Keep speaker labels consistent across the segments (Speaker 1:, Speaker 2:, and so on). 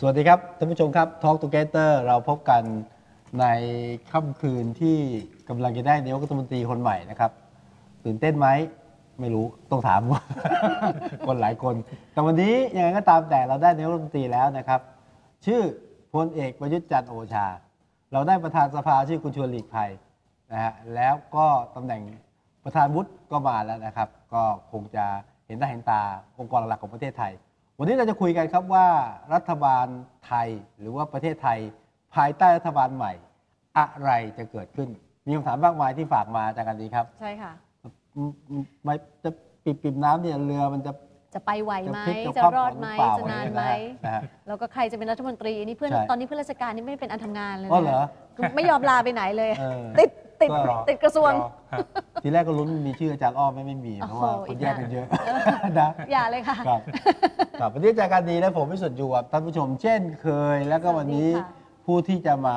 Speaker 1: สวัสดีครับท่านผู้ชมครับ Talk Together เราพบกันในค่ำคืนที่กำลังจะได้นายกรัฐมนตรีคนใหม่นะครับ ตื่นเต้นไหมไม่รู้ต้องถาม คนหลายคน แต่วันนี้ยังไงก็ตามแต่เราได้นายกรัฐมนตรีแล้วนะครับ ชื่อพลเอกประยุทธ์จันทร์โอชา เราได้ประธานสภาชื่อคุณชวนหลีกภัยนะฮะแล้วก็ตำแหน่งประธานวุฒิก็มาแล้วนะครับ ก็คงจะเห็นหน้าเห็นตาองค์กรหลักๆของประเทศไทย วันนี้เราจะคุยกันครับว่ารัฐบาลไทยหรือว่าประเทศไทย ภายใต้รัฐบาลใหม่ อะไรจะเกิดขึ้น มีคำถามมากมายที่ฝากมาอาจากกันดีครับ
Speaker 2: ใช่ค่ะ
Speaker 1: อืมอืมไม่จะปิดปิดน้ำเนี่ยเรือมันจะ
Speaker 2: จะไปไหวไหม
Speaker 1: พลิก
Speaker 2: จะ
Speaker 1: คว่ำ
Speaker 2: รอดไหม
Speaker 1: รืเปล่
Speaker 2: จะนานไหม
Speaker 1: นะฮะ
Speaker 2: แล้วก็ใครจะเป็นรัฐมนตรีนี่เพื่อน
Speaker 1: ใช่
Speaker 2: ตอนนี้เพื่อนราชการนี่ไม่เป็นอันทำงานเลยนะ
Speaker 1: อ๋อเหรอ
Speaker 2: ไม่ยอมลาไปไหนเลย
Speaker 1: เออ
Speaker 2: ติดติด
Speaker 1: ก็รอ
Speaker 2: ติดกระทรวง
Speaker 3: อฮะ
Speaker 1: ทีแรกก็ลุ้นมีชื่ออาจารย์อ้อมไหม่ไม่มีเพราะว่า
Speaker 2: โอ้
Speaker 1: คน
Speaker 2: โหอีก
Speaker 1: แยก
Speaker 2: นะ
Speaker 1: กันเยอะ นะ
Speaker 2: อย่าเลยค่ะ
Speaker 1: ครับครับวันนี้อาจารย์การดีและผมพิสุทธิ์อยู่กับท่านผู้ชมเช่นเคย แล้วก็วันนี้
Speaker 2: สวัสดีค่ะ
Speaker 1: ผู้ที่จะมา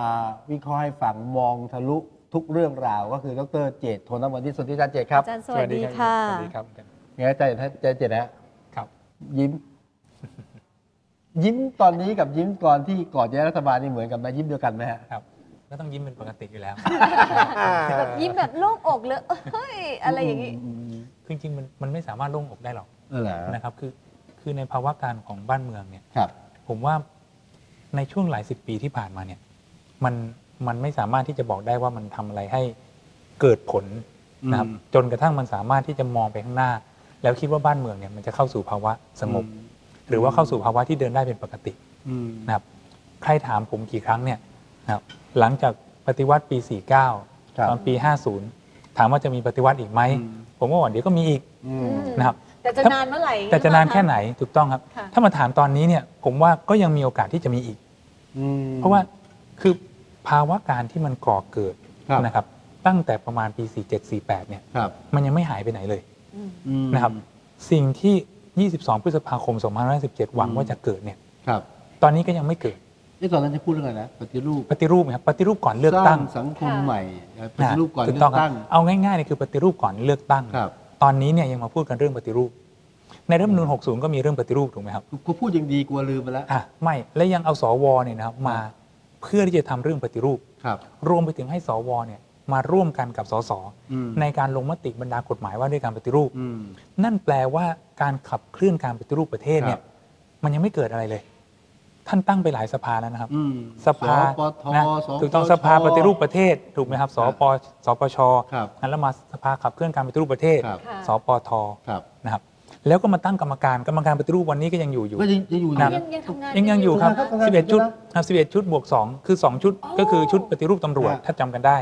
Speaker 1: วิเคราะห์ให้ฟังมองทะลุทุกเรื่องราว ก็คือดรเจตโทนวันที่สุทธิอาจารย์เจตครับ
Speaker 2: อาจารย์สวัสดีค่ะ
Speaker 3: สวัสดีครับ
Speaker 1: ไงอาจารย์อาจารย์เจตนะฮะ
Speaker 3: ครับ
Speaker 1: ยิ้ม ยิ้มตอนนี้กับยิ้มก่อนที่ก่อนจะได้รัฐบาลนี่เหมือนกันไหมยิ้มเดียวกันไหมฮะ
Speaker 3: ครับ ก็ต้องยิ้มเป็นปกติอยู่แล้ว
Speaker 2: แบบยิ้มแบบโล่งอกเลยเฮ้ย อะไรอย่างนี้
Speaker 3: คือจริงๆมันมันไม่สามารถโล่งอกได้หรอก
Speaker 1: เออเหรอ
Speaker 3: นะครับ คือคือในภาวะการของบ้านเมืองเนี่ย
Speaker 1: ครับ
Speaker 3: ผมว่าในช่วงหลายสิบปีที่ผ่านมาเนี่ย มันมันไม่สามารถที่จะบอกได้ว่ามันทำอะไรให้เกิดผลนะครับ
Speaker 1: อืม
Speaker 3: จนกระทั่งมันสามารถที่จะมองไปข้างหน้า แล้วคิดว่าบ้านเมืองเนี่ยมันจะเข้าสู่ภาวะสงบ หรือว่าเข้าสู่ภาวะที่เดินได้เป็นปกติ
Speaker 1: อืม
Speaker 3: นะครับใครถามผมกี่ครั้งเนี่ยนะครับหลังจากปฏิวัติปี
Speaker 1: ครับ
Speaker 3: 49 ตอนปี 50 ถามว่าจะมีปฏิวัติอีกไหม ผมก็บอกเดี๋ยวก็มีอีก
Speaker 1: อืม
Speaker 2: อืม
Speaker 3: นะครับ
Speaker 2: แต่จะนานเมื่อไหร่
Speaker 3: แต่จะนานแค่ไหนถูกต้องครับ
Speaker 2: ค่ะ
Speaker 3: ถ้ามาถามตอนนี้เนี่ยผมว่าก็ยังมีโอกาสที่จะมีอีก
Speaker 1: อืม
Speaker 3: เพราะว่าคือภาวะการที่มันก่อเกิด
Speaker 1: ครับ
Speaker 3: นะครับ ตั้งแต่ประมาณปี 47 48 เนี่ย
Speaker 1: ครับ
Speaker 3: มันยังไม่หายไปไหนเลย
Speaker 2: อืม
Speaker 1: อืม
Speaker 3: นะครับ สิ่งที่ 22 พฤษภาคม 2517 หวังว่าจะเกิดเนี่ย
Speaker 1: ครับ
Speaker 3: ตอนนี้ก็ยังไม่เกิด
Speaker 1: ไอ้ตอนนั้นจะพูดเรื่องอะไรนะปฏิรูป
Speaker 3: ปฏิรูปไหมครับปฏิรูปก่อนเลือกตั้ง
Speaker 1: สร้าสังคมใหม่เอ่อปฏิรูปก่อน
Speaker 3: ถู
Speaker 1: เลื
Speaker 3: กต้
Speaker 1: อ
Speaker 3: อง
Speaker 1: ก
Speaker 3: ครั
Speaker 1: ตั้
Speaker 3: บ
Speaker 1: ง
Speaker 3: เอาง่ายๆเนี่ยคือปฏิรูปก่อนเลือกตั้ง
Speaker 1: ครับ
Speaker 3: ตอนนี้เนี่ยยังมาพูดกันเรื่องปฏิรูป ในรัฐธรรมนูญ60 ก็มีเรื่องปฏิรูปถูกไหมครับ
Speaker 1: กูพูดยังดีกลัวลืมไปแล้ว
Speaker 3: อ่ะไม่และยังเอาสวเนี่ยนะครับมาเพื่อที่จะทำเรื่องปฏิรูป
Speaker 1: ครับ
Speaker 3: รวมไปถึงให้สวเนี่ยมาร่วมกันกับสส
Speaker 1: อืม
Speaker 3: ในการลงมติบรรดากฎหมายว่าด้วยการปฏิรูป
Speaker 1: อืม
Speaker 3: นั่นแปลว่าการขับเคลื่อนการปฏิรูปประเทศเนี่
Speaker 1: ครั
Speaker 3: ย
Speaker 1: บ
Speaker 3: มันยังไม่เกิดอะไรเลย ท่านตั้งไปหลายสภาแล้วนะครับ
Speaker 1: อืม
Speaker 3: สภา
Speaker 1: สปท
Speaker 3: นะ
Speaker 1: สป
Speaker 3: ถูกต้อง
Speaker 1: ช
Speaker 3: สภาปฏิรูปประเทศ ถูกไหมครับ สปสปช
Speaker 1: ครับ
Speaker 3: งั้นแล้วมาสภาขับเคลื่อนการปฏิรูปประเทศ
Speaker 1: ครับ
Speaker 2: ค่ะ
Speaker 3: สปท
Speaker 1: ครับ
Speaker 3: นะครับ แล้วก็มาตั้งกรรมการ กรรมการปฏิรูปวันนี้ก็ยังอยู่อยู่
Speaker 1: ก็ยังยังอยู่อยู่
Speaker 3: นะ
Speaker 2: ยังยังทำงาน
Speaker 3: ยังยังอยู่ครับ
Speaker 2: เหะ
Speaker 3: 11 ชุดครับ11 ชุดบวก 2 คือ 2 ชุด
Speaker 2: อ๋อ
Speaker 3: ก็คือชุดปฏิรูปตำรวจ ถ้าจำกันได้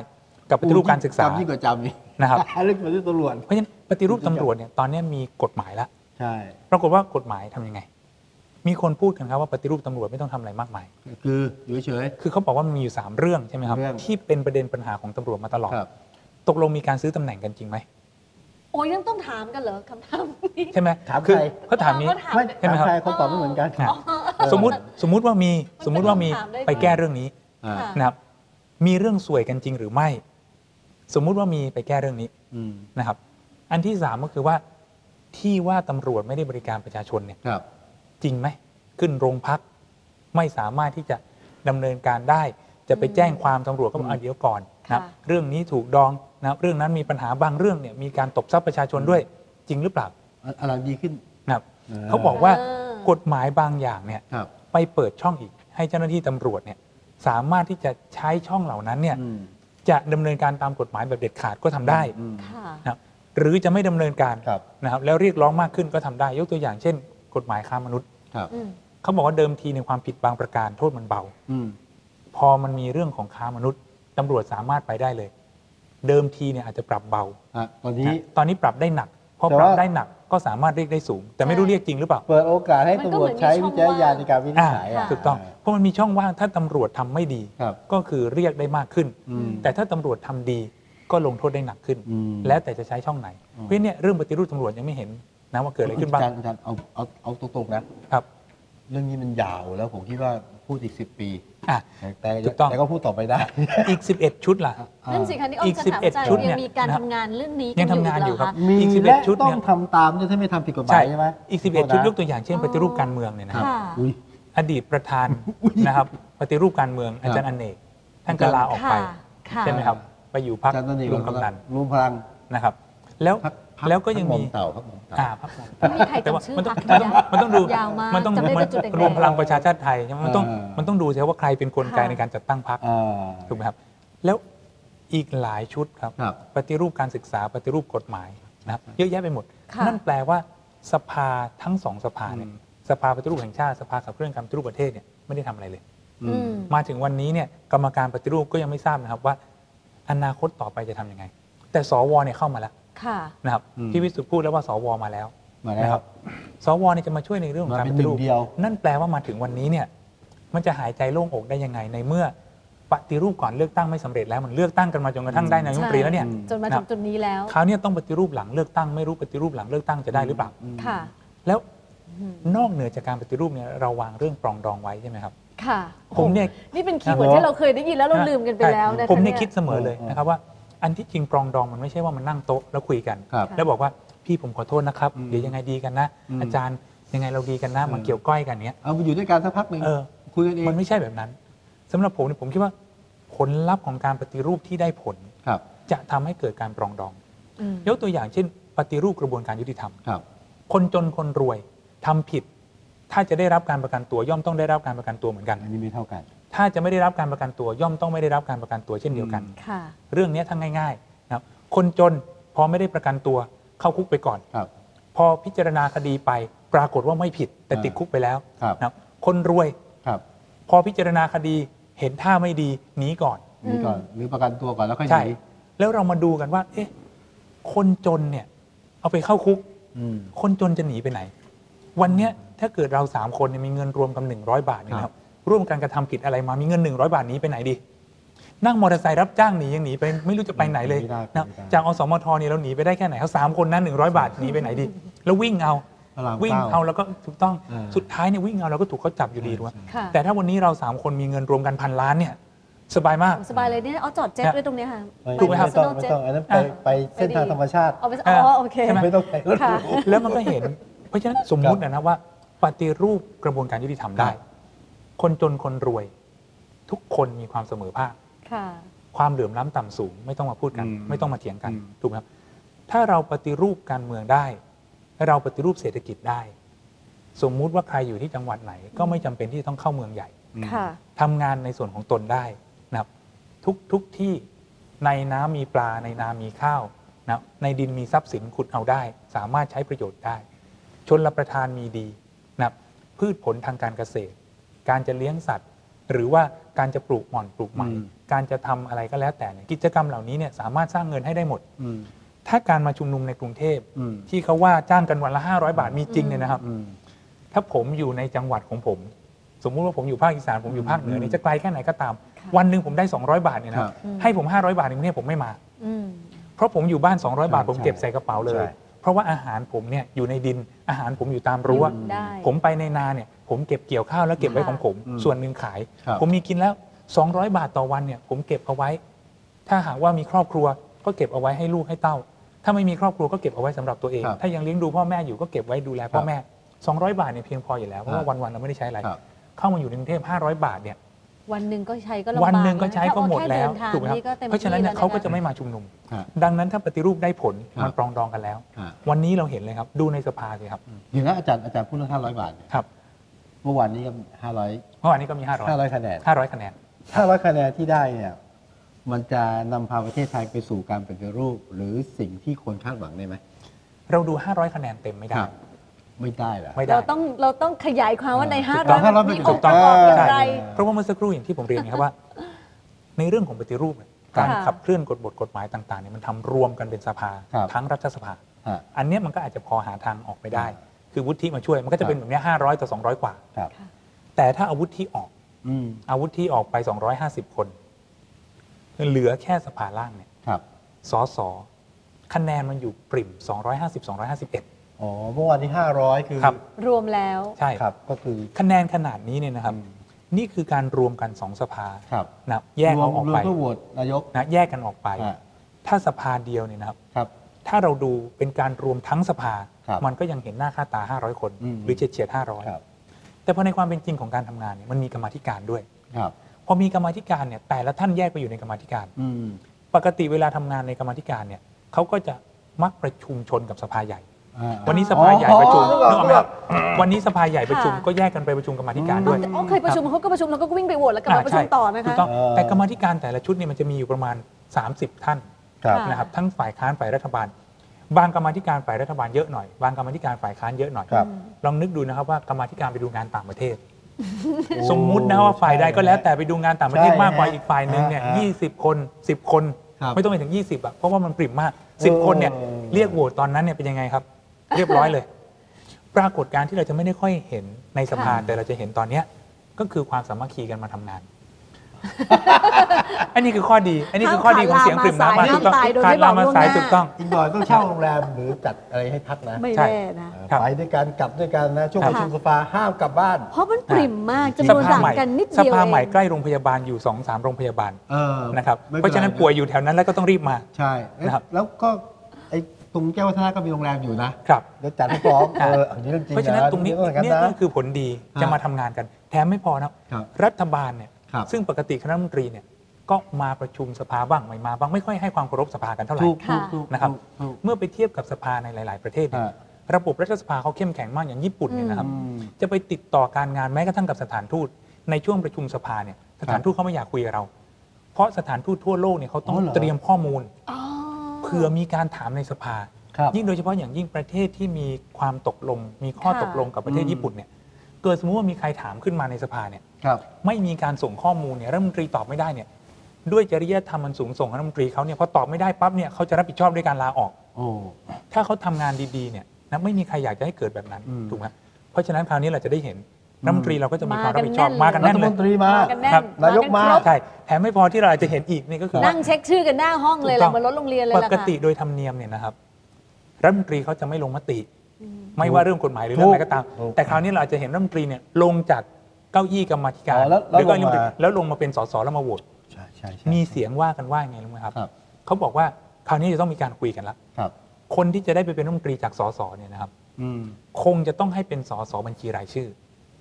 Speaker 3: กับปฏิรูปการศึกษา
Speaker 1: จำยิ่งกว่าจำอีก
Speaker 3: นะครับ
Speaker 1: เรื่องปฏิรูปตำรวจ
Speaker 3: เพราะฉะนั้นปฏิรูปตำรวจเนี่ย ตอนนี้มีกฎหมายแล้ว
Speaker 1: ใช่
Speaker 3: ปรากฏว่ากฎหมายทำยังไง มีคนพูดกันครับว่าปฏิรูปตำรวจไม่ต้องทำอะไรมากมาย
Speaker 1: คืออยู่เฉย
Speaker 3: คือเขาบอกว่ามันมีอยู่สามเรื่องใช่ไหมครับ
Speaker 1: เรื่อง
Speaker 3: ที่เป็นประเด็นปัญหาของตำรวจมาตลอด
Speaker 1: ๆครับ
Speaker 3: ตกลงมีการซื้อตำแหน่งกันจริงไหม
Speaker 2: โอ้ยยังต้องถามกันเหรอคำถามนี้
Speaker 3: ใช่ไหม
Speaker 1: ถามใคร
Speaker 3: คือเขาถามนี้
Speaker 2: เขถาม
Speaker 1: ไม่
Speaker 3: ใช่ไหมครับ
Speaker 1: ใครเขาตอบไม่เหมือนกัน
Speaker 3: นะสมมติสมมติว่ามีสมมติว่ามี
Speaker 2: มันเป็นคำถามได้ไหม
Speaker 3: ไปแก้เรื่องนี้
Speaker 1: อ่า
Speaker 2: ค่ะ
Speaker 3: นะครับมีเรื่องสวยกันจริงหรือไม่ สมมุติว่ามีไปแก้เรื่องนี้
Speaker 1: อืม
Speaker 3: นะครับ อันที่สามก็คือว่าที่ว่าตำรวจไม่ได้บริการประชาชนเนี่ย
Speaker 1: ครับ
Speaker 3: จริงไหมขึ้นโรงพัก ไม่สามารถที่จะดำเนินการได้ จะไปแจ้งความตำรวจก็บอก
Speaker 1: อืม
Speaker 3: อ่ะเดี๋ยวก่อนนะครับ
Speaker 2: ค่ะ
Speaker 3: เรื่องนี้ถูกดองนะครับเรื่องนั้นมีปัญหาบางเรื่องเนี่ยมีการตบทรัพย์ประชาชนด้วยจริงหรือเปล่า
Speaker 1: อะอะไรดีขึ้น
Speaker 3: นะครับเขาบอกว่า
Speaker 2: อ่าก
Speaker 3: กฎหมายบางอย่างเนี่ย
Speaker 1: ครับ
Speaker 3: ไปเปิดช่องอีก ให้เจ้าหน้าที่ตำรวจเนี่ยสามารถที่จะใช้ช่องเหล่านั้นเนี่ย
Speaker 1: อืม
Speaker 3: จะดำเนินการตามกฎหมายแบบเด็ดขาดก็ทำได้
Speaker 1: อืม
Speaker 2: ค่ะ
Speaker 3: นะครับหรือจะไม่ดำเนินการ
Speaker 1: ครับ
Speaker 3: นะครับแล้วเรียกร้องมากขึ้นก็ทำได้ ยกตัวอย่างเช่น กฎหมายค้ามนุษย์
Speaker 1: ครับ
Speaker 2: อืม
Speaker 3: เขาบอกว่าเดิมทีในความผิดบางประการโทษมันเบา
Speaker 1: อืม
Speaker 3: พอมันมีเรื่องของค้ามนุษย์ตำรวจสามารถไปได้เลย เดิมทีเนี่ยอาจจะปรับเบา
Speaker 1: อ่ะตอนนี้
Speaker 3: นะตอนนี้ปรับได้หนักพอ
Speaker 1: แต่
Speaker 3: ปรับ
Speaker 1: ว่า
Speaker 3: ได้หนักก็สามารถเรียกได้สูง แต่ไม่รู้เรียกจริงหรือเปล่า
Speaker 1: เปิดโอกาสให้
Speaker 2: มันก็
Speaker 1: ตำรวจใช้วิจารณญาณ
Speaker 2: เหมือนมีช่องว่า
Speaker 1: ในการวินิ
Speaker 2: ง
Speaker 1: จฉัย
Speaker 2: อ่า
Speaker 1: อ่ะ
Speaker 3: ถูกต้องเพราะมันมีช่องว่างถ้าตำรวจทำไม่ดี
Speaker 1: ครับ
Speaker 3: ก็คือเรียกได้มากขึ้น
Speaker 1: อืม
Speaker 3: แต่ถ้าตำรวจทำดีก็ลงโทษได้หนักขึ้น
Speaker 1: อืม
Speaker 3: แล้วแต่จะใช้ช่องไหน
Speaker 1: อืม
Speaker 3: เพราะฉะนั้นเนี่ยเรื่องปฏิรูปตำรวจยังไม่เห็นนะว่าเกิดอะไรขึ้นบ้าง
Speaker 1: จารย์อาจารย์เอาเอาเอาตรงๆนะครับเรื่องนี้มันยาวแล้วผมคิดว่าพูดอีกสิบปี
Speaker 3: อ่ะ
Speaker 1: แต่แต่
Speaker 3: ถูกต้อง
Speaker 1: แต่ก็พูดต่อไปได้
Speaker 3: อีก 11 ชุดล่ะ
Speaker 2: นั่นสิคะที่อ้อ
Speaker 3: อี
Speaker 2: ม
Speaker 3: ก
Speaker 2: จะถาม
Speaker 3: 11
Speaker 2: อาจารย์
Speaker 3: ชุดเนี่ย
Speaker 2: ยังมีการ
Speaker 3: นะ
Speaker 2: ทำงานเรื่องนี้
Speaker 3: ยัง
Speaker 2: กัอง
Speaker 3: ทำานอยู่ครับ
Speaker 2: เห
Speaker 1: มี
Speaker 3: อีก
Speaker 1: และ
Speaker 3: 11ชุด
Speaker 1: ต้อ
Speaker 3: เนี่
Speaker 1: ง
Speaker 3: ย
Speaker 1: ทำตามด้วยถ้าไม่ทำผิดกฎหมายใช่ไหม
Speaker 3: อีก 11 ชุดยก
Speaker 1: โทษนะ
Speaker 3: ตัวอย่างเช่นปฏิรูปการเมืองเนี่ยนะ
Speaker 1: ค
Speaker 3: ค
Speaker 1: รับ
Speaker 3: รั
Speaker 1: บอุ้ย
Speaker 3: อดีตประธานนะครับปฏิรูปการเมืองอาจารย์อเนกท่านก็ลาออกไป
Speaker 2: ค่ะค่ะ
Speaker 3: ใช่ไหมครับ ไปอยู่พรรค
Speaker 1: อาจารย์ตอนนี้
Speaker 3: ลุงกำนัน
Speaker 1: รวมพลัง
Speaker 3: นะครับ แล้ว
Speaker 1: พรรคพรรค
Speaker 3: แล้วก็ยัง
Speaker 1: พรรคมอ
Speaker 3: มี
Speaker 1: มเต่าพรรคมอมเต่า
Speaker 3: อ่าพรรค
Speaker 2: ไม่มีใคร
Speaker 3: แต่ว่า
Speaker 2: จำชื่อ
Speaker 3: มันต้อ
Speaker 2: พั
Speaker 3: ง
Speaker 2: ก
Speaker 3: มัน
Speaker 2: ได้
Speaker 3: ต้องมันต้องดู
Speaker 2: ยาวมาก
Speaker 3: มันต้อง
Speaker 2: จำได้
Speaker 3: มั
Speaker 2: แต่
Speaker 3: น
Speaker 2: จุดแดงๆ
Speaker 3: รวมพลังประชาชาติไทยใช่ไหมมันต้อง
Speaker 1: เออ
Speaker 3: มันต้องดูใช่ว่าใครเป็นกลไก
Speaker 2: ค่ะ
Speaker 3: ในการจัดตั้งพรรค
Speaker 1: อ่า
Speaker 3: ถูกไหมครับ แล้วอีกหลายชุดครับ
Speaker 1: ครับ
Speaker 3: ปฏิรูปการศึกษาปฏิรูปกฎหมายนะครับเยอะแยะไปหมด
Speaker 2: ค่ะ
Speaker 3: นั่นแปลว่าสภาทั้งสองสภาเนี่ยสภาปฏิรูปแห่งชาติสภาขับเคลื่อนการปฏิรูปประเทศเนี่ยไม่ได้ทำอะไรเลย
Speaker 1: อื
Speaker 2: อื
Speaker 1: ม
Speaker 2: ม
Speaker 3: มาถึงวันนี้เนี่ยกรรมการปฏิรูปก็ยังไม่ทราบนะครับว่า อนาคตต่อไปจะทำยังไง แต่สวเนี่ยเข้ามาแล้ว
Speaker 2: ค่ะ
Speaker 3: นะครับ
Speaker 1: อืม
Speaker 3: พี่วิสุทธ์พูดแล้วว่าสวมาแล้ว
Speaker 1: มาแล้ว
Speaker 3: นะค
Speaker 1: ค
Speaker 3: รั
Speaker 1: รั
Speaker 3: บบ สวเนี่ยจะมาช่วยในเรื่องของการ
Speaker 1: มา
Speaker 3: ป
Speaker 1: เป็น
Speaker 3: ฏิรูป
Speaker 1: หนึ่งเดียว
Speaker 3: นั่นแปลว่ามาถึงวันนี้เนี่ย มันจะหายใจโล่งอกได้ยังไงในเมื่อปฏิรูปก่อนเลือกตั้งไม่สำเร็จแล้วมันเลือกตั้งกันมาจนกระทั่งได้นายกรัฐมนตรีแล้วเนี่ย
Speaker 1: อืม
Speaker 2: จนมา
Speaker 3: ค
Speaker 2: ถึ
Speaker 3: รับ
Speaker 2: งจุดนี้แล้ว
Speaker 3: คราวเนี้ต้องปฏิรูปหลังเลือกตั้งไม่รู้ปฏิรูปหลังเลือกตั้งจะได้หรือเปล่า
Speaker 1: ม
Speaker 2: ค่ะ
Speaker 3: แล้ว
Speaker 2: อืม
Speaker 3: นอกเหนือจากการปฏิรูปเนี่ยเราวางเรื่องปรองดองไว้ใช่ไหมครับ
Speaker 2: ค่ะ
Speaker 3: ผมเนี่ย
Speaker 2: นี่เป็นคีย์เวิร์ดที่เราเคยได้ยินแล้วเราลืมกันไปแล้วนะคะ
Speaker 3: ผมเนี่ย
Speaker 2: ย
Speaker 3: คิดเสมอเลยนะครับว่า อันที่จริงปรองดองมันไม่ใช่ว่ามันนั่งโต๊ะแล้วคุยกัน
Speaker 1: ครับ
Speaker 2: ค่ะ
Speaker 3: แล้วบอกว่าพี่ผมขอโทษนะครับ
Speaker 1: อืม
Speaker 3: เดี๋ยวยังไงดีกันนะ
Speaker 1: อืม
Speaker 3: อาจารย์ยังไงเราดีกันนะมา
Speaker 1: อืม
Speaker 3: เกี่ยวก้อยกันเนี้ย
Speaker 1: เอาไปอยู่ด้วยกันสักพักหนึ่ง
Speaker 3: เออ
Speaker 1: คุยกันเอง
Speaker 3: มันไม่ใช่แบบนั้นสำหรับผมเนี่ยผมคิดว่า ผลลัพธ์ของการปฏิรูปที่ได้ผล
Speaker 1: ครับ
Speaker 3: จะทำให้เกิดการปรองดอง
Speaker 2: อืม
Speaker 3: ยกตัวอย่างเช่น ปฏิรูปกระบวนการยุติธรรม
Speaker 1: ครับ
Speaker 3: คนจนคนรวยทำผิด ถ้าจะได้รับการประกันตัวย่อมต้องได้รับการประกันตัวเหมือนกัน
Speaker 1: อันนี้ไม่เท่ากัน
Speaker 3: ถ้าจะไม่ได้รับการประกันตัวย่อมต้องไม่ได้รับการประกันตัวเช่นเดียวกัน
Speaker 1: อืม
Speaker 2: ค่ะ
Speaker 3: เรื่องเนี้ยทั้งง่ายๆนะครับคนจนพอไม่ได้ประกันตัวเข้าคุกไปก่อน
Speaker 1: ครับ
Speaker 3: พอพิจารณาคดีไป ปรากฏว่าไม่ผิด แต่ติดคุกไปแล้ว
Speaker 1: ครับ
Speaker 3: นะครับคนรวย
Speaker 1: ครับ
Speaker 3: พอพิจารณาคดีเห็นท่าไม่ดีหนีก่อน
Speaker 1: หนี่ก่อนหรือประกันตัวก่อนแล้วค่อยห
Speaker 3: ใช่
Speaker 1: นี
Speaker 3: แล้วเรามาดูกันว่า เอ๊ะ คนจนเนี่ย เอาไปเข้าคุก
Speaker 1: อืม
Speaker 3: คนจนจะหนีไปไหน วันเนี้ยถ้าเกิดเราสามคนเนี่ยมีเงินรวมกันหนึ่งร้อยบาทเนย
Speaker 1: ครับ
Speaker 3: นะครับ ร่วมกันกระทำผิดอะไรมามีเงินหนึ่งร้อยบาทหนี้ไปไหนดี นั่งมอเตอร์ไซค์รับจ้างหนียังหนีไปไม่รู้จะไปไหนเลย
Speaker 1: ม่ด้
Speaker 3: นะครับ
Speaker 1: ไม่ได้
Speaker 3: จากอสมทเนี่ยเราหนีไปได้แค่ไหนเขาสามคนนั้นหนึ่งร้อยบาทหนีไปไหนดี แล้ววิ่งเอา
Speaker 1: พระรม
Speaker 3: วิ่ง
Speaker 1: ก้
Speaker 3: เอาแล้วก็ถูกต้อง
Speaker 1: อ่า
Speaker 3: สุดท้ายเนี่ยวิ่งเอาเราก็ถูกเขาจับอยู่ดีถูกไหม
Speaker 2: ค่ะ
Speaker 3: แต่ถ้าวันนี้เราสามคนมีเงินรวมกันพันล้านเนี่ย สบายมาก
Speaker 2: สบายเลยเนี่ยเอาจอดเจ็ตไว้ตรงเนี้ยค่ะ
Speaker 1: ไม่
Speaker 3: ถูกไหมครับ
Speaker 1: ไม่ต้อง
Speaker 2: ป personal
Speaker 1: ไม่
Speaker 2: jet
Speaker 1: ต้องอันนั้นไป
Speaker 3: อ่ะ
Speaker 1: ไปเส้นทางธรรมชาติ
Speaker 2: เอาไปอ๋อโอเค
Speaker 3: ใช่ไหม
Speaker 1: ไม่ต้องไปรถห
Speaker 2: ค่ะ
Speaker 1: รู
Speaker 3: แล้วมันก็เห็น เพราะฉะนั้นสมมุตินะนะว่า ปฏิรูปกระบวนการยุติธรรมได้
Speaker 1: ครับ
Speaker 3: คนจนคนรวย ทุกคนมีความเสมอภาค
Speaker 2: ค่ะ
Speaker 3: ความเหลื่อมล้ำต่ำสูง ไม่ต้องมาพูดกัน
Speaker 1: อืม
Speaker 3: ไม่ต้องมาเถียงกัน
Speaker 1: อืม
Speaker 3: ถูกไหมครับถ้าเราปฏิรูปการเมืองได้ เราปฏิรูปเศรษฐกิจได้ สมมุติว่าใครอยู่ที่จังหวัดไหน ก็ไม่จำเป็นที่จะต้องเข้าเมืองใหญ่
Speaker 1: อืม
Speaker 2: ค่ะ
Speaker 3: ทำงานในส่วนของตนได้นะครับ ทุกทุกที่ในน้ำมีปลาในนามีข้าวนะครับในดินมีทรัพย์สินขุดเอาได้ สามารถใช้ประโยชน์ได้ ชนรับประทานมีดีนะครับพืชผลทางการเกษตร การจะเลี้ยงสัตว์ หรือว่าการจะปลูกหม่อนปลูกไหม
Speaker 1: อืม
Speaker 3: การจะทำอะไรก็แล้วแต่เนี่ยกิจกรรมเหล่านี้เนี่ยสามารถสร้างเงินให้ได้หมด
Speaker 1: อืม
Speaker 3: ถ้าการมาชุมนุมในกรุงเทพ
Speaker 1: อืม
Speaker 3: ที่เขาว่าจ้างกันวันละ 500 บาทมีจริงเนี่ยนะครับ
Speaker 1: อืม
Speaker 3: ถ้าผมอยู่ในจังหวัดของผม สมมุติว่าผมอยู่ภาคอีสานผมอยู่ภาคเหนือเนี่ยจะไกลแค่ไหนก็ตาม
Speaker 2: ค่ะ
Speaker 3: วันหนึ่งผมได้ 200 บาทเนี่ยนะครับ
Speaker 2: อืม
Speaker 3: ให้ผม 500 บาทในกรุงเทพผมไม่มา
Speaker 2: อืม
Speaker 3: เพราะผมอยู่บ้าน 200 บาท
Speaker 1: ใช่
Speaker 3: ผมเก็บใส่กระเป๋าเลย
Speaker 1: ใช่
Speaker 3: เพราะว่าอาหารผมเนี่ยอยู่ในดินอาหารผมอยู่ตามรั้ว
Speaker 2: อืมได้
Speaker 3: ผมไปในนาเนี่ยผมเก็บเกี่ยวข้าวแล้วเก็บไว้
Speaker 2: ค่ะ
Speaker 3: ของผม
Speaker 1: อืม
Speaker 3: ส่วนหนึ่งขาย
Speaker 1: ครับ
Speaker 3: ผมมีกินแล้ว 200 บาทต่อวันเนี่ยผมเก็บเอาไว้ ถ้าหากว่ามีครอบครัวก็เก็บเอาไว้ให้ลูกให้เต้า ถ้าไม่มีครอบครัวก็เก็บเอาไว้สำหรับตัวเอง
Speaker 1: ครับ
Speaker 3: ถ้ายังเลี้ยงดูพ่อแม่อยู่ก็เก็บไว้ดูแลพ่อแม่ 200 บาทเนี่ยเพียงพออยู่แล้วเพราะ
Speaker 1: ค
Speaker 3: ว่า
Speaker 1: รับ
Speaker 3: วันๆเราไม่ได้ใช้อะไร
Speaker 1: ครับ
Speaker 3: เข้ามาอยู่ในกรุงเทพ500 บาทเนี่ย
Speaker 2: วันหนึ่งก็ใช้ก็ลำบาก
Speaker 3: วันหนึ่งก็ใช้ก็หมดแล้ว
Speaker 2: ถู
Speaker 3: ถู
Speaker 2: ก
Speaker 3: ก
Speaker 2: ไห
Speaker 3: ไห
Speaker 2: ม
Speaker 3: ม
Speaker 2: ค
Speaker 3: ค
Speaker 2: รั
Speaker 3: รั
Speaker 2: บบ เพ
Speaker 3: เพราะฉะนั้นเนี่ยเขาก็จะไม่มาชุมนุม
Speaker 1: ครับ
Speaker 3: ดังนั้นถ้าปฏิรูปได้ผล
Speaker 1: ครับ
Speaker 3: มันปรองดองกันแล้ว
Speaker 1: อ่ะ
Speaker 3: วันนี้เราเห็นเลยครับ ดูในสภาสิครับ
Speaker 1: เดี๋ยวนะอาจารย์อาจารย์พูดเรื่องห้าร้อยบาทเนี่ย
Speaker 3: ครับ
Speaker 1: เมื่อวานนี้ก็ห้าร้อย
Speaker 3: เมื่อวานนี้ก็มี
Speaker 1: ห้า
Speaker 3: 500
Speaker 1: ร้อยคะแนน
Speaker 3: 500คะแนน
Speaker 1: ห้าร้อยคะแนนที่ได้เนี่ยมันจะนำพาประเทศไทยไปสู่การปฏิรูป หรือสิ่งที่คนคาดหวังได้ไหม
Speaker 3: เราดู 500 คะแนนเต็มไม่ได้
Speaker 1: ไม่ได้เหรอ
Speaker 3: ไม่ได้
Speaker 2: เราต้องเราต้องขยายความว่าใน
Speaker 1: ถู
Speaker 2: ห้าก
Speaker 1: ต้
Speaker 2: ร้อ
Speaker 1: อง
Speaker 2: ย
Speaker 1: ห้าร้อย
Speaker 2: มี
Speaker 1: ถู
Speaker 2: อง
Speaker 1: ก
Speaker 2: ค์
Speaker 1: ต้
Speaker 2: ป
Speaker 1: อง
Speaker 2: ระกอบอย่างไร
Speaker 3: เพราะว่าเมื่อสักครู่อย่างที่ผมเรียนไงครับว่า ในเรื่องของปฏิรูปเนี่ยการ
Speaker 2: ค่ะ
Speaker 3: ขับเคลื่อนกฎบทกฎหมายต่างๆเนี่ยมันทำรวมกันเป็นสภา
Speaker 1: ครับ
Speaker 3: ทั้งรัฐสภา
Speaker 1: ฮะ
Speaker 3: อันเนี้ยมันก็อาจจะพอหาทางออกไปได้ คือวุฒิมาช่วยมันก็จะเป็นแบบเนี้ย500 ต่อ 200 กว่า
Speaker 1: ครับ
Speaker 3: แต่ถ้าอาวุธที่ออก
Speaker 1: อืม
Speaker 3: อาวุธที่ออกไป 250 คน เหลือแค่สภาล่างเนี่ย
Speaker 1: ครับ
Speaker 3: สอสอคะแนนมันอยู่ปริ่ม 250 251
Speaker 1: อ๋อเมื่อวานนี้ห้าร้อยคือ
Speaker 3: ครับ
Speaker 2: รวมแล้ว
Speaker 3: ใช่
Speaker 1: ครับ ก็คือ
Speaker 3: คะแนนขนาดนี้เนี่ยนะครับ
Speaker 1: อืม
Speaker 3: นี่คือการรวมกันสองสภา
Speaker 1: ครับ
Speaker 3: นะแยกเอาออก
Speaker 1: รวมร
Speaker 3: ไป
Speaker 1: วมเพื่อโหวตนายก
Speaker 3: นะแยกกันออกไป
Speaker 1: อ่ะ
Speaker 3: ถ้าสภาเดียวเนี่ยนะครับ
Speaker 1: ครับ
Speaker 3: ถ้าเราดูเป็นการรวมทั้งสภา
Speaker 1: ครับ
Speaker 3: มันก็ยังเห็นหน้าค่าตา 500 คน
Speaker 1: อืม
Speaker 3: หรือเฉียดเฉียด
Speaker 1: ครับ
Speaker 3: 500 แต่พอในความเป็นจริงของการทำงานเนี่ยมันมีกรรมาธิการด้วย
Speaker 1: ครับ
Speaker 3: พอมีกรรมาธิการเนี่ยแต่ละท่านแยกไปอยู่ในกรรมาธิการ
Speaker 1: อืม
Speaker 3: ปกติเวลาทำงานในกรรมาธิการเนี่ยเขาก็จะมักประชุมชนกับสภาใหญ่
Speaker 1: อ่า
Speaker 3: วันนี้สภาใหญ่ประชุม
Speaker 1: อ๋อ
Speaker 3: นึกออกไหมครับวันนี้สภาใหญ่ประชุม
Speaker 2: ค่ะ
Speaker 3: ก็แยกกันไปประชุมกรรมาธิการ
Speaker 1: อืม
Speaker 3: ด้วย
Speaker 2: อ๋อเคยประชุมเขาก็ประชุมแล้วก็วิ่งไปโหวตแล้วกลับมา
Speaker 3: อ่า
Speaker 2: ประชุม
Speaker 3: ใช่
Speaker 2: ต่อนะ
Speaker 3: ถูก
Speaker 2: คะ
Speaker 3: ต้อง
Speaker 1: เออ
Speaker 3: แต่กรรมาธิการแต่ละชุดเนี่ยมันจะมีอยู่ประมาณ 30 ท่าน
Speaker 1: ครับ
Speaker 2: ค่ะ
Speaker 3: นะครับทั้งฝ่ายค้านฝ่ายรัฐบาล บางกรรมาธิการฝ่ายรัฐบาลเยอะหน่อยบางกรรมาธิการฝ่ายค้านเยอะหน่อย
Speaker 1: ครับ
Speaker 3: ลองนึกดูนะครับว่ากรรมาธิการไปดูงานต่างประเทศ สมมุตินะว่าฝ่ายใดก็แล้วแต่ไปดูงานต่างประเทศ
Speaker 1: ใช่
Speaker 3: มากกว่าอีกฝ่ายหนึ่งเนี่ย
Speaker 1: อ่า
Speaker 3: ยีคน 10 คน
Speaker 1: ครับ
Speaker 3: ไม่ต้องไปถึง 20อ่ะเพราะว่ามันปริ่มมาก 10 คนเนี่ย
Speaker 1: เออ
Speaker 3: เรียกโหวตตอนนั้นเนี่ยเป็นยังไงครับ เรียบร้อยเลย ปรากฏการณ์ที่เราจะไม่ได้ค่อยเห็นในสภา
Speaker 2: ค่ะ
Speaker 3: แต่เราจะเห็นตอนเนี้ยก็คือความสามัคคีกันมาทำงาน อันนี้คือข้อดี อันนี้คือข้อดีของเสียงปริ่มน้ำมาถูกต้อง
Speaker 2: ห้ามขาดลา
Speaker 3: มา
Speaker 2: มา
Speaker 3: สา
Speaker 2: สาย ยโดยไม่บอกล่วงหน้า
Speaker 3: ถูกต้อง
Speaker 1: อีกหน่อยต้องเช่าโรงแรมหรือจัดอะไรให้พักนะ
Speaker 2: ไม่
Speaker 3: ใช่
Speaker 2: แน่นะ
Speaker 1: เออ
Speaker 3: ครับ
Speaker 1: ไปด้วยกันกลับด้วยกันนะ ช่วง
Speaker 2: ครั
Speaker 1: ป
Speaker 2: บ
Speaker 1: ระชุมสภาห้ามกลับบ้าน
Speaker 2: เพราะมันปริ่มมาก
Speaker 1: จริง
Speaker 2: จำนวน
Speaker 3: ภา
Speaker 2: ต่าง
Speaker 3: ใหม่
Speaker 2: กันนิด
Speaker 3: ส
Speaker 2: เดียว
Speaker 3: ภาใหม่
Speaker 2: เอง
Speaker 3: ใกล้โรงพยาบาลอยู่สองสามโรงพยาบาล
Speaker 1: เออ
Speaker 3: นะครับ
Speaker 1: ไม่
Speaker 3: เพราะฉะนั้น
Speaker 1: ไ
Speaker 3: ป่วยอยู่แถวนั้นแล้วก็ต้องรีบมา
Speaker 1: ใช่เอ๊ะ
Speaker 3: นะครับ
Speaker 1: แล้วก็ไอ้ตรงแก้ววัฒนาก็มีโรงแรมอยู่นะครับ เดี๋ยวจัดให้พร้อม
Speaker 3: ครั
Speaker 1: เอบ ออันนี้เรื่องจริง
Speaker 3: เพราะฉะนั้นตรงนี้
Speaker 1: ต้องอย่างนั้น
Speaker 3: เนี่ย
Speaker 1: นะ
Speaker 3: ก็คือผลดี
Speaker 1: ฮะ
Speaker 3: จะมาทำงานกัน แถมไม่พอนะครับ รัฐบาลเนี่ย
Speaker 1: ครับ
Speaker 3: ซึ่งปกติคณะรัฐมนตรีเนี่ยก็มาประชุมสภาบ้างไม่มาบ้างไม่ค่อยให้ความเคารพสภากันเท่าไหร่
Speaker 1: ถูก
Speaker 2: ค่ะ
Speaker 1: ถูกถูก
Speaker 3: นะครับ
Speaker 1: ถูก
Speaker 3: เมื่อไปเทียบกับสภาในหลาย ๆ ประเทศเนี่ย
Speaker 1: ฮะ
Speaker 3: ระบบรัฐสภาเขาเข้มแข็งมากอย่างญี่ปุ่นเนี่ยนะครับ
Speaker 1: อืม
Speaker 3: จะไปติดต่อการงานแม้กระทั่งกับสถานทูตในช่วงประชุมสภาเนี่ยสถานทูตเขาไม่อยากคุยกับเรา เพราะสถานทูตทั่วโลกเนี่ยเขาต้อง
Speaker 1: อ๋อเหรอ
Speaker 3: เตรียมข้อมูล
Speaker 2: อ๋อ
Speaker 3: เผื่อมีการถามในสภา
Speaker 1: ครับ
Speaker 3: ยิ่งโดยเฉพาะอย่างยิ่งประเทศที่มีความตกลง มีข้อ
Speaker 2: ค่ะ
Speaker 3: ตกลงกับประเทศ
Speaker 1: อืม
Speaker 3: ญี่ปุ่นเนี่ยเกิดสมมติว่ามีใครถามขึ้นมาในสภาเนี่ย
Speaker 1: ครับ
Speaker 3: ไม่มีการส่งข้อมูลเนี่ยรัฐมนตรีตอบไม่ได้เนี่ยด้วยจริยธรรมมันสูงส่งของรัฐมนตรีเขาเนี่ยพอตอบไม่ได้ปั๊บเนี่ยเขาจะรับผิดชอบด้วยการลาออก
Speaker 1: โอ้
Speaker 3: ถ้าเขาทำงานดีๆเนี่ยนะไม่มีใครอยากจะให้เกิดแบบนั้น
Speaker 1: อืม
Speaker 3: ถูกไหมเพราะฉะนั้นคราวนี้เราจะได้เห็น
Speaker 1: ม
Speaker 3: รัฐมนตรีเราก็จะมีความรับผิดชอบมากัน
Speaker 1: รั
Speaker 3: แน่
Speaker 1: ฐ
Speaker 3: น
Speaker 1: ม
Speaker 3: เลย
Speaker 1: นตรีมา
Speaker 2: มากันแน่น
Speaker 3: ครับ
Speaker 1: นายกมา
Speaker 2: ครบ
Speaker 3: ใช่แถมไม่พอที่เราอาจจะเห็นอีกนี่ก็คือว่า
Speaker 2: นั่งเช็คชื่อกันหน้าห้องเลย
Speaker 3: ถูกต้
Speaker 2: ล่ะ
Speaker 3: อง
Speaker 2: บนรถโรงเรียนเลย
Speaker 3: ป
Speaker 2: ล่ะ
Speaker 3: ก
Speaker 2: ค่ะ
Speaker 3: ติโดยธรรมเนียมเนี่ยนะครับรัฐมนตรีเขาจะไม่ลงมติ
Speaker 2: อืม
Speaker 3: ไม่ว่าเรื่องกฎหมายหรือเรื่องอะไรก็ตาม
Speaker 1: ถูก
Speaker 3: แต่คราวนี้เราอาจจะเห็นรัฐมนตรีเนี่ยลงจากเก้าอี้กรรมาธิการ
Speaker 1: อ๋อแล้ว
Speaker 3: ห
Speaker 1: แล้ว
Speaker 3: รือเก็
Speaker 1: ลงมา
Speaker 3: แล้วลงมาเป็นสสแล้วมาโหวต
Speaker 1: ใช่ใช่ใช่
Speaker 3: มีเสียงว่ากันว่ายังไงรู้ไหมครับ
Speaker 1: ครับ
Speaker 3: เขาบอกว่าคราวนี้จะต้องมีการคุยกันละ
Speaker 1: ครับ
Speaker 3: คนที่จะได้ไปเป็นรัฐมนตรีจากสสเนี่ยนะครับ
Speaker 1: อืม
Speaker 3: คงจะต้องให้เป็นสสบัญชีรายชื่อ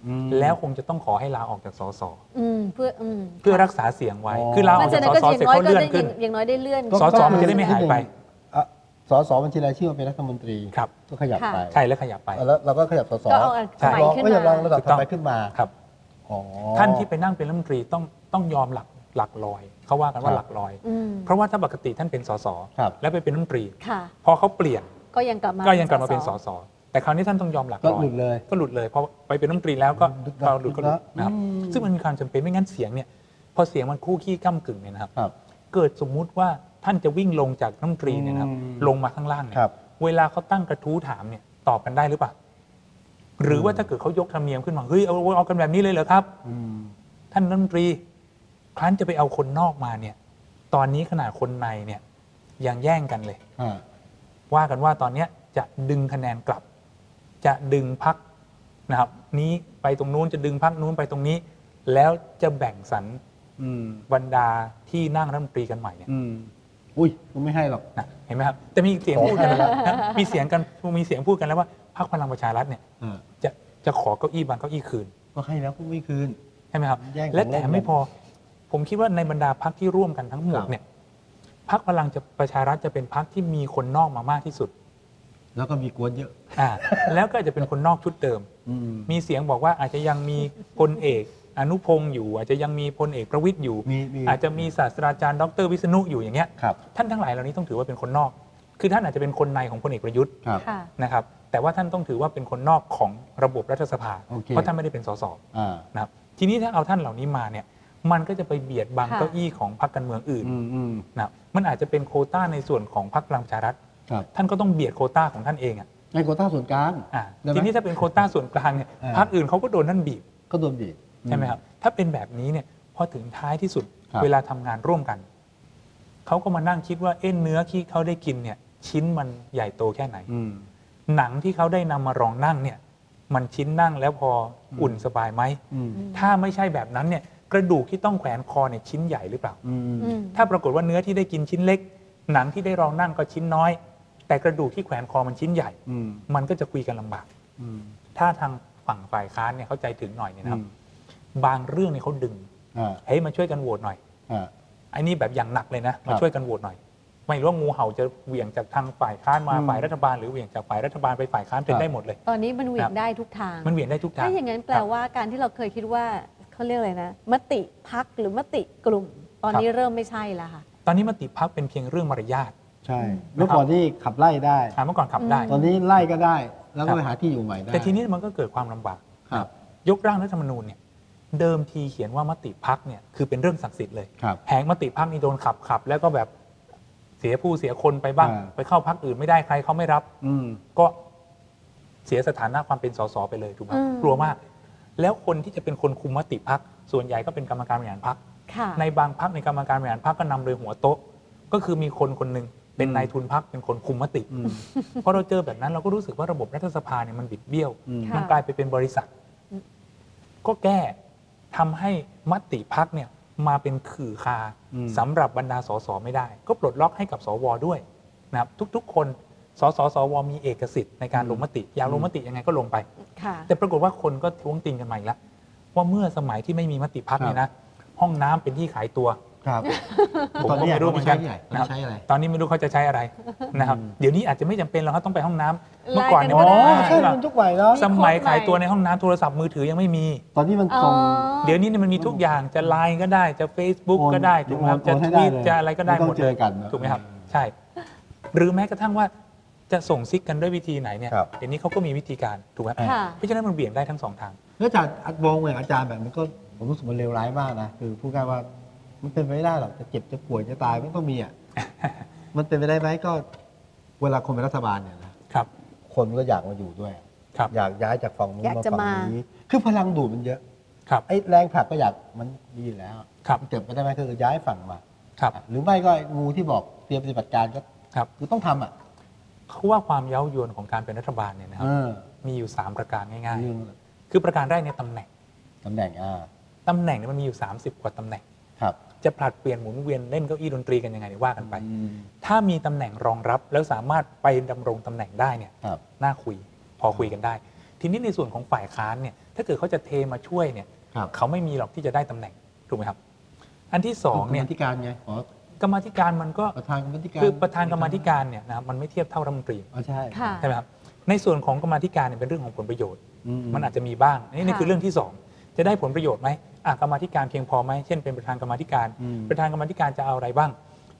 Speaker 1: อืม
Speaker 3: อแล้วคงจะต้องขอให้ลาออกจากสส
Speaker 2: อืมเพื่ออืม
Speaker 3: เพื่อรักษาเสียงไว้
Speaker 1: อ๋อ
Speaker 3: คือลาอ
Speaker 2: มั
Speaker 3: อน ก
Speaker 2: จะ
Speaker 3: จาก
Speaker 2: นั้
Speaker 3: ส
Speaker 2: นก็อ
Speaker 3: ส
Speaker 2: ย่าง
Speaker 3: เสร็จ
Speaker 2: น้อย
Speaker 3: เขา
Speaker 2: ก็
Speaker 3: เลื่อน
Speaker 2: ได้อ
Speaker 3: ขึ้น
Speaker 2: ย่างอย่างน้อยได้เลื่อน
Speaker 3: ก็ สสมันจะได้ไม่หายไป
Speaker 1: อ่ะสสบัญชีรายชื่อมันเป็นรัฐมนตรี
Speaker 3: ครับ
Speaker 1: ก็ขยับไป
Speaker 3: ใช่แล้วขยับไป
Speaker 1: แล้วเราก็ขยับสส
Speaker 2: ก็เอาอัน
Speaker 3: ใช่
Speaker 2: ใหม่
Speaker 1: รอง
Speaker 2: ขึ้น
Speaker 1: ก็ยั
Speaker 2: มา
Speaker 1: งรองระดับ
Speaker 3: ถูกต้
Speaker 1: ต่
Speaker 3: อ
Speaker 1: อง ไปขึ้นมา
Speaker 3: ครับ
Speaker 1: อ๋อ
Speaker 3: ท่านที่ไปนั่งเป็นรัฐมนตรีต้องต้องยอมหลักหลักลอยเขาว่ากัน
Speaker 1: ค
Speaker 3: ว่า
Speaker 1: รับ
Speaker 3: หลักลอย
Speaker 2: อืม
Speaker 3: เพราะว่าถ้าปกติท่านเป็นสส
Speaker 1: ครับ
Speaker 3: แล้วไปเป็นรัฐมนตรี
Speaker 2: ค่ะ
Speaker 3: พอเขาเปลี่ยน
Speaker 2: ก็ยังกลับมา
Speaker 3: ก็ยังกลับมาเป็นสสแต่คราวนี้ท่านต้องยอมหลัก
Speaker 1: ก็
Speaker 3: ร้อ
Speaker 1: ห
Speaker 3: ย
Speaker 1: ลุดเลย
Speaker 3: ก็หลุดเลยเพอไปเป็นรัฐมนตรีแล้วก็
Speaker 1: หลุด
Speaker 3: พอหลุดก็หลุด
Speaker 1: หลุดละ
Speaker 3: นะครับ
Speaker 1: อืม
Speaker 3: ซึ่งมันมีความจำเป็นไม่งั้นเสียงเนี่ยพอเสียงมันคู่ขี้ก้ากึ่งเนี่ยนะครับ
Speaker 1: ครับ
Speaker 3: เกิดสมมุติว่าท่านจะวิ่งลงจากรัฐมนตรีเนี่ยนะครับ
Speaker 1: อืม
Speaker 3: ลงมาข้างล่างเนี่
Speaker 1: ค
Speaker 3: ย
Speaker 1: รับ
Speaker 3: เวลาเขาตั้งกระทู้ถามเนี่ยตอบกันได้หรือเปล่าหรือว่าถ้าเกิดเขายกธรรมเนียมขึ้นมาเฮ้ยเอาเอากันแบบนี้เลยเหรอครับ
Speaker 1: อืม
Speaker 3: ท่านรัฐมนตรีครั้นจะไปเอาคนนอกมาเนี่ย ตอนนี้ขนาดคนในเนี่ยยังแย่งกันเลย
Speaker 1: อ่า
Speaker 3: ว่ากันว่าตอนเนี้ยจะดึงคะแนนกลับ จะดึงพักนะครับ นี้ไปตรงนู้นจะดึงพักนู้นไปตรงนี้ แล้วจะแบ่งสรร
Speaker 1: อืม
Speaker 3: บรรดาที่นั่งรัฐมนตรีกันใหม่เนี่ย
Speaker 1: อืม อุ้ยก็ไม่ให้หรอก
Speaker 3: นะเห็นไหมครับแต่มีเสียงพูดกันแล้วนะมีเสียงกันมีเสียงพูดกันแล้วว่าพรรคพลังประชารัฐเนี่ย
Speaker 1: อ่า
Speaker 3: จะจะขอเก้าอี้บางเก้าอี้คืน
Speaker 1: ก็ให้แล้วก็ไม่คืน
Speaker 3: ใช่ไหมครับ
Speaker 1: แย่งของ
Speaker 3: และแถมไม่พอ ผมคิดว่าในบรรดาพักที่ร่วมกันทั้งหม
Speaker 1: ค
Speaker 3: ด
Speaker 1: รับ
Speaker 3: เนี่ยพักพลังจะประชารัฐจะเป็นพักที่มีคนนอกมามากที่สุด
Speaker 1: แล้วก็มีกวนเยอะ
Speaker 3: อ่า แล้วก็อาจจะเป็นคนนอกชุดเดิม
Speaker 1: อืม
Speaker 3: มีเสียงบอกว่าอาจจะยังมีพลเอก อนุพงศ์อยู่ อาจจะยังมีพลเอกประวิทย์อยู่
Speaker 1: มีมี
Speaker 3: อาจจะมีศาสตราจารย์ดรวิษณุอยู่อย่างเงี้ย
Speaker 1: ครับ
Speaker 3: ท่านทั้งหลายเหล่านี้ต้องถือว่าเป็นคนนอก คือท่านอาจจะเป็นคนในของพลเอกประยุทธ์
Speaker 1: ครับ
Speaker 2: ค่ะ
Speaker 3: นะครับ แต่ว่าท่านต้องถือว่าเป็นคนนอกของระบบรัฐสภา
Speaker 1: โอเค
Speaker 3: เพราะท่านไม่ได้เป็นสส
Speaker 1: อ่า
Speaker 3: นะครับทีนี้ถ้าเอาท่านเหล่านี้มาเนี่ยมันก็จะไปเบียดบัง
Speaker 2: ค่ะ
Speaker 3: เก้าอี้ของพรรคการเมืองอื่น
Speaker 1: อืมอืม
Speaker 3: นะครับมันอาจจะเป็นโควต้าในส่วนของพรรคพลังประชารัฐ
Speaker 1: ครับ
Speaker 3: ท่านก็ต้องเบียดโควต้าของท่านเองอะ
Speaker 1: ในโควต้าส่วนกลาง
Speaker 3: อ่ะ
Speaker 1: ได้ไหม
Speaker 3: ทีนี้ถ้าเป็นโควต้าส่วนกลางเนี่ย
Speaker 1: อ่า
Speaker 3: พรรคอื่นเขาก็โดนท่านบีบ
Speaker 1: ก็โดนบีบ
Speaker 3: ใช่ไหมครับถ้าเป็นแบบนี้เนี่ยพอถึงท้ายที่สุด
Speaker 1: ครับ
Speaker 3: เวลาทำงานร่วมกันเขาก็มานั่งคิดว่าเอ้นเนื้อที่เขาได้กินเนี่ยชิ้นมันใหญ่โตแค่ไหน
Speaker 1: อืม
Speaker 3: หนังที่เขาได้นำมารองนั่งเนี่ยมันชิ้นนั่งแล้วพอ
Speaker 1: ม
Speaker 3: อุ่นสบายไหม
Speaker 1: อืม
Speaker 3: ถ้าไม่ใช่แบบนั้นเนี่ยกระดูกที่ต้องแขวนคอเนี่ยชิ้นใหญ่หรือเปล่า
Speaker 1: อืม
Speaker 2: อืม
Speaker 3: ถ้าปรากฏว่าเนื้อที่ได้กินชิ้นเล็ก หนังที่ได้รองนั่งก็ชิ้นน้อย แต่กระดูกที่แขวนคอมันชิ้นใหญ่
Speaker 1: อืม
Speaker 3: มันก็จะคุยกันลำบาก
Speaker 1: อืม
Speaker 3: ถ้าทางฝ่าย ฝั่งฝ่ายค้านเนี่ยเขาใจถึงหน่อยเนี่ยนะค
Speaker 1: อื
Speaker 3: รั
Speaker 1: ม
Speaker 3: บ บางเรื่องเนี่ยเขาดึง
Speaker 1: อ่า
Speaker 3: เฮ้ยมาช่วยกันโหวตหน่อย
Speaker 1: อ่า
Speaker 3: ไอ้นี่แบบอย่างหนักเลยนะ
Speaker 1: ค
Speaker 3: มา
Speaker 1: รับ
Speaker 3: ช่วยกันโหวตหน่อย ไม่รู้ว่างูเห่าจะเหวี่ยงจากทางฝ่ายค้านมา
Speaker 1: อืม
Speaker 3: ฝ่ายรัฐบาลหรือเหวี่ยงจากฝ่ายรัฐบาลไปฝ่ายค้านเป็
Speaker 1: คน รับ
Speaker 3: ได้หมดเลย
Speaker 2: ตอนนี้มันเหวี่ย
Speaker 3: ครั
Speaker 2: ง
Speaker 3: บ
Speaker 2: ได้ทุกทาง
Speaker 3: มันเหวี่ยงได้ทุกทาง
Speaker 2: ถ้าอย่างนั้นแปลว่าการที่เราเคยคิดว่าเขาเรียกอะไรนะ มติพักหรือมติกลุ่ม ตอนนี้เริ่มไม่ใช่แล้วค่ะ
Speaker 3: ตอนนี้มติพักเป็นเพียงเรื่องมารยาท
Speaker 1: ใช่เมื่อก่อนที่ขับไล่ได้
Speaker 3: อ่าเมื่อก่อนขับได้
Speaker 1: ตอนนี้ไล่ก็ได้ แล้วก็
Speaker 3: ค
Speaker 1: ไป
Speaker 3: รับ
Speaker 1: หาที่อยู่ใหม่ได้
Speaker 3: แต่ทีนี้มันก็เกิดความลำบาก
Speaker 1: ครับ
Speaker 3: ยกร่างรัฐธรรมนูญเนี่ยเดิมทีเขียนว่ามติพักเนี่ยคือเป็นเรื่องศักดิ์สิทธิ์เลย
Speaker 1: ครับ
Speaker 3: แหงมติพักนี่โดนขับขับ แล้วก็แบบเสียผู้เสียคนไปบ้าง
Speaker 1: อ่า
Speaker 3: ไปเข้าพักอื่นไม่ได้ใครเขาไม่รับ
Speaker 1: อืม
Speaker 3: ก็เสียสถานะความเป็นสสไปเลยถูกไหม
Speaker 2: อืม
Speaker 3: กลัวมาก แล้วคนที่จะเป็นคนคุมมติพักส่วนใหญ่ก็เป็นกรรมการบริหารพัก
Speaker 2: ค่ะ
Speaker 3: ในบางพักในกรรมการบริหารพักก็นำโดยหัวโต๊ะ ก็คือมีคนคนหนึ่งเป็น
Speaker 1: อืม
Speaker 3: นายทุนพักเป็นคนคุมมติ
Speaker 1: อืม
Speaker 3: พอเราเจอแบบนั้นเราก็รู้สึกว่าระบบรัฐสภาเนี่ยมันบิดเบี้ยว
Speaker 1: อืม
Speaker 2: ค่ะ
Speaker 3: มันกลายไปเป็นบริษัท
Speaker 2: อืม
Speaker 3: ก็แก้ทำให้มติพักเนี่ยมาเป็นขื่อคา
Speaker 1: อืม
Speaker 3: สำหรับบรรดาสสไม่ได้ ก็ปลดล็อกให้กับสวด้วยนะครับทุกๆ คนสสสวมีเอกสิทธิ์ในการลงมติอยากลงมติยังไงก็ลงไป
Speaker 2: ค่ะ
Speaker 3: แต่ปรากฏว่าคนก็ท้วงติงกันมาอีกแล้วว่าเมื่อสมัยที่ไม่มีมติพักเนี่ยนะ ห้องน้ำเป็นที่ขายตัว
Speaker 1: ครับ
Speaker 3: ผม
Speaker 1: ตอน
Speaker 3: ก็
Speaker 1: นี้
Speaker 3: ไม่รู้เหมื
Speaker 1: ไม่
Speaker 3: อนกั
Speaker 1: ใช้
Speaker 3: น
Speaker 1: ที่ไหน
Speaker 3: นะครับ
Speaker 1: ใช้อะไร
Speaker 3: ตอนนี้ไม่รู้เขาจะใช้อะไรนะครับ
Speaker 1: อืม
Speaker 3: เดี๋ยวนี้อาจจะไม่จำเป็นแล้วครับต้องไปห้องน้ำเมื่อ
Speaker 2: ไลน์
Speaker 3: ก่อน
Speaker 2: กัน
Speaker 3: เนี่ย
Speaker 2: ก็
Speaker 3: มัน
Speaker 2: ได้
Speaker 3: ง่าย
Speaker 1: ใช่
Speaker 3: มาก
Speaker 1: มันทุกวัยแล้ว
Speaker 3: สมัยขายตัวในห้องน้ำโทรศัพท์มือถือยังไม่มี
Speaker 1: ตอนนี้มัน
Speaker 2: อ๋อ
Speaker 1: ส่ง
Speaker 3: เดี๋ยวนี้เนี่ยมันมีทุกอย่างจะไลน์ก็ได้จะ Facebook ก็ได้
Speaker 1: โอน
Speaker 3: ถูกไหมครับ
Speaker 1: โอน
Speaker 3: จะ
Speaker 1: ให้
Speaker 3: ท
Speaker 1: ได้
Speaker 3: วีต
Speaker 1: เลย
Speaker 3: จะอะไรก็ได้
Speaker 1: ไม่ต้อง
Speaker 3: หมด
Speaker 1: เจอกันนะ
Speaker 3: ถูกไหมครับ ใช่ หรือแม้กระทั่งว่าจะส่งซิกกันด้วยวิธีไหนเนี่ย
Speaker 1: ครับ
Speaker 3: เดี๋ยวนี้เขาก็มีวิธีการถูกไหม
Speaker 1: อ่า
Speaker 2: ค่ะ
Speaker 3: เพราะฉะนั้นมันเบี่ยงได้ทั้งสองทาง
Speaker 1: แล้วอาจารย์มองอย่างอาจารย์แบบนี้ก็ผมรู้สึกมันเลวร้ายมากนะคือพูดง่ายว่ามันเป็นไปไม่ได้หรอกจะเจ็บจะป่วยจะตายมันต้องมี อ่ะ มันเป็นไปได้ไหมก็เวลาคนเป็นรัฐบาลเนี่ยนะครับ คนมันก็อยากมาอยู่ด้วยอะ
Speaker 3: ครับ
Speaker 1: อยากย้ายจากฝั่งนู้น
Speaker 2: อยาก
Speaker 1: มา
Speaker 2: จะ
Speaker 1: ฝั่ง
Speaker 2: มา
Speaker 1: นี้คือพลังดูดมันเยอะ
Speaker 3: ครับ
Speaker 1: ไอ้แรงผลักก็อยากมันดีอยู่แล้ว
Speaker 3: ครับ
Speaker 1: มันเจ็บไปได้ไหมคือย้ายฝั่งมา
Speaker 3: ครับ
Speaker 1: หรือไม่ก็งูที่บอกเตรียมปฏิบัติการก็
Speaker 3: ครับ
Speaker 1: คือต้องทำอ่ะ
Speaker 3: เขาว่าความเย้ายวนของการเป็นรัฐบาลเนี่ยนะครับ
Speaker 1: เออ
Speaker 3: มีอยู่ 3 ประการง่าย
Speaker 1: เรื่อง
Speaker 3: ๆ คือประการแรกในยตำแหน่ง
Speaker 1: ตำแหน่งอ่า
Speaker 3: ตำแหน่งเนี่ยมันมีอยู่ 30 กว่าตำแหน่ง
Speaker 1: ครับ
Speaker 3: จะผลัดเปลี่ยนหมุนเวียนเล่นเก้าอี้ดนตรีกันยังไงเนี่ยว่ากันไป
Speaker 1: อืม
Speaker 3: ถ้ามีตำแหน่งรองรับแล้วสามารถไปดำรงตำแหน่งได้เนี่ย
Speaker 1: ครับ
Speaker 3: น่าคุยพอคุยกันได้ ทีนี้ในส่วนของฝ่ายค้านเนี่ยถ้าเกิดเขาจะเทมาช่วยเนี่ย
Speaker 1: ครับ
Speaker 3: เขาไม่มีหรอกที่จะได้ตำแหน่งถูกไหมครับ อันที่สองเนี่
Speaker 1: ก
Speaker 3: ย
Speaker 1: รรมาธิการไงขอก
Speaker 3: รรมาธิการมันก็
Speaker 1: ประธานกรรมาธิการ
Speaker 3: คือประธานกรรมาธิการเนี่ยนะครับมันไม่เทียบเท่ารัฐมนตรี
Speaker 1: อ๋อใช่
Speaker 2: ค่ะ
Speaker 3: ใช่ไหมครับในส่วนของกรรมาธิการเนี่ยเป็นเรื่องของผลประโยชน์
Speaker 1: อื
Speaker 3: มันอาจจะมีบ้างอันนี่
Speaker 2: ค่ะ
Speaker 3: นี่คือเรื่องที่สองจะได้ผลประโยชน์ไหมอ่ะกรรมาธิการเพียงพอไหมเช่นเป็นประธานกรรมาธิการ
Speaker 1: อืม
Speaker 3: ประธานกรรมาธิการจะเอาอะไรบ้าง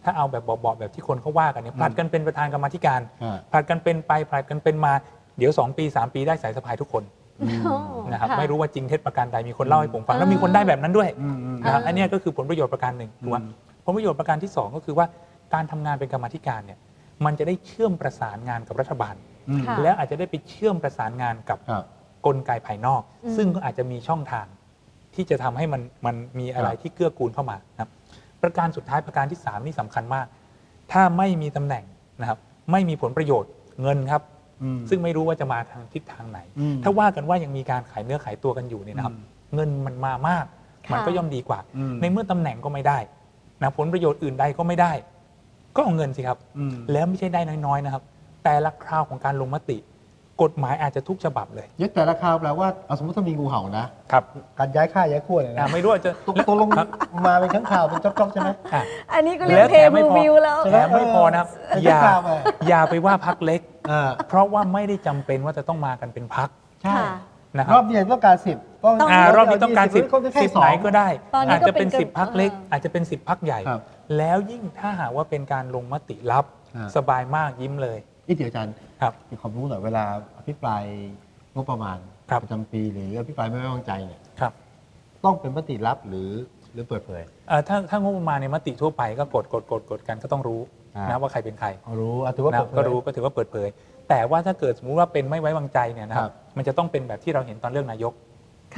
Speaker 3: ถ้าเอาแบบเบาๆแบบที่คนเขาว่ากันเนี่ย
Speaker 1: อืม
Speaker 3: ผลัดกันเป็นประธานกรรมาธิการ
Speaker 1: อ่า
Speaker 3: ผลัดกันเป็นไปผลัดกันเป็นมาเดี๋ยวสองปีสามปีได้สายสะพายทุกคน
Speaker 1: อืม
Speaker 2: โอ้
Speaker 3: นะครับไม่รู้ว่าจริงเท็จประการใดมีคนเล่าให้ผมฟัง แล้ว
Speaker 2: อ่ามี
Speaker 3: มีคนได้แบบนั้นด้วย
Speaker 1: อืมอืม
Speaker 3: นะครับ
Speaker 2: อ่า
Speaker 3: อันเนี้ยก็คือผลประโยชน์ประการหนึ่ง
Speaker 1: อืม
Speaker 3: ถูกไหมผลประโยชน์ประการที่สองก็คือว่าการทำงานเป็นกรรมาธิการเนี่ยมันจะได้เชื่อมประสานงานกับรัฐบาล
Speaker 1: อืม
Speaker 2: ค่ะ
Speaker 3: แล้วอาจจะได้ไปเชื่อมประสานงานกับ
Speaker 1: ครับ
Speaker 3: กลไกภายนอก
Speaker 2: อืม
Speaker 3: ซึ่งก็อาจจะมีช่องทาง ที่จะทำให้มันมันมีอะไร
Speaker 1: ครับ
Speaker 3: ที่เกื้อกูลเข้ามานะครับประการสุดท้ายประการที่สามนี่สำคัญมาก ถ้าไม่มีตำแหน่งนะครับไม่มีผลประโยชน์เงินครับ
Speaker 1: อืม
Speaker 3: ซึ่งไม่รู้ว่าจะมาทางทิศทางไหน
Speaker 1: อืม
Speaker 3: ถ้าว่ากันว่ายังมีการขายเนื้อขายตัวกันอยู่เนี่ยนะครับ
Speaker 1: อืม
Speaker 3: เงินมันมามาก
Speaker 2: ค่ะ
Speaker 3: มันก็ย่อมดีกว่า
Speaker 1: อืม
Speaker 3: ในเมื่อตำแหน่งก็ไม่ได้นะผลประโยชน์อื่นใดก็ไม่ได้ ก็เอาเงินสิครับ
Speaker 1: อืม
Speaker 3: แล้วไม่ใช่ได้น้อยๆนะครับ แต่ละคราวของการลงมติ กฎหมายอาจจะทุกฉบับเลย
Speaker 1: ยึดแต่ละคราวแปลว่าเอาสมมติถ้ามีงูเห่านะครับ การย้ายค่ายย้ายขั้วเนี่ยนะ
Speaker 3: ไม่รู้ว่าจะ
Speaker 1: ตกตกลงมาเป็นครั้งคราวเป็นจ๊อกๆใช่ไหม
Speaker 3: อ่ะ
Speaker 2: อันนี้ก็เรีย
Speaker 3: แล้ว
Speaker 2: ก
Speaker 3: แถ
Speaker 2: เพ
Speaker 3: ม
Speaker 2: ย์
Speaker 3: ไม่พอ
Speaker 2: วิวแล้ว
Speaker 1: ใช่ห
Speaker 3: แถมไม่พอนะครับ
Speaker 1: เเป็น
Speaker 3: อ
Speaker 1: ครั้งค
Speaker 3: ย่า
Speaker 1: ราวไป
Speaker 3: อย่าไปว่าพักเล็ก
Speaker 1: อ่า
Speaker 3: เพราะว่าไม่ได้จำเป็นว่าจะต้องมากันเป็นพัก
Speaker 1: ใช่
Speaker 2: ค่ะ
Speaker 3: นะค
Speaker 1: ร
Speaker 3: รั
Speaker 1: อบ บเดียวต้องการสิบ
Speaker 2: ต้อง
Speaker 3: อ่ารอบนี้ต้องการสิบ
Speaker 1: เขาจะแค่
Speaker 3: สิบ
Speaker 1: สอ
Speaker 3: ไหน
Speaker 1: ง
Speaker 3: ก็ได้
Speaker 2: ตอนนี้
Speaker 3: อาจ
Speaker 2: ก็
Speaker 3: จะ
Speaker 2: เป็
Speaker 3: เป็น
Speaker 2: น
Speaker 3: สิบพักเล็ก
Speaker 2: เอออ
Speaker 3: อาจจะเป็นสิบพักใหญ่
Speaker 1: ครับ
Speaker 3: แล้วยิ่งถ้าหากว่าเป็นการลงมติลับ
Speaker 1: อ่า
Speaker 3: สบายมากยิ้มเลย
Speaker 1: นี่เดี๋ยวอาจารย์
Speaker 3: ครับ
Speaker 1: มีความรู้หน่อยเวลาอภิปรายงบประมาณ
Speaker 3: ครับ
Speaker 1: ประจำปีหรืออภิปรายไม่ไว้วางใจเนี่ย
Speaker 3: ครับ
Speaker 1: ต้องเป็นมติลับหรือหรือเปิดเผย
Speaker 3: เอ่อถ้าถ้างบประมาณในมติทั่วไปก็กดกดกดกดกันก็ต้องรู้
Speaker 1: อ่าน
Speaker 3: นะว่าใครเป็นใคร
Speaker 1: เอารู้อ่ะถือว่า
Speaker 3: นะ
Speaker 1: เปิดเผย
Speaker 3: ก็รู้ก็ถือว่าเปิดเผย แต่ว่าถ้าเกิดสมมุติว่าเป็นไม่ไว้วางใจเนี่ยนะค
Speaker 1: ครั
Speaker 3: รับ
Speaker 1: บ
Speaker 3: มันจะต้องเป็นแบบที่เราเห็นตอนเรื่องนายก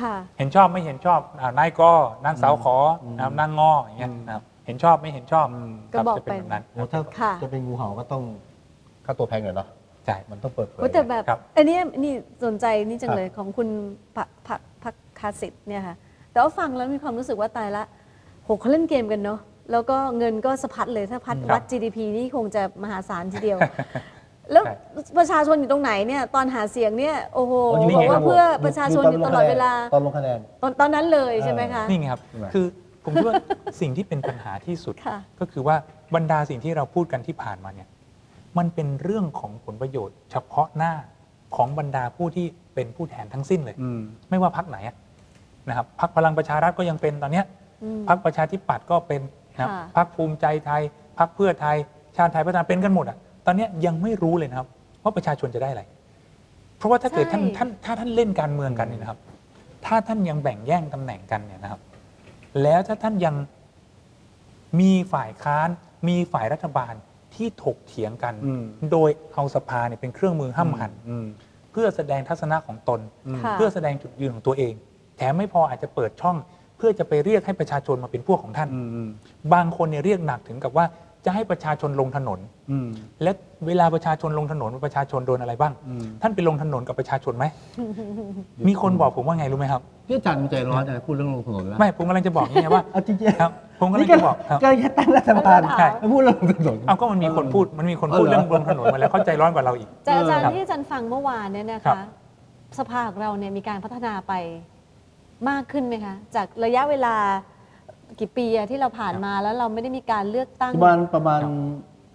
Speaker 2: ค่ะ
Speaker 3: เห็นชอบไม่เห็นชอบอ่านายก็นางสาวขออ
Speaker 1: ม
Speaker 3: นะครับนางงออย่างเงี้ย
Speaker 1: อืม
Speaker 3: นะครับเห็นชอบไม่เห็นชอบ
Speaker 1: อืม
Speaker 3: ครั
Speaker 2: ก็บอก
Speaker 3: จะเป็น
Speaker 2: ไป
Speaker 3: แบบนั้น
Speaker 1: โอ้ถ้า
Speaker 2: ค่ะ
Speaker 1: จะเป็นงูเห่าก็ต้องค่าตัวแพงหน่อยเนาะ
Speaker 3: ใช่
Speaker 1: มันต้องเปิดเผย
Speaker 2: โอ้แต่แบบ
Speaker 3: ครับ
Speaker 2: อันเนี้ยนี่สนใจนี่จั
Speaker 1: ครับ
Speaker 2: งเลยของคุณพักพักพักคาสิทธิ์เนี่ยค่ะ แต่ว่าฟังแล้วมีความรู้สึกว่าตายละโหเขาเล่นเกมกันเนาะแล้วก็เงินก็สะพัดเลยถ้าพัด
Speaker 3: ครับ
Speaker 2: วัด GDP นี่คงจะมหาศาลทีเดียว แล้ว
Speaker 3: ใช่
Speaker 2: ประชาชนอยู่ตรงไหนเนี่ยตอนหาเสียงเนี่ยโอ้โห
Speaker 1: โอ้นี่
Speaker 2: บอ
Speaker 1: ไงค
Speaker 2: ก
Speaker 1: รั
Speaker 2: ว่า
Speaker 1: บ
Speaker 2: เพื่อ
Speaker 1: ผม
Speaker 2: ประชาชนอยู่ตลอดเวลา
Speaker 1: ตอนลงคะแนน
Speaker 2: ตอนตอนนั้นเลยใช่ไหมคะ
Speaker 3: นี่ไงครับ
Speaker 1: ใช่ไหม
Speaker 3: คือผมคิดว่า สิ่งที่เป็นปัญหาที่สุด
Speaker 2: ค่ะ
Speaker 3: ก็คือว่าบรรดาสิ่งที่เราพูดกันที่ผ่านมาเนี่ยมันเป็นเรื่องของผลประโยชน์ เฉพาะหน้าของบรรดาผู้ที่เป็นผู้แทนทั้งสิ้นเลย
Speaker 1: อืม
Speaker 3: ไม่ว่าพักไหนอะนะครับพักพลังประชารัฐก็ยังเป็นตอนเนี้ย
Speaker 2: อืม
Speaker 3: พรรคประชาธิปัตย์ก็เป็นนะครับ
Speaker 2: ค่ะ
Speaker 3: พรรคภูมิใจไทยพรรคเพื่อไทย ชาติไทยพัฒนาเป็นกันหมดอ่ะ ตอนเนี้ยยังไม่รู้เลยนะครับ ว่าประชาชนจะได้อะไร เพราะว่าถ้าเกิดท่านท่านถ้าท่านเล่นการเมืองกันเนี่ยนะครับ ถ้าท่านยังแบ่งแย่งตำแหน่งกันเนี่ยนะครับ แล้วถ้าท่านยังมีฝ่ายค้าน มีฝ่ายรัฐบาลที่ถกเถียงกัน
Speaker 1: อืม
Speaker 3: โดยเอาสภาเนี่ยเป็นเครื่องมือห้ามหัน
Speaker 1: อืม
Speaker 3: เพื่อแสดงทัศนะของตน
Speaker 1: อืม
Speaker 2: ค่ะ
Speaker 3: เพื่อแสดงจุดยืนของตัวเอง แถมไม่พออาจจะเปิดช่อง เพื่อจะไปเรียกให้ประชาชนมาเป็นพวกของท่าน
Speaker 1: อืมอืม
Speaker 3: บางคนเนี่ยเรียกหนักถึงกับว่าจะให้ประชาชนลงถนน
Speaker 1: อืม
Speaker 3: และเวลาประชาชนลงถนนประชาชนโดนอะไรบ้าง
Speaker 1: อืม
Speaker 3: ท่านไปลงถนนกับประชาชนไห ม มีคนบอกผมว่าไงรู้ไหมครับ
Speaker 1: พี่อาจารย์มันใจร้อนจังพูดเรื่องลงถนนแล้ว
Speaker 3: ไม่ผมกำลังจะบอกอย่างนี้ไงว่า
Speaker 1: เอาจริงๆ
Speaker 3: ครับ ผมกำลั
Speaker 1: นี่
Speaker 3: งจะบอกครับ
Speaker 1: กำลังจะตั้งรัฐบาล
Speaker 3: ใช่
Speaker 1: แล้วพูดเรื่องลงถนน
Speaker 3: เอาก็มันมีคนพูดมันมีคนพูด
Speaker 1: เออ
Speaker 3: เรื่องลงถนนมาแล้วเข้าใจร้อนกว่าเราอีก
Speaker 2: แต่อาจารย์
Speaker 3: ครับ
Speaker 2: ที่อาจารย์ฟังเมื่อวานเนี่ยนะ
Speaker 3: ครั
Speaker 2: คะ
Speaker 3: บ
Speaker 2: สภาของเราเนี่ยมีการพัฒนาไปมากขึ้นไหมคะ จากระยะเวลากี่ปีอะที่เราผ่านมาแล้วเราไม่ได้มีการเลือกตั้ง
Speaker 1: ประมาณประมาณ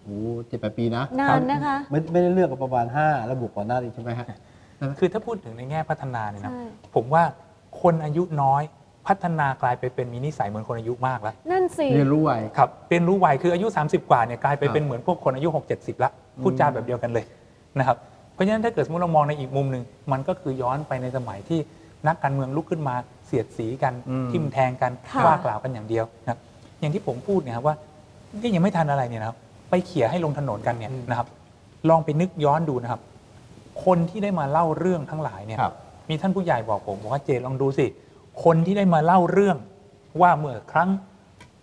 Speaker 1: โอ้โหเจ็ดแปดปีนะ
Speaker 2: นานนะคะ
Speaker 1: ไม่ไม่ได้เลือกกับประมาณห้าแล้วบวกก่อนหน้านี้ใช่ไหมฮะ
Speaker 3: คือถ้าพูดถึงในแง่พัฒนาเนี่ยนะ
Speaker 2: ใช่
Speaker 3: ผมว่าคนอายุน้อยพัฒนากลายไปเป็นมีนิสัยเหมือนคนอายุมากแล้ว
Speaker 2: นั่นสิ
Speaker 1: เรียนรู้ไว
Speaker 3: ครับเรียนรู้ไวคืออายุ 30 กว่าเนี่ยกลายไป
Speaker 1: ครับ
Speaker 3: เป็นเหมือนพวกคนอายุ 6 70 ละพูดจาแบบเดียวกันเลยนะครับเพราะฉะนั้นถ้าเกิดสมมติเรามองในอีกมุมหนึ่งมันก็คือย้อนไปในสมัยที่นักการเมืองลุกขึ้นมาเสียดสีกัน
Speaker 1: อืม
Speaker 3: ทิมแทงกัน
Speaker 2: ค่ะ
Speaker 3: ว่ากล่าวกันอย่างเดียวนะครับอย่างที่ผมพูดเนี่ยครับว่านี่ยังไม่ทันอะไรเนี่ยนะครับไปเขี่ยให้ลงถนนกันเนี่ยนะครับ ลองไปนึกย้อนดูนะครับ คนที่ได้มาเล่าเรื่องทั้งหลายเนี่ย
Speaker 1: ครับ
Speaker 3: มีท่านผู้ใหญ่บอกผมบอกว่าเจนลองดูสิ คนที่ได้มาเล่าเรื่องว่าเมื่อครั้ง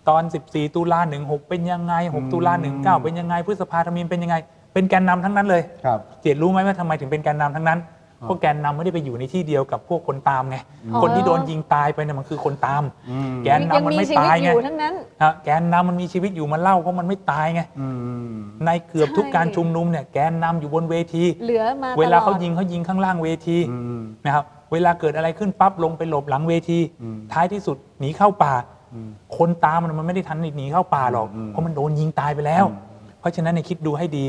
Speaker 3: ตอน 14 ตุลา16 เป็นยังไง
Speaker 1: อืม
Speaker 3: 6 ตุลา19 เป็นยังไง พฤษภาธมินเป็นยังไง เป็นแกนนำทั้งนั้นเลย
Speaker 1: ครับ
Speaker 3: เจนรู้ไหมว่าทำไมถึงเป็นแกนนำทั้งนั้น
Speaker 1: อ่า
Speaker 3: พวกแกนนำไม่ได้ไปอยู่ในที่เดียวกับพวกคนตามไง
Speaker 2: อ๋อ
Speaker 3: คนที่โดนยิงตายไปเนี่ยมันคือคนตาม
Speaker 1: อืม
Speaker 3: แกน
Speaker 2: ยัง
Speaker 3: นำมัน
Speaker 2: มี
Speaker 3: ไม่
Speaker 2: ชีวิต
Speaker 3: ตาย
Speaker 2: อ
Speaker 3: ไง
Speaker 2: ยู่ทั้งนั้น
Speaker 3: ฮะแกนนำมันมีชีวิตอยู่มันเล่าเพราะมันไม่ตายไง
Speaker 1: อืม
Speaker 3: ในเกือบทุก
Speaker 2: ใช่
Speaker 3: การชุมนุมเนี่ยแกนนำอยู่บนเวที
Speaker 2: เหลือมาตลอด
Speaker 3: เวลาเขายิงเขายิงข้างล่างเวที
Speaker 1: อืม
Speaker 3: นะครับเวลาเกิดอะไรขึ้นปั๊บลงไปหลบหลังเวที
Speaker 1: อืม
Speaker 3: ท้ายที่สุดหนีเข้าป่า
Speaker 1: อืม
Speaker 3: คนตามมันมันไม่ได้ทันหนีเข้าป่าหรอก
Speaker 1: อืม
Speaker 3: เพราะมันโดนยิงตายไปแล้ว
Speaker 1: อืม
Speaker 3: เพราะฉะนั้นเนี่ยคิดดูให้ดี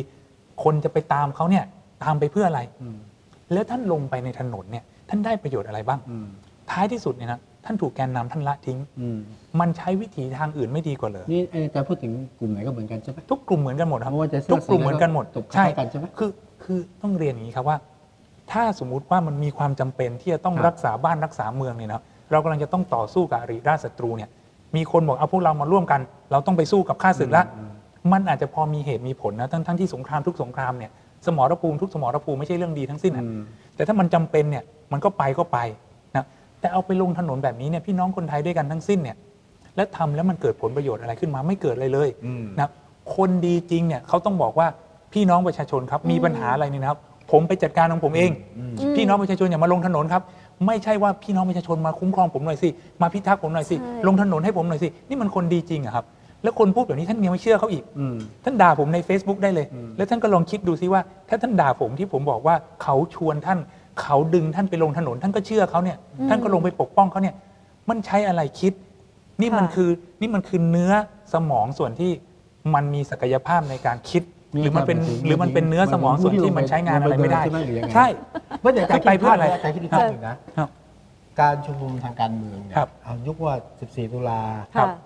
Speaker 3: คนจะไปตามเขาเนี่ยตามไปเพื่ออะไร
Speaker 1: อืม
Speaker 3: แล้วท่านลงไปในถนนเนี่ยท่านได้ประโยชน์อะไรบ้าง
Speaker 1: อืม
Speaker 3: ท้ายที่สุดเนี่ยนะท่านถูกแกนนำท่านละทิ้ง
Speaker 1: อืม
Speaker 3: มันใช้วิถีทางอื่นไม่ดีกว่าเลย
Speaker 1: นี่อาจารย์พูดถึงกลุ่มไหนก็เหมือนกันใช่ไหม
Speaker 3: ทุกกลุ่มเหมือนกันหมดครับ
Speaker 1: ไม่ว่าจะเสื้อ
Speaker 3: ทุกกลุ่มเหมือนกันหมด
Speaker 1: สีแล้วก็ตบคล้ายกันใช่ไหม
Speaker 3: คือคือต้องเรียนอย่างนี้ครับว่า ถ้าสมมุติว่ามันมีความจำเป็นที่จะต้อง
Speaker 1: ครับ
Speaker 3: รักษาบ้านรักษาเมืองเนี่ยนะครับเรากำลังจะต้องต่อสู้กับอริราชศัตรูเนี่ยมีคนบอกเอาพวกเรามาร่วมกัน เราต้องไปสู้กับข้าศึกละมันอาจจะพอมีเหตุมีผลนะทั้งทั้งที่สงครามทุกสงครามเนี่ยสมรภูมิทุกสมรภูมิไม่ใช่เรื่องดีทั้งสิ้น
Speaker 1: อื
Speaker 3: อะ
Speaker 1: ม
Speaker 3: แต่ถ้ามันจำเป็นเนี่ยมันก็ไปก็ไปนะแต่เอาไปลงถนนแบบนี้เนี่ยพี่น้องคนไทยด้วยกันทั้งสิ้นเนี่ยและทำแล้วมันเกิดผลประโยชน์อะไรขึ้นมาไม่เกิดอะไรเลย
Speaker 1: อืม
Speaker 3: นะครับคนดีจริงเนี่ยเขาต้องบอกว่าพี่น้องประชาชนครับมีปัญหาอะไรเนี่ยนะครับ ผมไปจัดการของผมเอง
Speaker 2: อืม
Speaker 3: พี่น้องประชาชนอย่ามาลงถนนครับ ไม่ใช่ว่าพี่น้องประชาชนมาคุ้มครองผมหน่อยสิมาพิทักษ์ผมหน่อยสิ
Speaker 2: ใช่
Speaker 3: ลงถนนให้ผมหน่อยสินี่มันคนดีจริงอะครับ แล้วคนพูดแบบนี้ท่านยังไม่เชื่อเขาอีก
Speaker 1: อืม
Speaker 3: ท่านด่าผมใน Facebook ได้เลย
Speaker 1: อืม
Speaker 3: แล้วท่านก็ลองคิดดูซิว่า ถ้าท่านด่าผมที่ผมบอกว่าเขาชวนท่านเขาดึงท่านไปลงถนน ท่านก็เชื่อเขาเนี่ย
Speaker 2: อืม
Speaker 3: ท่านก็ลงไปปกป้องเขาเนี่ย มันใช้อะไรคิด นี่มัน
Speaker 2: ค่ะ
Speaker 3: คือนี่มันคือเนื้อสมองส่วนที่มันมีศักยภาพในการคิด หรือมันเป็นหรือมันเป็นเนื้อสมองส่วนที่มันใช้งานอะไรไม่ได้
Speaker 1: ใช่หรือยังไง
Speaker 3: ใช่
Speaker 1: ไม่แต่อาจารย์
Speaker 3: ไป
Speaker 1: คิด
Speaker 3: เพื่ออะไร
Speaker 1: อาจารย์คิดอีกภาพหนึ่งนะครับการชุมนุมทางการเมืองเนี่ย
Speaker 3: ครับ
Speaker 1: เอายุคว่า 14 ตุลา
Speaker 3: ครับ
Speaker 2: ค่ะ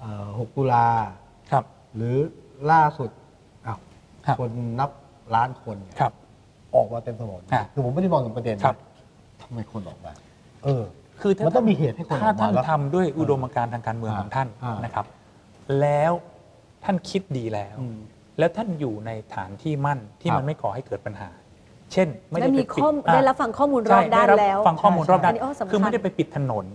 Speaker 1: เอ่อ6ตุลา
Speaker 3: ครับ
Speaker 1: หรือล่าสุดอ้าว
Speaker 3: ครับ
Speaker 1: คนนับล้านคนเนี่ย
Speaker 3: ครับ
Speaker 1: ออกมาเต็มถนน
Speaker 3: อ่ะ
Speaker 1: คือผมไม่ได้มองถึงประเด็นนะครับ ทำไมคนออกมา เออ
Speaker 3: คือถ้า
Speaker 1: มันต้องมีเหตุให้คนอ
Speaker 3: ถ้า
Speaker 1: อกมา
Speaker 3: ท่าน
Speaker 1: แล้ว
Speaker 3: ทำด้วยอุดมการณ์ทางการเมือง
Speaker 1: อ่า
Speaker 3: ของท่าน
Speaker 1: อ่าน
Speaker 3: นะครับ แล้วท่านคิดดีแล้ว
Speaker 1: อืม
Speaker 3: แล้วท่านอยู่ในฐานที่มั่นที่
Speaker 1: ครับ
Speaker 3: มันไม่ก่อให้เกิดปัญหา เช่น ไม่
Speaker 2: ได้
Speaker 3: ได้ไป
Speaker 2: มี
Speaker 3: ปิด
Speaker 2: ข้อมูล
Speaker 3: อ่า
Speaker 2: ได้รับฟังข้อมูลร
Speaker 3: ใช่
Speaker 2: อบด้าน
Speaker 3: ไรั
Speaker 2: แล้ว
Speaker 3: ฟังข้อมูลรอบด้า
Speaker 2: อัน
Speaker 3: น
Speaker 2: นี้โอ้สำคัญ
Speaker 3: คือไม่ได้ไปปิดถนน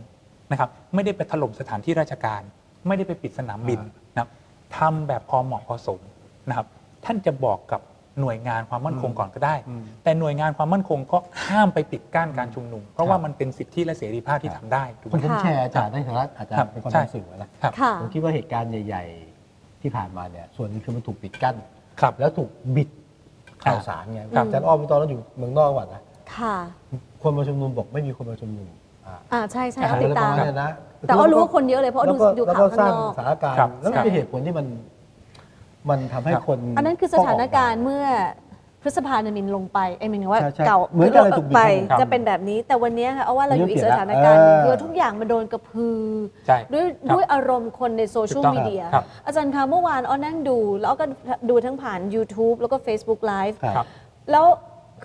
Speaker 3: นะครับ ไม่ได้ไปถล่มสถานที่ราชการ ไม่ได้ไปปิดสนามบิน
Speaker 1: อ่า
Speaker 3: นะครับทำแบบพอเหมาะพอสมนะครับ ท่านจะบอกกับหน่วยงานความมั่นคงก่อนก็ได้
Speaker 1: อืม
Speaker 3: แต่หน่วยงานความมั่นคงก็ห้ามไปปิดกั้นการชุมนุม เพราะว่ามันเป็นสิทธิและเสรีภาพที่
Speaker 1: ครั
Speaker 3: ทำ
Speaker 1: บ
Speaker 3: ได้ถูก
Speaker 1: ผ
Speaker 3: ไหม
Speaker 1: มผมแชร์อาจารย์ในฐานะอาจาร
Speaker 3: ครับ
Speaker 1: ย์เป็นคน
Speaker 3: ใช่
Speaker 1: ทำสื่อนะครับ
Speaker 2: ค่ะ
Speaker 1: ผมคิดว่าเหตุการณ์ใหญ่ ๆ ที่ผ่านมาเนี่ย ส่วนหนึงคือมันถูกปิดกั้น
Speaker 3: ครับ
Speaker 1: แล้วถูกบิด ข่าวสารไง
Speaker 2: ครับ
Speaker 1: อาจารย์อ้อมตอนนั้นอยู่เมืองนอกก่อนนะ
Speaker 2: ค่ะ
Speaker 1: คนมาชุมนุมบอกไม่มีคนมาชุมนุมอ่า
Speaker 2: อ่าใช่ใช่
Speaker 1: อะ
Speaker 2: เอา
Speaker 1: ไร
Speaker 2: ติด
Speaker 1: ประ
Speaker 2: ตาม
Speaker 1: มาณเนี้ยนะ
Speaker 2: แต่ก็รู้ว่าคนเยอะเลยเพราะ
Speaker 1: แล้
Speaker 2: ดู
Speaker 1: ก็
Speaker 2: ดู
Speaker 1: แล้วก็
Speaker 2: ข่าวข้าง
Speaker 1: สร้าง
Speaker 2: นอก
Speaker 1: สถานการณ์
Speaker 3: ครับ
Speaker 1: แล้วมัน
Speaker 3: ครับ
Speaker 1: เป็นเหตุผลที่มัน มันทำให้คน
Speaker 2: อันนั้นคือสถานการณ์เมื่อพฤษภาเนยมินลงไปไอ้ยหมายถึงว่า
Speaker 1: ใช่ใช่
Speaker 2: เก่า
Speaker 1: เหมือนกันเลย
Speaker 2: ลด
Speaker 1: ถูก
Speaker 2: ไป
Speaker 1: ต้อง
Speaker 2: จะเป็นแบบนี้แต่วันเนี้ยค่ะเอาว่าเราอยู่อีกสถานการณ์ห
Speaker 1: เออ
Speaker 2: นึ่งคือทุกอย่างมันโดนกระพือ
Speaker 3: ใช่
Speaker 2: ด้วย
Speaker 3: ครับ
Speaker 2: ด้วยอารมณ์คนในโซเชียล
Speaker 3: ถูกต้อง
Speaker 2: มีเดีย
Speaker 3: ครับ
Speaker 2: อาจารย์คะเมื่อวานอ้อนั่งดู แล้วก็ดูทั้งผ่าน YouTube แล้วก็ Facebook Live
Speaker 1: ครับ
Speaker 3: ครับ
Speaker 2: แล้ว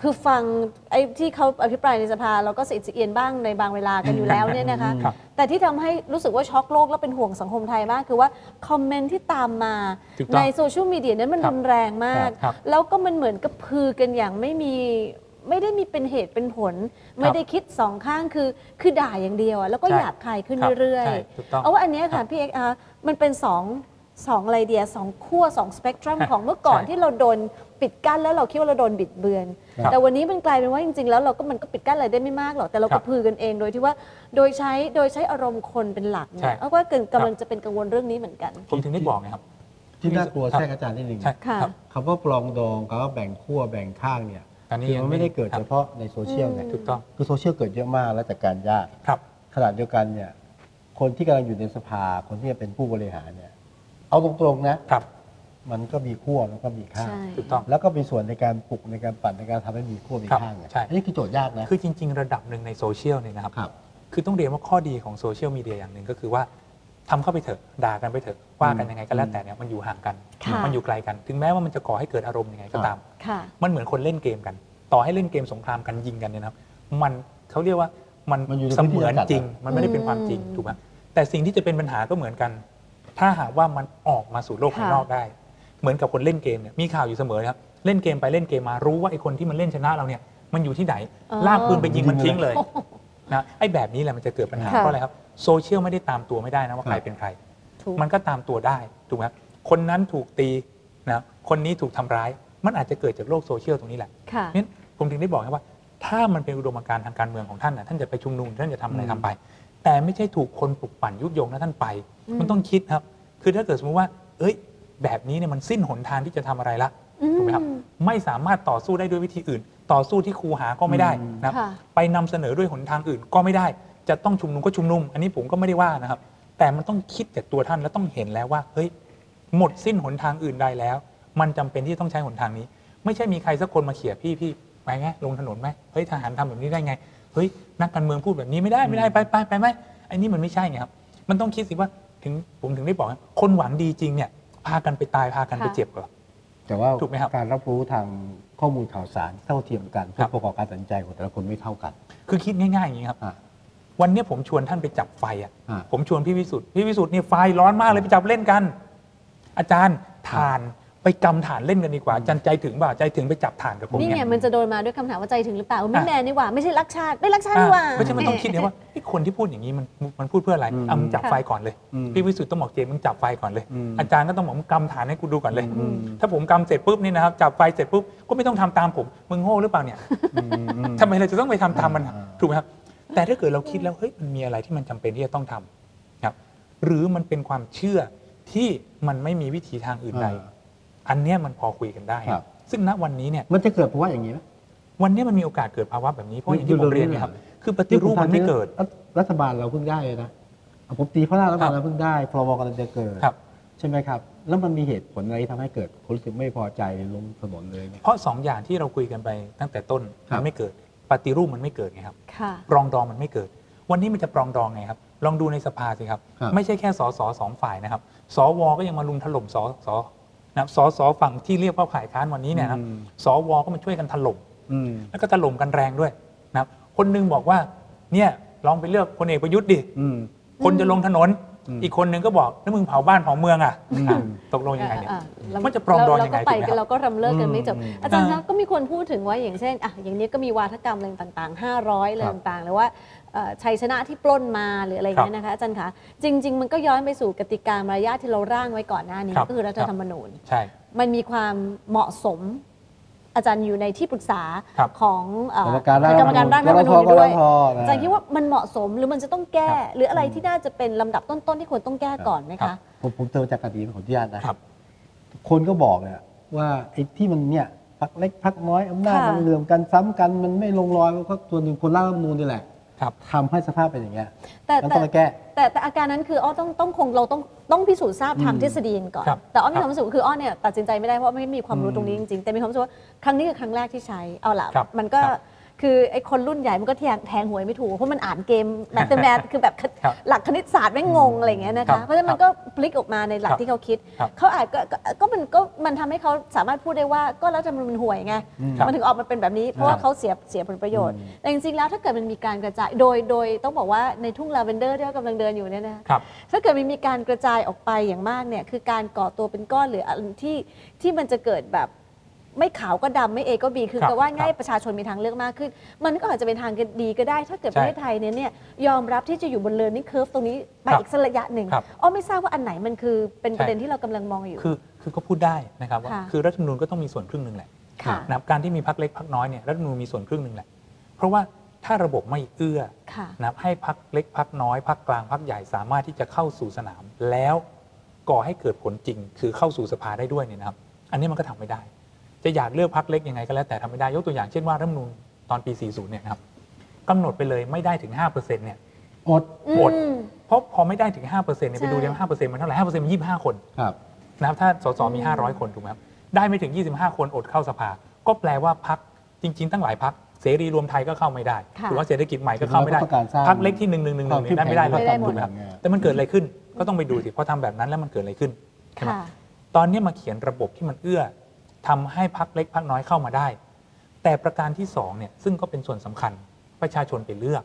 Speaker 2: คือฟังไอ้ที่เขาอภิปรายในสภาเราก็เสียดสีเอียนบ้างในบางเวลากันอยู่แล้วเนี่ยนะคะ
Speaker 3: ครับ
Speaker 2: แต่ที่ทำให้รู้สึกว่าช็อกโลกและเป็นห่วงสังคมไทยมาก คือว่าคอมเมนต์ที่ตามมา
Speaker 3: ถูกต้อง
Speaker 2: ในโซเชียลมีเดียนั้นมัน
Speaker 3: ครับ
Speaker 2: รุนแรงมาก
Speaker 3: ครับ
Speaker 2: แล้วก็มันเหมือนกับพือกันอย่างไม่มีไม่ได้มีเป็นเหตุเป็นผล ไม่ได้คิดสองข้างคือคือด่าอย่างเดียวอะแล้วก็
Speaker 3: ใช่
Speaker 2: หยาบคายขึ้นเรื่อย
Speaker 3: ใช่
Speaker 2: ๆ
Speaker 3: ถูกต้อง
Speaker 2: เอาว่าอันเนี้ย
Speaker 3: ครั
Speaker 2: ค่ะ
Speaker 3: บ
Speaker 2: พี่เอกอาร์มันเป็นสองสองไอเดียสองขั้วสองสเปกตรัมของเมื่อก่อน
Speaker 3: ใช่
Speaker 2: ที่เราโดนปิดกั้นแล้วเราคิดว่าเราโดนบิดเบือน
Speaker 3: ครับ
Speaker 2: แต่วันนี้มันกลายเป็นว่าจริงๆ แล้วเราก็มันก็ปิดกั้นอะไรได้ไม่มากหรอกแต่เรา
Speaker 3: ครั
Speaker 2: ก็
Speaker 3: บ
Speaker 2: พือกันเองโดยที่ว่าโดยใช้โดยใช้อารมณ์คนเป็นหลัก
Speaker 3: ใช่
Speaker 2: เนี่ยเอาว่าเกินกำลังจะเป็นกังวลเรื่องนี้เหมือนกัน
Speaker 3: ผมถึงได้บอกไงครับ
Speaker 1: ที่น่ากลัว
Speaker 3: ครับ
Speaker 1: แทรกอาจารย์นิดนึง
Speaker 3: ใช่
Speaker 2: ค่ะ
Speaker 3: ครับ
Speaker 1: คำว่าปลองดองคำว่าแบ่งขั้วแบ่งข้างเนี่ย
Speaker 3: อันนี้
Speaker 1: คือมันไม่ได้เกิด
Speaker 3: ครั
Speaker 1: เฉ
Speaker 3: บ
Speaker 1: พาะในโซเชียลไง
Speaker 2: อืม
Speaker 3: ถูกต้อง
Speaker 1: คือโซเชียลเกิดเยอะมากและจัดการยาก
Speaker 3: ครับ
Speaker 1: ขณะเดียวกันเนี่ย คนที่กำลังอยู่ในสภา คนที่จะเป็นผู้บริหารเนี่ย เอาตรงๆนะ
Speaker 3: ครับ
Speaker 1: มันก็มีขั้วแล้วก็มีข้าง
Speaker 2: ใช่
Speaker 3: ถูกต้อง
Speaker 1: แล้วก็มีส่วนในการปลุกในการปั่นในการทำให้มีขั้วมี
Speaker 3: ครับ
Speaker 1: ข้างไง
Speaker 3: ใช่
Speaker 1: อันนี้คือโจทย์ยากนะ
Speaker 3: คือจริง ๆ ระดับหนึ่งในโซเชียลเนี่ยนะครับ
Speaker 1: ครับ
Speaker 3: คือต้องเรียนว่าข้อดีของโซเชียลมีเดียอย่างหนึ่งก็คือว่าทำเข้าไปเถอะด่ากันไปเถอะว่ากันยังไงก็แล้วแต่เนี่ยมันอยู่ห่างกัน
Speaker 2: ค่ะ
Speaker 3: มันอยู่ไกลกัน ถึงแม้ว่ามันจะก่อให้เกิดอารมณ์ยังไงก็ตาม
Speaker 2: ค่ะ
Speaker 3: มันเหมือนคนเล่นเกมกัน ต่อให้เล่นเกมสงครามกันยิงกันเนี่ยนะครับ มันเขาเรียกว่ามัน
Speaker 1: มันอยู่ใน
Speaker 3: เสมือน
Speaker 1: พื้นที่จำกัด
Speaker 3: จริง มันไม่ได้เป็นความจริง
Speaker 2: อืม
Speaker 3: ถูกไหมแต่สิ่งที่จะเป็นปัญหาก็เหมือนกัน ถ้าหากว่ามันออกมาสู่โลก
Speaker 2: ค่ะ
Speaker 3: ภายนอกได้ เหมือนกับคนเล่นเกมเนี่ยมีข่าวอยู่เสมอนะครับเล่นเกมไปเล่นเกมมารู้ว่าไอ้คนที่มันเล่นชนะเราเนี่ยมันอยู่ที่ไหน ลากปืนไปยิงมันทิ้งเลยนะไอ้แบบนี้แหละมันจะเกิดปัญหา
Speaker 2: ค่ะ
Speaker 3: เพราะอะไรครับโซเชียลไม่ได้ตามตัวไม่ได้นะว่าใครเป็นใคร
Speaker 2: ถูก
Speaker 3: มันก็ตามตัวได้ถูกไหมครับคนนั้นถูกตีนะคนนี้ถูกทำร้าย มันอาจจะเกิดจากโลกโซเชียลตรงนี้แหละ
Speaker 2: ค่ะ
Speaker 3: เพราะฉะนั้นผมถึงได้บอกไงว่า ถ้ามันเป็นอุดมการณ์ทางการเมืองของท่านนะท่านจะไปชุมนุมท่านจะทำอะไร
Speaker 1: อืม
Speaker 3: ทำไป แต่ไม่ใช่ถูกคนปลุกปั่นยุยงแล้วท่านไป
Speaker 2: อืม
Speaker 3: มันต้องคิดครับ คือถ้าเกิดสมมติว่า เอ้ย แบบนี้เนี่ยมันสิ้นหนทางที่จะทำอะไรละ
Speaker 2: อื
Speaker 3: ถูกไหมครับ
Speaker 2: ม
Speaker 3: ไม่สามารถต่อสู้ได้ด้วยวิธีอื่น ต่อสู้ที่ครูหาก็ไม่ได้นะครับ
Speaker 2: ค่ะ
Speaker 3: ไปนำเสนอด้วยหนทางอื่นก็ไม่ได้ จะต้องชุมนุมก็ชุมนุม อันนี้ผมก็ไม่ได้ว่านะครับ แต่มันต้องคิดจากตัวท่านและต้องเห็นแล้วว่า เฮ้ย หมดสิ้นหนทางอื่นใดแล้ว มันจำเป็นที่จะต้องใช้หนทางนี้ ไม่ใช่มีใครสักคนมาเขี่ยพี่พี่ไปไหมลงถนนไหมเฮ้ยทหารทำแบบนี้ได้ไง เฮ้ยนักการเมืองพูดแบบนี้ไม่ได้ไม่ได้ไปไปไปไหมไอ้นี่มันไม่ใช่ไงครับ มันต้องคิดสิว่าถึงผมถึงได้บอกว่าคนหวังดีจริงเนี่ยพากันไปตายพากันไป
Speaker 2: ค่ะ
Speaker 3: เจ็บเหรอ
Speaker 1: แต่ว่า
Speaker 3: ถูกไหมครับ
Speaker 1: การรับรู้ทางข้อมูลข่าวสารเท่าเทียมกัน
Speaker 3: ครั
Speaker 1: เพื่อบ ประกอบการตัดสินใจของแต่ละคนไม่เท่ากัน
Speaker 3: คือคิดง่ายๆอย่างนี้ครับ
Speaker 1: อ่ะ
Speaker 3: วันเนี้ยผมชวนท่านไปจับไฟอ่ะ
Speaker 1: อ่ะ
Speaker 3: ผมชวนพี่วิสุทธ์พี่วิสุทธ์เนี่ยไฟร้อนมากเลยไปจับเล่นกัน อาจารย์ฐานไปกำฐานเล่นกันดีกว่าอาจารย์ใจถึงบ่าใจถึงไปจับฐานกับผม
Speaker 2: นี่ไง
Speaker 3: เนี่ย
Speaker 2: มันจะโดนมาด้วยคำถามว่าใจถึงหรือเปล่าไม่แมนนี่หว่าไม่ใช่รักชาติไม่รักชาติ
Speaker 3: อ่า
Speaker 2: นี่หว่า
Speaker 3: เพราะฉะนั้นมันต้องคิดเลยว่าไอ้คนที่พูดอย่างนี้มันมันพูดเพื่ออะไร
Speaker 1: อืม
Speaker 3: เอามึงจับ
Speaker 2: ค่ะ
Speaker 3: ไฟก่อนเลย
Speaker 1: อืม
Speaker 3: พี่วิสุทธ์ต้องบอกเจมส์มึงจับไฟก่อนเลย
Speaker 1: อืม
Speaker 3: อาจารย์ก็ต้องบอกมึงกำฐานให้กูดูก่อนเลย
Speaker 1: อืม
Speaker 3: ถ้าผมกำเสร็จปุ๊บนี่นะครับจับไฟเสร็จปุ๊บก็ไม่ต้องทำตามผมมึงโง่หรือเปล่าเนี่ย
Speaker 1: อืมอืม
Speaker 3: ทำไมเราจะต้องไปทำตามมัน
Speaker 1: อ่า
Speaker 3: ถูกไหมครับแต่ถ้าเกิดเราคิดแล้วเฮ้ยมันมีอะไรที่มันจำเป็นที่จะต้องทำครับ หรือมันเป็นความเชื่อที่มันไม่มีวิธีทางอื่นใด
Speaker 1: อ่า
Speaker 3: อันเนี้ยมันพอคุยกันได้
Speaker 1: ครับ
Speaker 3: ซึ่งณวันนี้เนี่ย
Speaker 1: มันจะเกิดเพราะว่าอย่างนี้ไหม
Speaker 3: วันเนี้ยมันมีโอกาสเกิดภาวะแบบนี้เพราะอย่างที่
Speaker 1: ดู
Speaker 3: ผม
Speaker 1: ดู
Speaker 3: เรียน
Speaker 1: เรื่อง
Speaker 3: นะครับคือปฏิรูปมันไม่เกิด
Speaker 1: รัฐบาลเราเพิ่งได้เลยนะอ่ะผมตีเพราะหน้ารัฐบาล
Speaker 3: ครับ
Speaker 1: เราเพิ่งได้พรบกำลังจะเกิด
Speaker 3: ครับ
Speaker 1: ใช่ไหมครับ แล้วมันมีเหตุผลอะไรที่ทำให้เกิดคนรู้สึกไม่พอใจลงถนนเลยไหม
Speaker 3: เพราะสองอย่างที่เราคุยกันไปตั้งแต่ต้น
Speaker 1: ครั
Speaker 3: มั
Speaker 1: บ
Speaker 3: นไม่เกิด ปฏิรูปมันไม่เกิดไงครับ
Speaker 2: ค่ะ
Speaker 3: ปรองดองมันไม่เกิด วันนี้มันจะปรองดองไงครับ ลองดูในสภาสิครับ
Speaker 1: ครับ
Speaker 3: ไม่ใช่แค่สสสองฝ่ายนะครับ สวก็ยังมาลุมถล่มสสนะครับสสฝั่งที่เรียกว่าฝ่ายค้านวันนี้เนี่ยนะครับ
Speaker 1: อืม
Speaker 3: สวก็มาช่วยกันถล่ม
Speaker 1: อืม
Speaker 3: แล้วก็ถล่มกันแรงด้วยนะครับ คนหนึงบอกว่า เนี่ยลองไปเลือกพลเอกประยุทธ์ดิ
Speaker 1: อืม
Speaker 3: คนจะลงถนน
Speaker 1: อืม
Speaker 3: อีกคนหนึงก็บอกแล้วมึงเผาบ้านเผาเมืองอ่ะ
Speaker 1: อืม
Speaker 3: อ่ะตกลงยังไงเนี่ย
Speaker 2: อ่าอ่าเรา
Speaker 3: มันจะปรองดองยังไง
Speaker 2: เราก็ไป
Speaker 3: ถูกไหมครับ
Speaker 2: เราก็รำเลิกกันไม่จบ
Speaker 1: อืม
Speaker 2: อาจารย์
Speaker 3: อ่า
Speaker 2: คะก็มีคนพูดถึงว่าอย่างเช่นอ่ะอย่างนี้ก็มีวาทกรรมอะไรต่างๆ 500อะไร
Speaker 1: ครับ
Speaker 2: ต่างๆหรือว่าเอ่อชัยชนะที่ปล้นมาหรืออะไรอย่างเงี้ยนะคะอาจารย์คะจริง ๆ มันก็ย้อนไปสู่กติกามารยาทที่เราร่างไว้ก่อนหน้านี้
Speaker 3: ครับ
Speaker 2: ก็คือรัฐธรรมนูญ
Speaker 3: ใช่
Speaker 2: มันมีความเหมาะสม อาจารย์อยู่ในที่ปรึกษา
Speaker 3: ครับ
Speaker 2: ของเอ่
Speaker 1: กร
Speaker 2: อ
Speaker 1: รมการร่าง
Speaker 2: กรรมการร่างรัฐธรรมนูญ
Speaker 1: ก
Speaker 2: ด้วย
Speaker 1: พนะ
Speaker 2: อาจารย์คิดว่ามันเหมาะสมหรือมันจะต้องแก้
Speaker 3: ครับ
Speaker 2: หรืออะไรที่น่าจะเป็นลำดับต้นๆที่ควรต้องแก้ก่อนไหมคะ
Speaker 1: ผมผมเจอจากกรณีของที่ญาตินะครับ คนก็บอกเนี่ยว่าไอ้ที่มันเนี่ย พักเล็กพักน้อยอำนาจ
Speaker 2: ค่ะ
Speaker 1: มันเหลื่อมกันซ้ำกันมันไม่ลงรอยเพราะส่วนหนึ่งคนร่างรัฐธรรมนูญนี่แหละ
Speaker 3: ครับ
Speaker 1: ทำให้สภาพเป็นอย่างเงี้ย
Speaker 2: แต่
Speaker 1: มัน
Speaker 2: แต่
Speaker 1: ต้องไปแก้
Speaker 2: แต่แต่อาการนั้นคืออ้อต้องต้องคงเราต้องต้องพิสูจน์ทราบทาง
Speaker 1: อืม
Speaker 2: ทฤษฎีกันก่อน
Speaker 3: ครับ
Speaker 2: แต่อ้อมี
Speaker 3: ครับ
Speaker 2: ความรู้สึกคืออ้อเนี่ยตัดสินใจไม่ได้เพราะไม่มีความรู้ตรงนี้จริงๆ แต่มีความรู้สึกว่าครั้งนี้คือครั้งแรกที่ใช้เอาล่ะ
Speaker 3: ครับ
Speaker 2: มันก็
Speaker 3: ครับ
Speaker 2: คือไอ้คนรุ่นใหญ่มันก็แทงแทงหวยไม่ถูกเพราะมันอ่านเกมแมทเทอร์แมทคือแบบ
Speaker 3: ครับ
Speaker 2: หลักคณิตศาสตร์ไม่งงอะไรอย่างเงี้ยนะ
Speaker 3: ครั
Speaker 2: คะ
Speaker 3: บ
Speaker 2: เพราะฉะนั้นมันก็พลิกออกมาในหลัก
Speaker 3: ครับ
Speaker 2: ที่เขาคิด
Speaker 3: ครับ
Speaker 2: เขาอาจก็ก็ก็มันก็มันทำให้เขาสามารถพูดได้ว่าก็แล้วจะมันห่วยไง
Speaker 1: อืม
Speaker 3: ครับ
Speaker 2: มันถึงออกมาเป็นแบบนี้เพราะว่าเขาเสียเสียผลประโยชน์
Speaker 1: อืม
Speaker 2: แต่จริงๆแล้วถ้าเกิดมันมีการกระจายโดยโดยต้องบอกว่าในทุ่งลาเวนเดอร์ที่เรากำลังเดินอยู่เนี่ยนะครับ ถ้าเกิดมันมีการกระจายออกไปอย่างมากเนี่ยคือการก่อตัวเป็นก้อนหรืออันที่ที่มันจะเกิดแบบไม่ขาวก็ดำไม่เอก็บีคือ
Speaker 3: ครับ
Speaker 2: ก็ว่าง่าย
Speaker 3: ครับ
Speaker 2: ประชาชนมีทางเลือกมากขึ้น มันก็อาจจะเป็นทางดีก็ได้ ถ้าเกิดป
Speaker 3: ใช่
Speaker 2: ระเทศไทยเนี่ยเนี่ยยอมรับที่จะอยู่บนเลอร์นิ่งเคิร์ฟตรงนี้ไป
Speaker 3: ครับ
Speaker 2: อีกสักระยะหนึ่ง
Speaker 3: ครับ
Speaker 2: อ้อไม่ทราบว่าอันไหนมันคือเป็น
Speaker 3: ใช่
Speaker 2: ประเด็นที่เรากำลังมองอยู่
Speaker 3: คือคือก็พูดได้นะครับว่า
Speaker 2: ค่ะ
Speaker 3: คือรัฐธรรมนูญก็ต้องมีส่วนครึ่งหนึ่งแหละ
Speaker 2: ค่ะ
Speaker 3: นะครับการที่มีพักเล็กพักน้อยเนี่ยรัฐธรรมนูญมีส่วนครึ่งหนึ่งแหละ เพราะว่าถ้าระบบไม่เอื้อ
Speaker 2: ค่ะ
Speaker 3: นะครับให้พักเล็กพักน้อยพักกลางพักใหญ่สามารถที่จะเข้าสู่สนาม แล้วก่อให้เกิดผลจริง คือเข้าสู่สภาได้ด้วยเนี่ยนะครับ อันนี้มันก็ทำไม่ได้ จะอยากเลือกพักเล็กยังไงก็แล้วแต่ทำไม่ได้ยกตัวอย่างเช่นว่ารัฐธรรมนูญตอนปี 40 เนี่ยนะครับกำหนดไปเลยไม่ได้ถึง5%เนี่ย
Speaker 1: อด
Speaker 3: หมด เพราะพอไม่ได้ถึง5%เนี่ยไปดู
Speaker 2: ใช่
Speaker 3: เลยว่า5%มันเท่าไหร่5%มัน25 คน
Speaker 1: ครับ
Speaker 3: นะครับถ้าสสมี 500 คนถูกไหมครับได้ไม่ถึง 25 คนอดเข้าสภา ก็แปลว่าพักจริง ๆ ตั้งหลายพักเสรีรวมไทยก็เข้าไม่ได้
Speaker 2: ค่ะ
Speaker 3: หรือว่าเศรษฐกิจใหม่ก็เข้าไม่ได้
Speaker 1: ต้องการสร้าง
Speaker 3: พักเล็กที่หนึ่งหนึ่งหนึ่งหนึ่งเนี่ยได้ไม่ได้
Speaker 1: ค
Speaker 3: เล
Speaker 1: วาม
Speaker 3: ย
Speaker 1: เข้มแข็ง
Speaker 3: ถูกไหมครับ
Speaker 1: ของการเมือง
Speaker 3: แต่มันเกิดอะไรขึ้นก็ต้องไปดูสิเพราะทำแบบนั้นแล้วมันเกิดอะไรขึ้นใช่ไหม
Speaker 2: ค่ะ
Speaker 3: ตอนนี้มาเขียนระบบที่มันเอื้อทำให้พักเล็กพักน้อยเข้ามาได้ แต่ประการที่สองเนี่ยซึ่งก็เป็นส่วนสำคัญประชาชนไปเลือก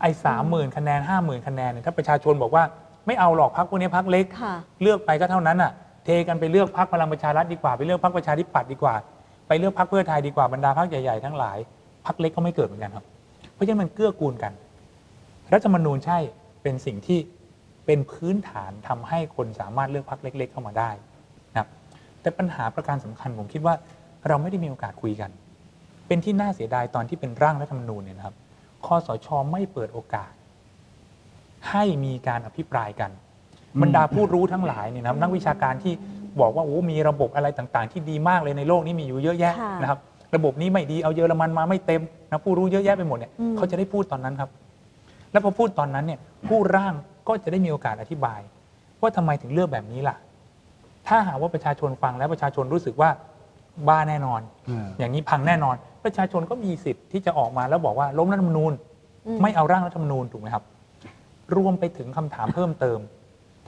Speaker 3: ไอ้สามหมื่นคะแนนห้าหมื่นคะแนนเนี่ยถ้าประชาชนบอกว่าไม่เอาหรอกพักพวกนี้พักเล็ก
Speaker 2: ค่ะ
Speaker 3: เลือกไปก็เท่านั้นน่ะ เทกันไปเลือกพักพลังประชารัฐดีกว่า ไปเลือกพักประชาธิปัตย์ดีกว่า ไปเลือกพักเพื่อไทยดีกว่าบรรดาพักใหญ่ๆทั้งหลายพักเล็กก็ไม่เกิดเหมือนกันครับ เพราะฉะนั้นมันเกื้อกูลกัน รัฐธรรมนูญใช่เป็นสิ่งที่เป็นพื้นฐานทำให้คนสามารถเลือกพักเล็ก ๆ เข้ามาได้นะครับแต่ปัญหาประการสำคัญผมคิดว่าเราไม่ได้มีโอกาสคุยกัน เป็นที่น่าเสียดายตอนที่เป็นร่างรัฐธรรมนูญเนี่ยนะครับคอสชไม่เปิดโอกาส ให้มีการอภิปรายกัน
Speaker 1: อืม
Speaker 3: บรรดาผู้รู้ทั้งหลายเนี่ยนะครับนักวิชาการที่บอกว่าโอ้มีระบบอะไรต่างๆ ที่ดีมากเลยในโลกนี้มีอยู่เยอะแยะ
Speaker 2: ค่ะ
Speaker 3: นะครับ ระบบนี้ไม่ดีเอาเยอรมันมาไม่เต็มนะผู้รู้เยอะแยะไปหมดเนี่ย
Speaker 2: อืม
Speaker 3: เขาจะได้พูดตอนนั้นครับ แล้วพอพูดตอนนั้นเนี่ยผู้ร่างก็จะได้มีโอกาสอธิบาย ว่าทำไมถึงเลือกแบบนี้ล่ะ ถ้าหากว่าประชาชนฟังแล้วประชาชนรู้สึกว่าบ้าแน่นอน
Speaker 1: เออ
Speaker 3: อย่างนี้พังแน่นอน ประชาชนก็มีสิทธิ์ที่จะออกมาแล้วบอกว่าล้มรัฐธรรมนูญ
Speaker 2: อื
Speaker 3: ไม่เอาร่างรัฐธรรมนูญถูกไหมครับ รวมไปถึงคำถามเพิ่มเติม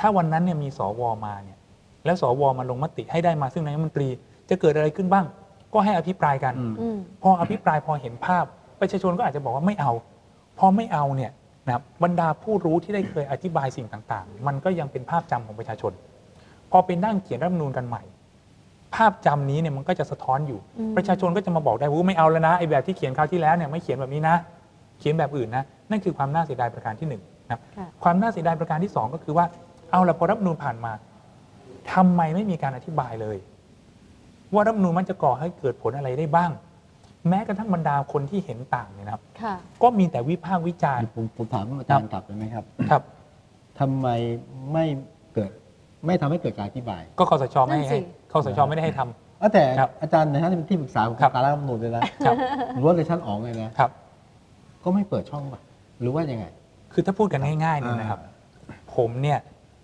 Speaker 3: ถ้าวันนั้นเนี่ยมีสวมาเนี่ย แล้วสวมาลงมติให้ได้มาซึ่งนายกรัฐมนตรี จะเกิดอะไรขึ้นบ้าง ก็ให้อภิปรายกัน
Speaker 1: อืม
Speaker 2: อืม
Speaker 3: พออภิปรายพอเห็นภาพ ประชาชนก็อาจจะบอกว่าไม่เอา พอไม่เอาเนี่ยนะครับบรรดาผู้รู้ที่ได้เคยอธิบายสิ่งต่างๆ มันก็ยังเป็นภาพจำของประชาชน พอเป็นนั่งเขียนรัฐธรรมนูญกันใหม่ ภาพจำนี้เนี่ยมันก็จะสะท้อนอยู่
Speaker 2: อืม
Speaker 3: ประชาชนก็จะมาบอกได้ว่าไม่เอาแล้วนะไอ้แบบที่เขียนคราวที่แล้วเนี่ยไม่เขียนแบบนี้นะ เขียนแบบอื่นนะนั่นคือความน่าเสียดายประการที่หนึ่งนะครับ
Speaker 2: ค่ะ
Speaker 3: ความน่าเสียดายประการที่ 2 ก็คือว่าเอาละพอรัฐธรรมนูญผ่านมาทำไมไม่มีการอธิบายเลย ว่ารัฐธรรมนูญมันจะก่อให้เกิดผลอะไรได้บ้าง แม้กระทั่งบรรดาคนที่เห็นต่างเนี่ยนะครับ
Speaker 2: ค่ะ
Speaker 3: ก็มีแต่วิพากษ์วิจารณ์
Speaker 1: ผมผมถามอาจารย์กลับได้ไหมครับ
Speaker 3: ครับ
Speaker 1: ทำไมไม่เกิด ไม่ทำให้เกิดการอธิบาย
Speaker 3: ก็คอสชไม่
Speaker 2: นั่นสิ
Speaker 3: ให้คอสชไม่ได้ให้ทำ
Speaker 1: เอาแต่
Speaker 3: ครับ
Speaker 1: อาจารย์ในฐานะที่ปรึกษาของ
Speaker 3: ครับ
Speaker 1: การร่างรัฐธรรมนูญเลยนะครับ ล้วนเลยท่านอ๋องเลยนะ
Speaker 3: ครับ
Speaker 1: ก็ไม่เปิดช่องป่ะหรือว่ายังไง
Speaker 3: คือถ้าพูดกันง่ายๆเนี่ยนะครับ ผมเนี่ย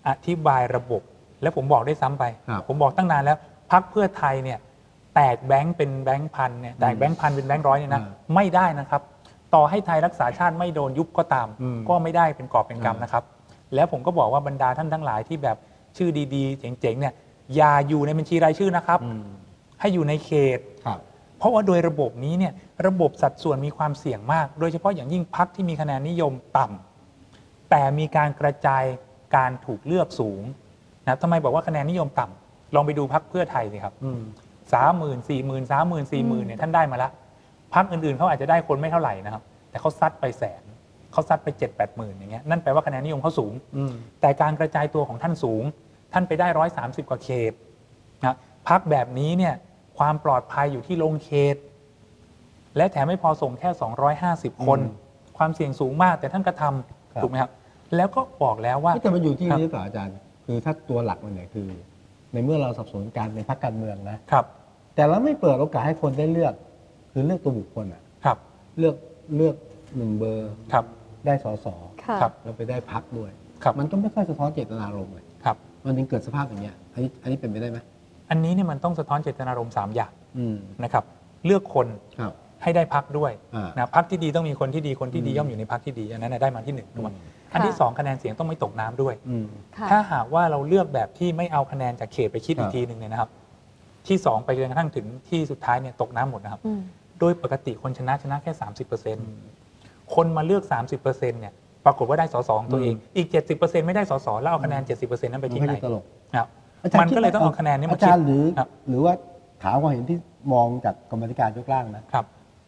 Speaker 3: อธิบายระบบ และผมบอกได้วยซ้ำไป
Speaker 1: ครับ
Speaker 3: ผมบอกตั้งนานแล้วพักเพื่อไทยเนี่ยแตกแบงค์เป็นแบงค์พันเนี่ยแตกแบงค์พันเป็นแบงค์ร้อยเนี่ยนะไม่ได้นะครับ ต่อให้ไทยรักษาชาติไม่โดนยุบก็ตาม
Speaker 1: อืม
Speaker 3: ก็ไม่ได้เป็นกอบเป็นกรรม
Speaker 1: อ่าน
Speaker 3: นะครับ แล้วผมก็บอกว่าบรรดาท่านทั้งหลายที่แบบชื่อดีๆ เจ๋งๆเนี่ยอย่าอยู่ในบัญชีรายชื่อนะครับ
Speaker 1: อืม
Speaker 3: ให้อยู่ในเขต
Speaker 1: ครับ
Speaker 3: เพราะว่าโดยระบบนี้เนี่ยระบบสัดส่วนมีความเสี่ยงมาก โดยเฉพาะอย่างยิ่งพักที่มีคะแนนนิยมต่ำแต่มีการกระจายการถูกเลือกสูงนะครับทำไมบอกว่าคะแนนนิยมต่ำลองไปดูพักเพื่อไทยสิครับ
Speaker 1: อืม
Speaker 3: สามหมื่นสี่หมื่นสามหมื่นสี่หมื่นเนี่ยท่านได้มาละพักอื่นๆเขาอาจจะได้คนไม่เท่าไหร่นะครับ แต่เขาซัดไปแสนเขาซัดไปเจ็ดแปดหมื่นอย่างเงี้ยนั่นแปลว่าคะแนนนิยมเขาสูง
Speaker 1: อืม
Speaker 3: แต่การกระจายตัวของท่านสูง ท่านไปได้ร้อยสามสิบกว่าเขตนะพักแบบนี้เนี่ยความปลอดภัยอยู่ที่ลงเขต และแถมไม่พอส่งแค่ 250 คน
Speaker 1: อืม
Speaker 3: ความเสี่ยงสูงมากแต่ท่านกระท
Speaker 1: ครับ
Speaker 3: ำถูกไหมครับ แล้วก็บอกแล้วว่า
Speaker 1: แต่มันอยู่ที่
Speaker 3: ครับ
Speaker 1: นี่หรือเปล่าอาจารย์ คือถ้าตัวหลักมันเนี่ยคือ ในเมื่อเราสับสนการเป็นพรรคการเมืองนะ
Speaker 3: ครับ
Speaker 1: แต่เราไม่เปิดโอกาสให้คนได้เลือก คือเลือกตัวบุคคลอะ
Speaker 3: ครับ
Speaker 1: เลือกเลือกหนึ่งเบอร์
Speaker 3: ครับ
Speaker 1: ได้สส
Speaker 2: ค่ะ
Speaker 3: ครับ
Speaker 1: แล้วไปได้พักด้วย
Speaker 3: ครับ
Speaker 1: มันก็ไม่ค่อยสะท้อนเจตนารมณ์เลย
Speaker 3: ครับ
Speaker 1: มันถึงเกิดสภาพอย่างเงี้ยอันนี้อันนี้เป็นไปได้ไหม
Speaker 3: อันนี้เนี่ยมันต้องสะท้อนเจตนารมณ์สามอย่าง
Speaker 1: อืม
Speaker 3: นะครับ เลือกคน
Speaker 1: ครับ
Speaker 3: ให้ได้พักด้วย
Speaker 1: อ่า
Speaker 3: นะพักที่ดีต้องมีคนที่ดีคนที่ดี
Speaker 1: อืม
Speaker 3: ย่อมอยู่ในพักที่ดีอันนั้นนะได้มาที่หนึ่งถูกไหม
Speaker 2: ม
Speaker 3: อันที่
Speaker 2: ค่ะ
Speaker 3: สองคะแนนเสียงต้องไม่ตกน้ำด้วย
Speaker 1: อืม
Speaker 2: ค่ะ
Speaker 3: ถ้าหากว่าเราเลือกแบบที่ไม่เอาคะแนนจากเขตไปคิด
Speaker 1: ครับ
Speaker 3: อีกทีหนึ่งเนี่ยนะครับ ที่สองไปจนกระทั่งถึงที่สุดท้ายเนี่ยตกน้ำหมดนะครับ
Speaker 2: อืม
Speaker 3: โดยปกติคนชนะชนะแค่ 30%คนมาเลือก 30%เนี่ยปรากฏว่าได้สสของตัวเองอีก 70%ไม่ได้สสแล้วเอาคะแนน 70%นั้นไป
Speaker 1: มัน
Speaker 3: ที่
Speaker 1: ก็
Speaker 3: ไหน
Speaker 1: จะตลก
Speaker 3: นะครับ
Speaker 1: อาจาร
Speaker 3: มันก็เลย
Speaker 1: คิด
Speaker 3: ต้องเอาคะแนนนี้มา
Speaker 1: อาจารย์
Speaker 3: คิด
Speaker 1: หรือ
Speaker 3: ครับ
Speaker 1: หรือว่าถามความเห็นที่มองจากกรรมธิการยกร่างนะครับ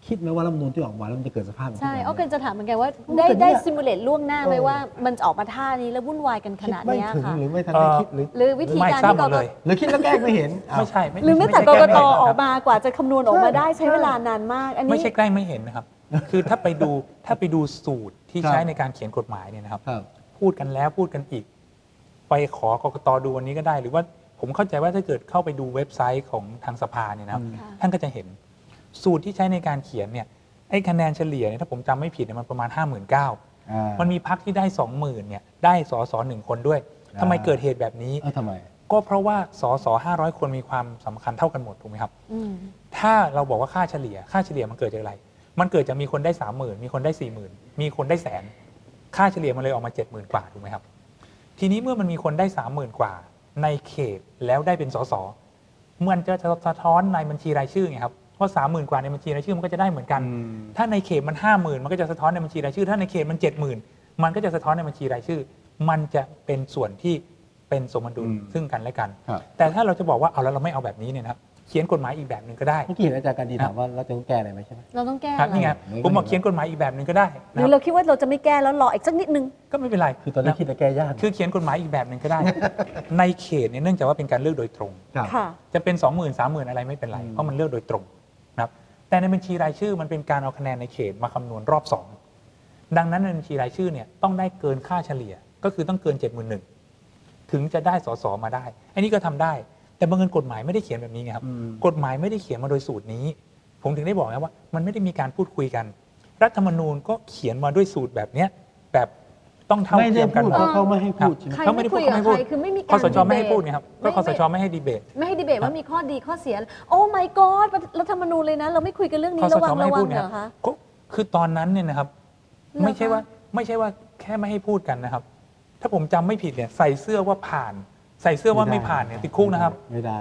Speaker 1: คิดไหมว่ารัฐธรรมนูลที่ออกมาแล้วมันจะเกิดสภาพอย่าง
Speaker 2: ใช่
Speaker 1: ที่
Speaker 2: เอา
Speaker 1: ว่า
Speaker 2: กันจะถามเหมือนกันว่า
Speaker 1: มัน
Speaker 2: ได้
Speaker 1: เป็น
Speaker 2: ได้
Speaker 1: เนี่ย
Speaker 2: ซิมูเลตล่วงหน้าไหม
Speaker 1: เออ
Speaker 2: ว่า มันจะออกมาท่านี้แล้ววุ่นวายกันขนาด
Speaker 1: คิดไม่
Speaker 2: เนี้ย
Speaker 1: ถึง
Speaker 2: ค่ะ
Speaker 1: หรือไม่ทัน
Speaker 3: เอ่
Speaker 1: ได้
Speaker 3: อ
Speaker 1: คิดหรือ
Speaker 2: หรือวิธี
Speaker 3: ไม่
Speaker 2: การ
Speaker 3: ทราบ
Speaker 2: ที่
Speaker 3: หม
Speaker 2: กก
Speaker 3: ดเลย
Speaker 1: หรือคิดแล้วแกล้งไม่เห็นอ้าว
Speaker 3: ไม่ใช่ไม่
Speaker 2: หรือแม้แต่
Speaker 3: ใช่
Speaker 2: กก
Speaker 3: ล้ง
Speaker 2: ต
Speaker 3: ไม่เห็
Speaker 2: อ
Speaker 3: นนะ
Speaker 2: อ
Speaker 3: ค
Speaker 2: ก
Speaker 3: รับ
Speaker 2: มากว่าจะคำนวณออกมาได้ใช้
Speaker 1: ใช่
Speaker 2: เวลานานมาก อัน
Speaker 3: ไม่
Speaker 2: นี้
Speaker 3: ใช่ใกล้ไม่เห็นนะครับ คือถ้าไปดูถ้าไปดูสูตรที่
Speaker 1: ครับ
Speaker 3: ใช้ในการเขียนกฎหมายเนี่ยนะครับ
Speaker 1: ครับ
Speaker 3: พูดกันแล้วพูดกันอีก ไปขอกกตดูวันนี้ก็ได้ หรือว่าผมเข้าใจว่าถ้าเกิดเข้าไปดูเว็บไซต์ของทางสภาเนี่ยนะครับ
Speaker 1: อืม
Speaker 2: ค่ะ
Speaker 3: ท่านก็จะเห็นสูตรที่ใช้ในการเขียนเนี่ยไอ้คะแนนเฉลี่ยเนี่ยถ้าผมจำไม่ผิดเนี่ยมันประมาณ 5 9 0 0
Speaker 1: อ
Speaker 3: 0
Speaker 1: ่า
Speaker 3: มันมีพักที่ได้ 20,000เนี่ยได้สอสอหนึ่งคนด้วย
Speaker 1: อ่า
Speaker 3: ทำไมเกิดเหตุแบบนี้
Speaker 1: เออทำไม
Speaker 3: ก็เพราะว่าสอสอ500 คนมีความสำคัญเท่ากันหมดถูกไหมครับ
Speaker 2: อืม
Speaker 3: ถ้าเราบอกว่าค่าเฉลี่ย ค่าเฉลี่ยมันเกิดจากอะไร มันเกิดจากมีคนได้สามหมื่นมีคนได้สี่หมื่นมีคนได้แสน ค่าเฉลี่ยมันเลยออกมาเจ็ดหมื่นกว่าถูกไหมครับ ทีนี้เมื่อมันมีคนได้สามหมื่นกว่า ในเขตแล้วได้เป็นสสมันจะสะท้อนในบัญชีรายชื่อไงครับว่าสามหมื่นกว่าในบัญชีรายชื่อมันก็จะได้เหมือนกัน ถ้าในเขตมันห้าหมื่นมันก็จะสะท้อนในบัญชีรายชื่อ ถ้าในเขตมันเจ็ดหมื่นมันก็จะสะท้อนในบัญชีรายชื่อ มันจะเป็นส่วนที่เป็นสมดุล
Speaker 1: อืม
Speaker 3: ซึ่งกันและกัน
Speaker 1: ครับ
Speaker 3: แต่ถ้าเราจะบอกว่าเอาแล้วเราไม่เอาแบบนี้เนี่ยนะครับเขียนกฎหมายอีกแบบหนึ่งก็ได้
Speaker 1: เมื่อกี้เห็นอาจารย์การดีถามว่าเราจะต้องแก้อะไรไหมใช่ไหม
Speaker 2: เราต้องแก้
Speaker 3: ครับ
Speaker 2: อะไร
Speaker 3: นี่ไง
Speaker 1: หรือ
Speaker 3: ผมบอก
Speaker 1: ไม่
Speaker 3: เขียนกฎหมายอีกแบบหนึ่งก็ได้
Speaker 2: ห
Speaker 3: นะ
Speaker 2: รือ
Speaker 3: ค
Speaker 2: เรา
Speaker 3: รับ
Speaker 2: คิดว่าเราจะไม่แก้แล้วรออีกสักนิดนึง
Speaker 3: ก็ไม่เป็นไร
Speaker 1: คือตอนนี้
Speaker 3: ะ
Speaker 1: คิดจะแก้ยาก
Speaker 3: คือเขียนกฎหมายอีกแบบหนึ่ งก็ได้ ในเขตเนี่ยเนื่องจากว่าเป็นการเลือกโดยตรง
Speaker 1: ครับ
Speaker 2: ค่ะ
Speaker 3: จะเป็น 2 0 0 0 0 3 0,000 อะไรไม่เป็นไร
Speaker 1: อืม
Speaker 3: เพราะมันเลือกโดยตรงนะครับแต่ในบัญชีรายชื่อมันเป็นการเอาคะแนนในเขตมาคำนวณรอบ 2 ดังนั้นในบัญชีรายชื่อเนี่ยต้องได้เกินค่าเฉลี่ยก็คือต้องเกิน 7 1 0 0 0ถึงจะได้สสมาได้ อันนี้ก็ทำได้ แต่บางเงินกฎหมายไม่ได้เขียนแบบนี้ไงครับ
Speaker 1: อืม
Speaker 3: กฎหมายไม่ได้เขียนมาโดยสูตรนี้ ผมถึงได้บอกนะว่า มันไม่ได้มีการพูดคุยกัน รัฐธรรมนูญก็เขียนมาด้วยสูตรแบบเนี้ยแบบต้องเท่า
Speaker 1: ไม่ได้
Speaker 3: เทียมกัน
Speaker 1: พูด
Speaker 3: หม
Speaker 1: เพ
Speaker 3: ด
Speaker 1: ราะเขาไม่ให้พูด
Speaker 3: ครับ
Speaker 1: ใช่ไหม
Speaker 2: ใคร
Speaker 3: เขาไม่
Speaker 2: ไม่
Speaker 3: ได้พู
Speaker 2: คุ
Speaker 3: ด
Speaker 2: ย
Speaker 3: เขา
Speaker 2: กับ
Speaker 3: ไม่พู
Speaker 2: ใคร
Speaker 3: ด
Speaker 2: คือไม่มี
Speaker 3: ค
Speaker 2: การ
Speaker 3: สชไม่ให้พูดไงครับก็คสชไม่ให้ดีเบต
Speaker 2: ไม่ให้ดีเบต
Speaker 3: ครับ
Speaker 2: ว่ามีข้อดีข้อเสีย โอ้ my god รัฐธรรมนูญเลยนะ เราไม่คุยกันเรื่อง
Speaker 3: คอ
Speaker 2: นี้
Speaker 3: ส
Speaker 2: ระวั
Speaker 3: ช
Speaker 2: งระ
Speaker 3: ไม่ให้
Speaker 2: วั
Speaker 3: พู
Speaker 2: ง
Speaker 3: ด
Speaker 2: เหร
Speaker 3: นะ
Speaker 2: อบ
Speaker 3: ครั
Speaker 2: คะ
Speaker 3: ก็คือตอนนั้นเนี่ยนะครับ
Speaker 2: หรอคะ
Speaker 3: ไม่ใช่ว่าไม่ใช่ว่าแค่ไม่ให้พูดกันนะครับ ถ้าผมจำไม่ผิดเนี่ยใส่เสื้อว่าผ่าน ใส่เสื้อว่าไม่ผ่านเนี่ยติดคุกนะครับ
Speaker 1: ไม่ได้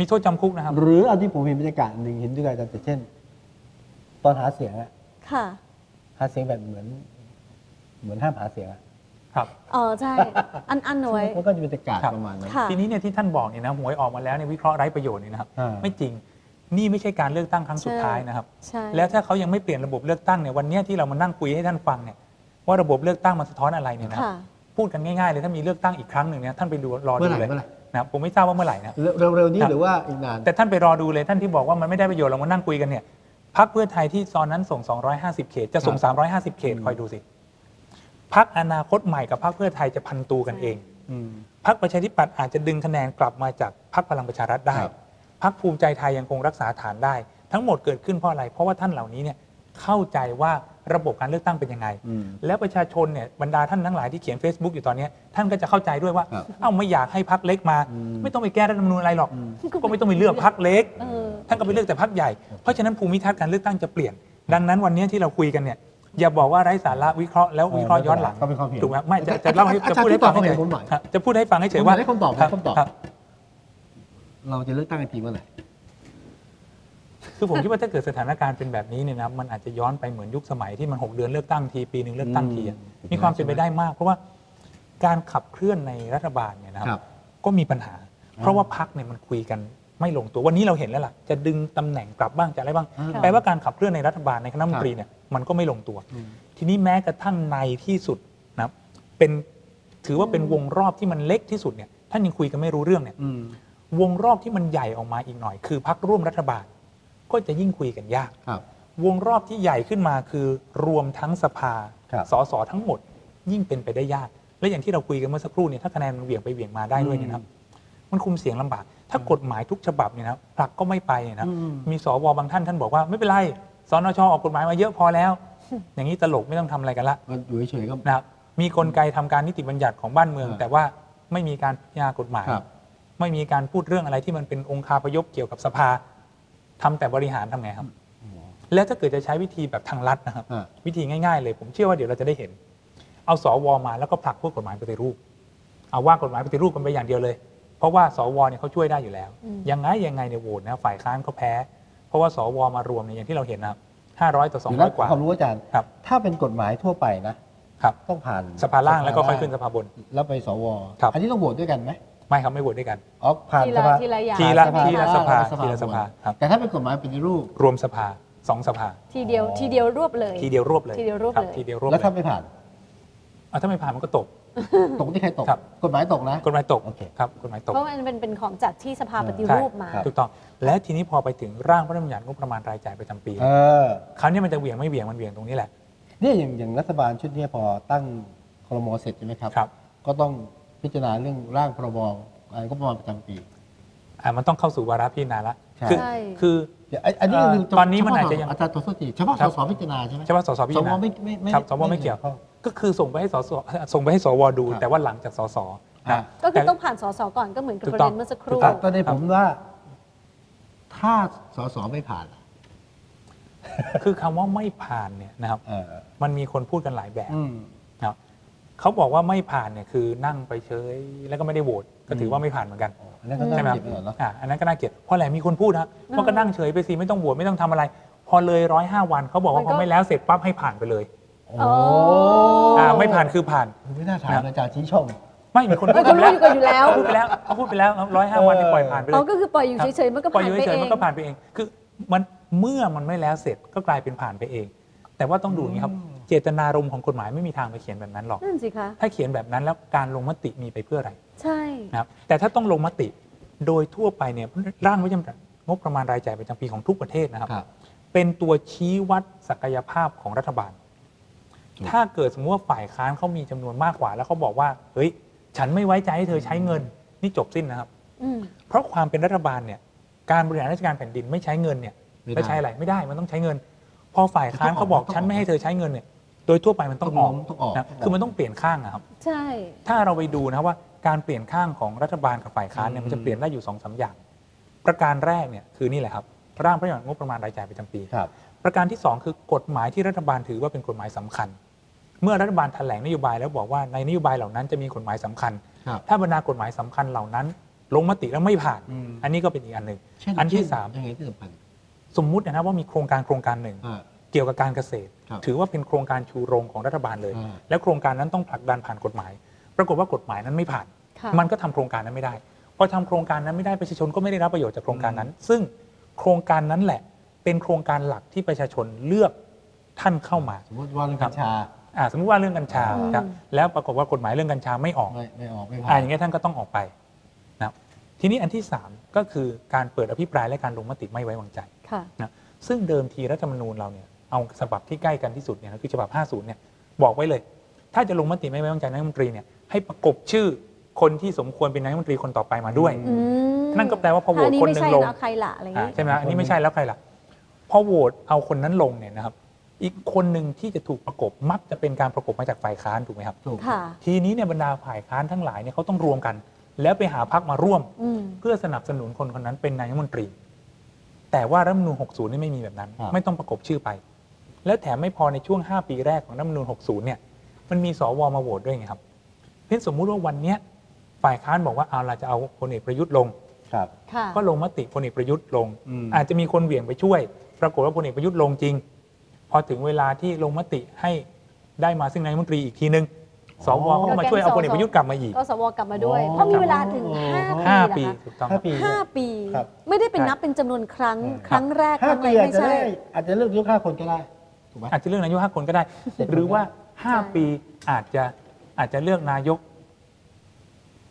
Speaker 3: มีโทษจำคุกนะครับ
Speaker 1: หรือเอาที่ผมเห็นบรรยากาศหนึ่งเห็นด้วยกันอาจารย์แต่เช่น ตอนหาเสียงอะ
Speaker 2: ค่ะ
Speaker 1: หาเสียงแบบเหมือน เหมือนห้ามหาเสียงอะ
Speaker 3: ครับ
Speaker 2: เออใช่ อันอันหน่อย
Speaker 1: มันก็จะเป็นบรรยากาศ
Speaker 3: ครับ
Speaker 1: ประมาณนั้น
Speaker 2: ค่ะ
Speaker 3: ทีนี้เนี่ยที่ท่านบอกเนี่ยนะหวยออกมาแล้วในยวิเคราะห์ไร้ประโยชน์เนี่ยนะครับ
Speaker 1: อ่า
Speaker 3: ไม่จริงนี่ไม่ใช่การเลือกตั้งครั้งสุด
Speaker 2: ใช่
Speaker 3: ท้ายนะครับ
Speaker 2: ใช่
Speaker 3: แล้วถ้าเขายังไม่เปลี่ยนระบบเลือกตั้งเนี่ยวันเนี้ยที่เรามานั่งคุยให้ท่านฟังเนี่ยว่าระบบเลือกตั้งมันสะท้อนอะไรเนี่ยนะครับ
Speaker 2: ค่ะ
Speaker 3: พูดกันง่ายๆเลยถ้ามีเลือกตั้งอีกครั้งหนึ่งเนี่ยท่านไปดูรอ
Speaker 1: เมื่
Speaker 3: ดู
Speaker 1: อไหร่
Speaker 3: เลย
Speaker 1: เมื่อไหร่
Speaker 3: นะครับผมไม่ทราบว่าเมื่อไหร่นะครับ
Speaker 1: เร็วเร็วๆนี้
Speaker 3: ครับ
Speaker 1: หรือว่าอีกนาน
Speaker 3: แต่ท่านไปรอดูเลยท่านที่บอกว่ามันไม่ได้ประโยชน์เรามานั่งคุยกันเนี่ยพักเพื่อไทยที่ตอนนั้นส่ง 250 เขต จะส่ง 350 เขต
Speaker 1: อืม
Speaker 3: คอยดูสิพักอนาคตใหม่กับพักเพื่อไทยจะพันตูกันเอง
Speaker 1: อืม
Speaker 3: พักประชาธิปัตย์อาจจะดึงคะแนนกลับมาจากพักพลังประชารัฐได้
Speaker 1: ครับ
Speaker 3: พักภูมิใจไทยยังคงรักษาฐานได้ ทั้งหมดเกิดขึ้นเพราะอะไร เพราะว่าท่านเหล่านี้เนี่ยเข้าใจว่าระบบการเลือกตั้งเป็นยังไง
Speaker 1: อืม
Speaker 3: แล้วประชาชนเนี่ยบรรดาท่านทั้งหลายที่เขียน Facebook อยู่ตอนเนี้ยท่านก็จะเข้าใจด้วยว่า
Speaker 1: ครับ
Speaker 3: เอ้าไม่อยากให้พักเล็กมา
Speaker 1: อืม
Speaker 3: ไม่ต้องไปแก้รัฐธรรมนูญอะไรหรอก
Speaker 1: อืม
Speaker 3: ก็ไม่ต้องไปเลือกพักเล็ก
Speaker 2: เออ
Speaker 3: ท่านก็ไปเลือกแต่พักใหญ่ เพราะฉะนั้นภูมิทัศน์การเลือกตั้งจะเปลี่ยน ดังนั้นวันนี้ที่เราคุยกันเนี่ยอย่าบอกว่าไร้สาระวิเคราะห์แล้ววิเคราะห์ย้อนหลัง
Speaker 1: ก็เป็นความเห็น
Speaker 3: ถูกไหมไม่จะจะเล่าให้จะพูดให้ฟังให้เฉย
Speaker 1: อาจารย์ที่ตอบความเห็นผมหน่อย
Speaker 3: ครับจะพูดให้ฟังให้เฉย
Speaker 1: ผมอ
Speaker 3: ว่า
Speaker 1: ยากได้คำตอบ
Speaker 3: รับ
Speaker 1: คำตอบ
Speaker 3: รับ
Speaker 1: เราจะเลือกตั้งกันทีเมื่อไหร่
Speaker 3: คือผมคิดว่าถ้าเกิดสถานการณ์เป็นแบบนี้เนี่ยนะครับมันอาจจะย้อนไปเหมือนยุคสมัยที่มันหกเดือนเลือกตั้งทีปีหนึ่งเลือกตั้งทีอะ
Speaker 1: อืม
Speaker 3: มีความเป็นไปได้มาก เพราะว่าการขับเคลื่อนในรัฐบาลเนี่ยนะครับ ก็มีปัญหา เพราะว่าพักเนี่ยมันคุยกันไม่ลงตัววันนี้เราเห็นแล้วล่ะจะดึงตำแหน่งกลับบ้างจะอะไรบ้าง
Speaker 1: อ่
Speaker 2: ค่ะ
Speaker 3: แปลว่าการขับเคลื่อนในรัฐบาลในคณะรัฐมนตรีเนี่ยมันก็ไม่ลงตัว
Speaker 1: อืม
Speaker 3: ทีนี้แม้กระทั่งในที่สุดนะครับเป็นถือว่าเป็นวงรอบที่มันเล็กที่สุดเนี่ยท่านยังคุยกันไม่รู้เรื่องเนี่ย
Speaker 1: อืม
Speaker 3: วงรอบที่มันใหญ่ออกมาอีกหน่อย คือพักร่วมรัฐบาล ก็จะยิ่งคุยกันยาก
Speaker 1: ครับ
Speaker 3: วงรอบที่ใหญ่ขึ้นมาคือรวมทั้งสภา
Speaker 1: ครับ
Speaker 3: สสทั้งหมด ยิ่งเป็นไปได้ยาก และอย่างที่เราคุยกันเมื่อสักครู่เนี่ยถ้าคะแนนมันเหวี่ยงไปเหวี่ยงมาได้ด้วยเนี่ยนะครับ มันคุมเสียงลำบาก ถ้ากฎหมายทุกฉบับเนี่ยนะผลักก็ไม่ไปเนี่ยนะ
Speaker 1: อืม
Speaker 3: มีสวบางท่านท่านบอกว่าไม่เป็นไรสนชออกกฎหมายมาเยอะพอแล้ว อย่างนี้ตลกไม่ต้องทำอะไรกันละ
Speaker 1: ก็อยู่เฉยๆก็
Speaker 3: นะครับมีกลไกทำการนิติบัญญัติของบ้านเมือง
Speaker 1: ครับ
Speaker 3: แต่ว่าไม่มีการพิจารณากฎหมาย
Speaker 1: ครับ
Speaker 3: ไม่มีการพูดเรื่องอะไรที่มันเป็นองคาพยพเกี่ยวกับสภาทำแต่บริหารทำไงครับ แล้วถ้าเกิดจะใช้วิธีแบบทางรัฐนะครับ
Speaker 1: อ่า
Speaker 3: วิธีง่ายๆเลย ผมเชื่อว่าเดี๋ยวเราจะได้เห็น เอาสวมาแล้วก็ผลักพวกกฎหมายปฏิรูป เอาว่ากฎหมายปฏิรูปกันไปอย่างเดียวเลย เพราะว่าสวเนี่ยเขาช่วยได้อยู่แล้ว
Speaker 2: อืม
Speaker 3: ยังไงยังไงเนี่ยโหวตนะฝ่ายค้านก็แพ้ เพราะว่าสวมารวมเนี่ยอย่างที่เราเห็นนะครับห้าร้อยต่อสอง
Speaker 1: เดี๋ยว
Speaker 3: ร้
Speaker 1: นะ
Speaker 3: อยกว่า
Speaker 1: ความรู้อาจารย์
Speaker 3: ครับ
Speaker 1: ถ้าเป็นกฎหมายทั่วไปนะครับ ต้องผ่าน
Speaker 3: สภาล่างแล้วก็ค่อยขึ้นส
Speaker 1: สภา
Speaker 3: ภาบ
Speaker 1: ล่า
Speaker 3: น
Speaker 1: งแล้วไปสว
Speaker 3: ครับ
Speaker 1: อันนี้ต้องโหวตด้วยกันไหม
Speaker 3: ไม่ครับไม่โหวตด้วยกัน
Speaker 1: อ๋อผ่าน
Speaker 2: ที
Speaker 1: ส
Speaker 2: ละ
Speaker 1: ภา
Speaker 2: ทีละอย่าง
Speaker 3: ทีละ
Speaker 2: ใช่ไหม
Speaker 3: ทีละ
Speaker 2: ค
Speaker 3: สภา
Speaker 1: สภา
Speaker 3: ทีละสภา
Speaker 1: สภา
Speaker 3: ครับ
Speaker 1: แต่ถ้าเป็นกฎหมายปฏิรูป
Speaker 3: รวมสภาสองสภา
Speaker 2: ทีเดียวทีเดียวรวบเลย
Speaker 3: ทีเดียวรวบเลย
Speaker 2: ทีเดียวรวบ
Speaker 3: ค
Speaker 2: เลย
Speaker 3: ทีเดียวรวบเล
Speaker 1: แล้ว
Speaker 3: ย
Speaker 1: ถ้าไม่ผ่าน
Speaker 3: อ่ะถ้าไม่ผ่านมันก็ตก
Speaker 1: ตกที่ใครตก
Speaker 3: ครับ
Speaker 1: กฎหมายตกนะ
Speaker 3: กฎหมายตก
Speaker 1: โอเค
Speaker 3: ครับกฎหมายตก
Speaker 2: เพราะมันเป็นเป็นของจากที่สภาปฏิรูปมา
Speaker 1: ใช่ครับ
Speaker 3: ถูกต้อง และทีนี้พอไปถึงร่างพระราชบัญญัติงบประมาณรายจ่ายประจำปี
Speaker 1: เออ
Speaker 3: คราวนี้มันจะเหวี่ยงไม่เหวี่ยงมันเหวี่ยงตรงนี้แหละ
Speaker 1: เนี่ยอย่างอย่างรัฐบาลชุดเนี้พอตั้งครมเสร็จใช่ไหมครับ
Speaker 3: ครับ
Speaker 1: ก็ต้องพิจารณาเรื่องร่างพรบเอ่อก็ประมาณประจำปี
Speaker 3: อ่ะมันต้องเข้าสู่วาระพิจารณาละ
Speaker 1: ใช่
Speaker 3: คื
Speaker 2: ใช่
Speaker 3: คือ
Speaker 1: เดี๋ยวไอ้อันนี้ก็คือ
Speaker 3: เอ่อตอนนี้มันอาจจะยัง
Speaker 1: อาจารย์ตัวสุติเฉพาะ
Speaker 3: ค
Speaker 1: ส
Speaker 3: รับ
Speaker 1: สพิจารณาใช่ไหม
Speaker 3: ใช่ว่าสสพิ
Speaker 1: ส
Speaker 3: จาร
Speaker 1: ว
Speaker 3: ณา
Speaker 1: ไม่ไม่ไม่
Speaker 3: ครับสวไม่เกี่ยว
Speaker 1: ข้อง
Speaker 3: ก็คือส่งไปให้สสส่งไปให้สวดู
Speaker 1: ครับ
Speaker 3: แต่ว่าหลังจากสส
Speaker 1: อ่ะ
Speaker 3: นะ
Speaker 2: ก็คือต้องผ่านสสก่อนก็เหมือนกับ
Speaker 3: ถู
Speaker 2: ป
Speaker 3: ก
Speaker 2: ระ
Speaker 3: ต้อง
Speaker 2: เด็นเมื่อสักครู่
Speaker 3: ถูกต้อง
Speaker 1: ตอนนี้ผมว่า ถ้าสสไม่ผ่านอ่ะ
Speaker 3: คือคำว่าไม่ผ่านเนี่ยนะครับ
Speaker 1: เออ
Speaker 3: มันมีคนพูดกันหลายแบบ
Speaker 1: อืม
Speaker 3: นะครับเขาบอกว่าไม่ผ่านเนี่ยคือนั่งไปเฉยแล้วก็ไม่ได้โหวตก็ถือว่าไม่ผ่านเหมือนกัน
Speaker 1: อันนั้นก็
Speaker 3: ใช่ไหม
Speaker 1: น่า
Speaker 3: ครั
Speaker 1: เจ็
Speaker 3: บบ
Speaker 1: เหมือนกันเนาะ
Speaker 3: อ่ะอันนั้นก็น่าเกลียดเพราะอะไรมีคนพูดนะเพราะก็นั่งเฉยไปสิไม่ต้องบวชไม่ต้องทำอะไร พอเลยร้อยห้าวันเขาบอกว่า
Speaker 2: มันก็
Speaker 3: พอไม่แล้วเสร็จปั๊บให้ผ่านไปเลย
Speaker 1: โอ้
Speaker 2: อ๋อ
Speaker 3: อ่าไม่ผ่านคือผ่าน
Speaker 1: ไม่น่าถาม
Speaker 3: นะ
Speaker 1: อาจารย์ชี้ชม
Speaker 3: ไม่มีคน
Speaker 2: เออเขารู้อยู่กันอยู่แล้ว
Speaker 3: พูดไปแล้วเขาพูดไปแล้วร้อยห้า
Speaker 1: เออ
Speaker 3: วันนี่ปล่อยผ่านไปเล
Speaker 2: อ๋อย ก็คือปล่อยอยู่เฉยๆมันก็
Speaker 3: ปล่อย
Speaker 2: ผ่า
Speaker 3: อน ยู่
Speaker 2: ไป
Speaker 3: เฉ
Speaker 2: เอย
Speaker 3: ๆ
Speaker 2: ง
Speaker 3: มันก็ผ่านไปเองคือมันเมื่อมันไม่แล้วเสร็จก็กลายเป็นผ่านไปเอง แต่ว่าต้องดูอย่างนี้ครับ เจตนารมณ์ของกฎหมายไม่มีทางไปเขียนแบบนั้นหรอก
Speaker 2: นั่นสิคะ
Speaker 3: ถ้าเขียนแบบนั้นแล้วการลงมติมีไปเพื่ออะไร
Speaker 2: ใช่
Speaker 3: นะครับแต่ถ้าต้องลงมติโดยทั่วไปเนี่ยร่างพระราชบัญญัติงบประมาณรายจ่ายประจำปีของทุกประเทศนะครับ
Speaker 1: ครับ
Speaker 3: เป็นตัวชี้วัดศักยภาพของรัฐบาล
Speaker 1: ถูก
Speaker 3: ถ้าเกิดสมมติว่าฝ่ายค้านเขามีจำนวนมากกว่า แล้วเขาบอกว่าเฮ้ยฉันไม่ไว้ใจให้เธอใช้เงินนี่จบสิ้นนะครับ
Speaker 2: อืม
Speaker 3: เพราะความเป็นรัฐบาลเนี่ยการบริหารราชการแผ่นดินไม่ใช้เงินเนี่ย
Speaker 1: ไม่ได้
Speaker 3: แล้วใช้อะไรไม่ได้มันต้องใช้เงิน พอฝ่ายค้านเขาบอก
Speaker 1: ต้องออก
Speaker 3: ฉันไม่ให้เธอใช้เงินเนี่ยโดยทั่วไปมันต้องออ
Speaker 1: ต้อ
Speaker 3: ก
Speaker 1: งล้มต้องออก
Speaker 3: นะคือมันต้องเปลี่ยนข้างอะครับ
Speaker 2: ใช่
Speaker 3: ถ้าเราไปดูนะว่าการเปลี่ยนข้างของรัฐบาลกับฝ่ายค้านเนี่ย
Speaker 1: อืม
Speaker 3: มันจะเปลี่ยนได้อยู่สองสามอย่าง ประการแรกเนี่ยคือนี่แหละครับ ร่างพระราชบัญญัติงบประมาณรายจ่ายประจำปี
Speaker 1: ครับ
Speaker 3: ประการที่ 2 คือกฎหมายที่รัฐบาลถือว่าเป็นกฎหมายสำคัญ เมื่อรัฐบาลแถลงนโยบายแล้วบอกว่าในนโยบายเหล่านั้นจะมีกฎหมายสำคัญ
Speaker 1: ครับ
Speaker 3: ถ้าบรรดากฎหมายสำคัญเหล่านั้น ลงมติแล้วไม่ผ่าน
Speaker 1: อืม
Speaker 3: อันนี้ก็เป็นอีกอันหนึ่ง
Speaker 1: เช่
Speaker 3: อันที่
Speaker 1: เช่
Speaker 3: สาม
Speaker 1: ยังไงที่สำคัญ
Speaker 3: สมมุตินะครับว่ามีโครงการโครงการหนึ่ง
Speaker 1: อ่า
Speaker 3: เกี่ยวกับการเกษตร
Speaker 1: ครับ
Speaker 3: ถือว่าเป็นโครงการชูโรงของรัฐบาลเลย
Speaker 1: อ่า
Speaker 3: แล้วโครงการนั้นต้องผลักดันผ่านกฎหมาย ปรากฏว่ากฎหมายนั้นไม่ผ่าน
Speaker 2: ค่ะ
Speaker 3: มันก็ทำโครงการนั้นไม่ได้ พอทำโครงการนั้นไม่ได้ประชาชนก็ไม่ได้รับประโยชน์จากโครงการนั้น ซึ่งโครงการนั้นแหละ เป็นโครงการหลักที่ประชาชนเลือกท่านเข้ามา
Speaker 1: สมมติว่าเรื่อง
Speaker 3: ครั
Speaker 1: กับ ญชา
Speaker 3: อ่าสมมติว่าเรื่องกัญชา
Speaker 2: อืม
Speaker 3: ครับแล้วปรากฏว่ากฎหมายเรื่องกัญชาไม่ออก
Speaker 1: ไม่ไม่ออกไม่
Speaker 3: อ่า
Speaker 1: ผ่า
Speaker 3: อน ย่างเงี้ยท่านก็ต้องออกไปนะครับทีนี้อันที่ 3 ก็คือการเปิดอภิปรายและการลงมติไม่ไว้วางใจ
Speaker 2: ค่ะ
Speaker 3: นะซึ่งเดิมทีรัฐธรรมนูญเราเนี่ยเอาฉบับที่ใกล้กันที่สุดเนี่ยนะคือฉบับ 50 เนี่ยบอกไว้เลย ถ้าจะลงมติไม่ไว้วางใจนายกรัฐมนตรีเนี่ยให้ประกบชื่อคนที่สมควรเป็นนายกรัฐมนตรีคนต่อไปมาด้วย
Speaker 2: อืม
Speaker 3: นั่นก็แปลว่าพอโหวต
Speaker 2: อั
Speaker 3: คนหนึ่งลง
Speaker 2: ไม่ใช่เอาใครละอะไรอย่าง
Speaker 3: อ่า
Speaker 2: งี้
Speaker 3: ใช่ไหมอันนี้ไม่ใช่แล้วใครล่ะพอโหวตเอาคนนั้นลงเนี่ยนะครับ อีกคนหนึ่งที่จะถูกประกบมักจะเป็นการประกบมาจากฝ่ายค้านถูกไหมครับ
Speaker 1: ถูก
Speaker 2: ค่ะ
Speaker 3: ทีนี้เนี่ยบรรดาฝ่ายค้านทั้งหลายเนี่ยเขาต้องรวมกัน แล้วไปหาพักมาร่วม
Speaker 2: อืม
Speaker 3: เพื่อสนับสนุนคนคนนั้นเป็นนายกรัฐมนตรี แต่ว่ารัฐธรรมนูญ60 นี่ไม่มีแบบนั้น
Speaker 1: ครับ
Speaker 3: ไม่ต้องประกบชื่อไป แล้วแถมไม่พอในช่วง 5 ปีแรกของรัฐธรรมนูญ60 เนี่ย มันมีสวมาโหวตด้วยไงครับเพียงสมมุติว่าวันเนี้ยฝ่ายค้านบอกว่าเอาเราจะเอาพลเอกประยุทธ์ลง
Speaker 1: ครับ
Speaker 2: ค่ะ
Speaker 3: ก็ลงมติพลเอกประยุทธ์ลง
Speaker 1: อืม
Speaker 3: อาจจะมีคนเหวี่ยงไปช่วย ปรากฏว่าพลเอกประยุทธ์ลงจริง พอถึงเวลาที่ลงมติให้ได้มาซึ่งนายกรัฐมนตรีอีกทีนึงสวก็มาช่วยเอาพลเอกประยุทธ์กลับมาอีก
Speaker 2: ก็สวกลับมาด้วย
Speaker 1: อ๋อ
Speaker 2: เพราะมีเวลาถึง
Speaker 1: โอ้
Speaker 3: ห้า
Speaker 2: 5
Speaker 3: ปี
Speaker 2: ปี
Speaker 3: ถูกต้องค
Speaker 1: ห้า
Speaker 3: รับ
Speaker 1: ปี
Speaker 2: ห้าปี
Speaker 1: ครับ
Speaker 2: ไม่ได้เป็น
Speaker 3: ใช่
Speaker 2: นับเป็นจำนวนครั้ง
Speaker 1: อืม
Speaker 2: ครั้งแรกค
Speaker 1: ห้า
Speaker 2: รั้งอะ
Speaker 1: ปี
Speaker 2: ไร
Speaker 1: อาจ
Speaker 2: ไม่
Speaker 1: จะ
Speaker 2: ใช่
Speaker 1: ได้อาจจะเลือกยุคห้าคนก็ได้ถูกไหม
Speaker 3: อาจจะเลือกนายกห้าคนก็ได้
Speaker 1: เจ็ดคน
Speaker 3: หรือว่า
Speaker 2: ใช่
Speaker 3: 5 ปีอาจจะอาจจะเลือกนายก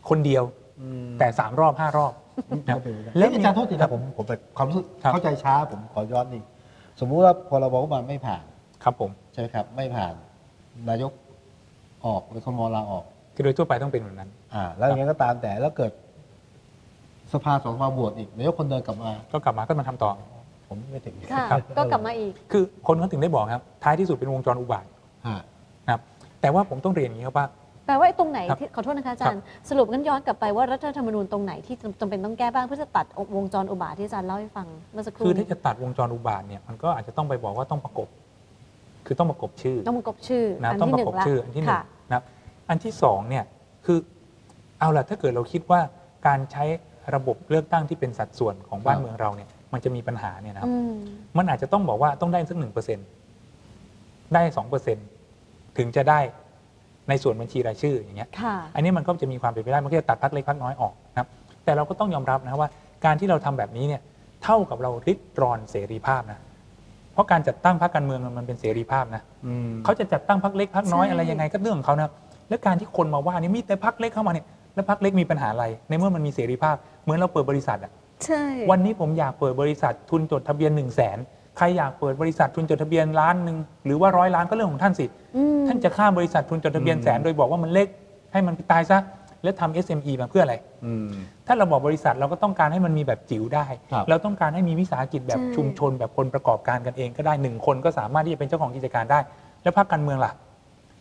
Speaker 3: คนเดียว
Speaker 1: อืม
Speaker 3: แต่ 3 รอบ 5 รอบ
Speaker 1: ไม่เป็นไรแล้
Speaker 3: แล้
Speaker 1: ว วอาจารย์โทษที
Speaker 3: ครั
Speaker 1: นะ
Speaker 3: บ
Speaker 1: ผมผมแบบความรู้สึก
Speaker 3: ครับ
Speaker 1: เข้าใจช้าผมขอย้อนนิดสมมุติว่าพรบประมาณไม่ผ่าน
Speaker 3: ครับผม
Speaker 1: ใช่ไหมครับ ไม่ผ่านนายกออกหรือคมลาออก
Speaker 3: คือโดยทั่วไปต้องเป็นแบบนั้น
Speaker 1: อ่า แล้วอย่างนี้นก็ตามแต่แล้วเกิด สภาสองสภาบวชอีกนายกคนเดินกลับมา
Speaker 3: ก็กลับมาก็มาทำต่อ
Speaker 1: ผมไม่ถึง
Speaker 2: ค่ะ
Speaker 3: ครับ
Speaker 2: ก็กลับมาอีก
Speaker 3: คือคนเขาถึงได้บอกครับ ท้ายที่สุดเป็นวงจรอุบาท
Speaker 1: ฮะ
Speaker 3: นะครับแต่ว่าผมต้องเรียนอย่างนี้ครับว่า
Speaker 2: แปลว่าไอ้ตรงไหน
Speaker 3: ครับ
Speaker 2: ที่ขอโทษนะคะอาจารย์ สรุปงั้นย้อนกลับไปว่ารัฐธรรมนูญตรงไหนที่จำจำเป็นต้องแก้บ้างเพื่อจะตัดวงจรอุบาทที่อาจารย์เล่าให้ฟังเมื่อสักครู่
Speaker 3: คือถ้าจะตัดวงจรอุบาทเนี่ยมันก็อาจจะต้องไปบอกว่าต้องประกบ คือต้องประกบชื่อ
Speaker 2: ต้องประกบชื่อ
Speaker 3: นะ
Speaker 2: อัน
Speaker 3: ต้อง
Speaker 2: ที่
Speaker 3: ป
Speaker 2: หนึ่
Speaker 3: ระก
Speaker 2: ง
Speaker 3: บ
Speaker 2: ละ
Speaker 3: ชื่ออันที่หนึ่
Speaker 2: ค่ะ
Speaker 3: งนะครับอันที่สองเนี่ยคือเอาล่ะถ้าเกิดเราคิดว่าการใช้ระบบเลือกตั้งที่เป็นสัดส่วนของบ้านเมืองเราเนี่ยมันจะมีปัญหาเนี่ยนะครับ
Speaker 2: อืม
Speaker 3: มันอาจจะต้องบอกว่าต้องได้สักหนึ่งเปอร์เซ็นได้สองเปอร์เซ็นถึงจะได้ในส่วนบัญชีรายชื่ออย่างเงี้ย
Speaker 2: ค่ะ
Speaker 3: อันนี้มันก็จะมีความเป็นไปได้ มันก็จะตัดพัดเล็กพัดน้อยออกนะครับ แต่เราก็ต้องยอมรับนะว่าการที่เราทำแบบนี้เนี่ยเท่ากับเราริดรอนเสรีภาพนะ เพราะการจัดตั้งพรรคการเมืองมันเป็นเสรีภาพนะ
Speaker 1: อืม
Speaker 3: เขาจะจัดตั้งพรรคเล็กพรรคน้อย
Speaker 2: ใช่
Speaker 3: อะไรยังไงก็เรื่องของเขานะครับและการที่คนมาว่านี่มีแต่พรรคเล็กเข้ามาเนี่ยแล้วพรรคเล็กมีปัญหาอะไร ในเมื่อมันมีเสรีภาพ เหมือนเราเปิดบริษัทอะ
Speaker 2: ใช่
Speaker 3: วันนี้ผมอยากเปิดบริษัททุนจดทะเบียน1นึ่งแสนใครอยากเปิดบริษัททุนจดทะเบียนล้านหนึ่งหรือว่าร้อยล้านก็เรื่องของท่านสิ
Speaker 2: อืม
Speaker 3: ท่านจะข้ามบริษัททุนจดทะเบียนแสนโดยบอกว่ามันเล็กให้มันตายซะ แล้วทำ SME มาเพื่ออะไร
Speaker 1: อืม
Speaker 3: ถ้าเราบอกบริษัทเราก็ต้องการให้มันมีแบบจิ๋วได้
Speaker 1: ครับ
Speaker 3: เราต้องการให้มีวิสาหกิจแบบชุมชน แบบคนประกอบการกันเองก็ได้หนึ่งคนก็สามารถที่จะเป็นเจ้าของกิจการได้ แล้วพรรคการเมืองล่ะ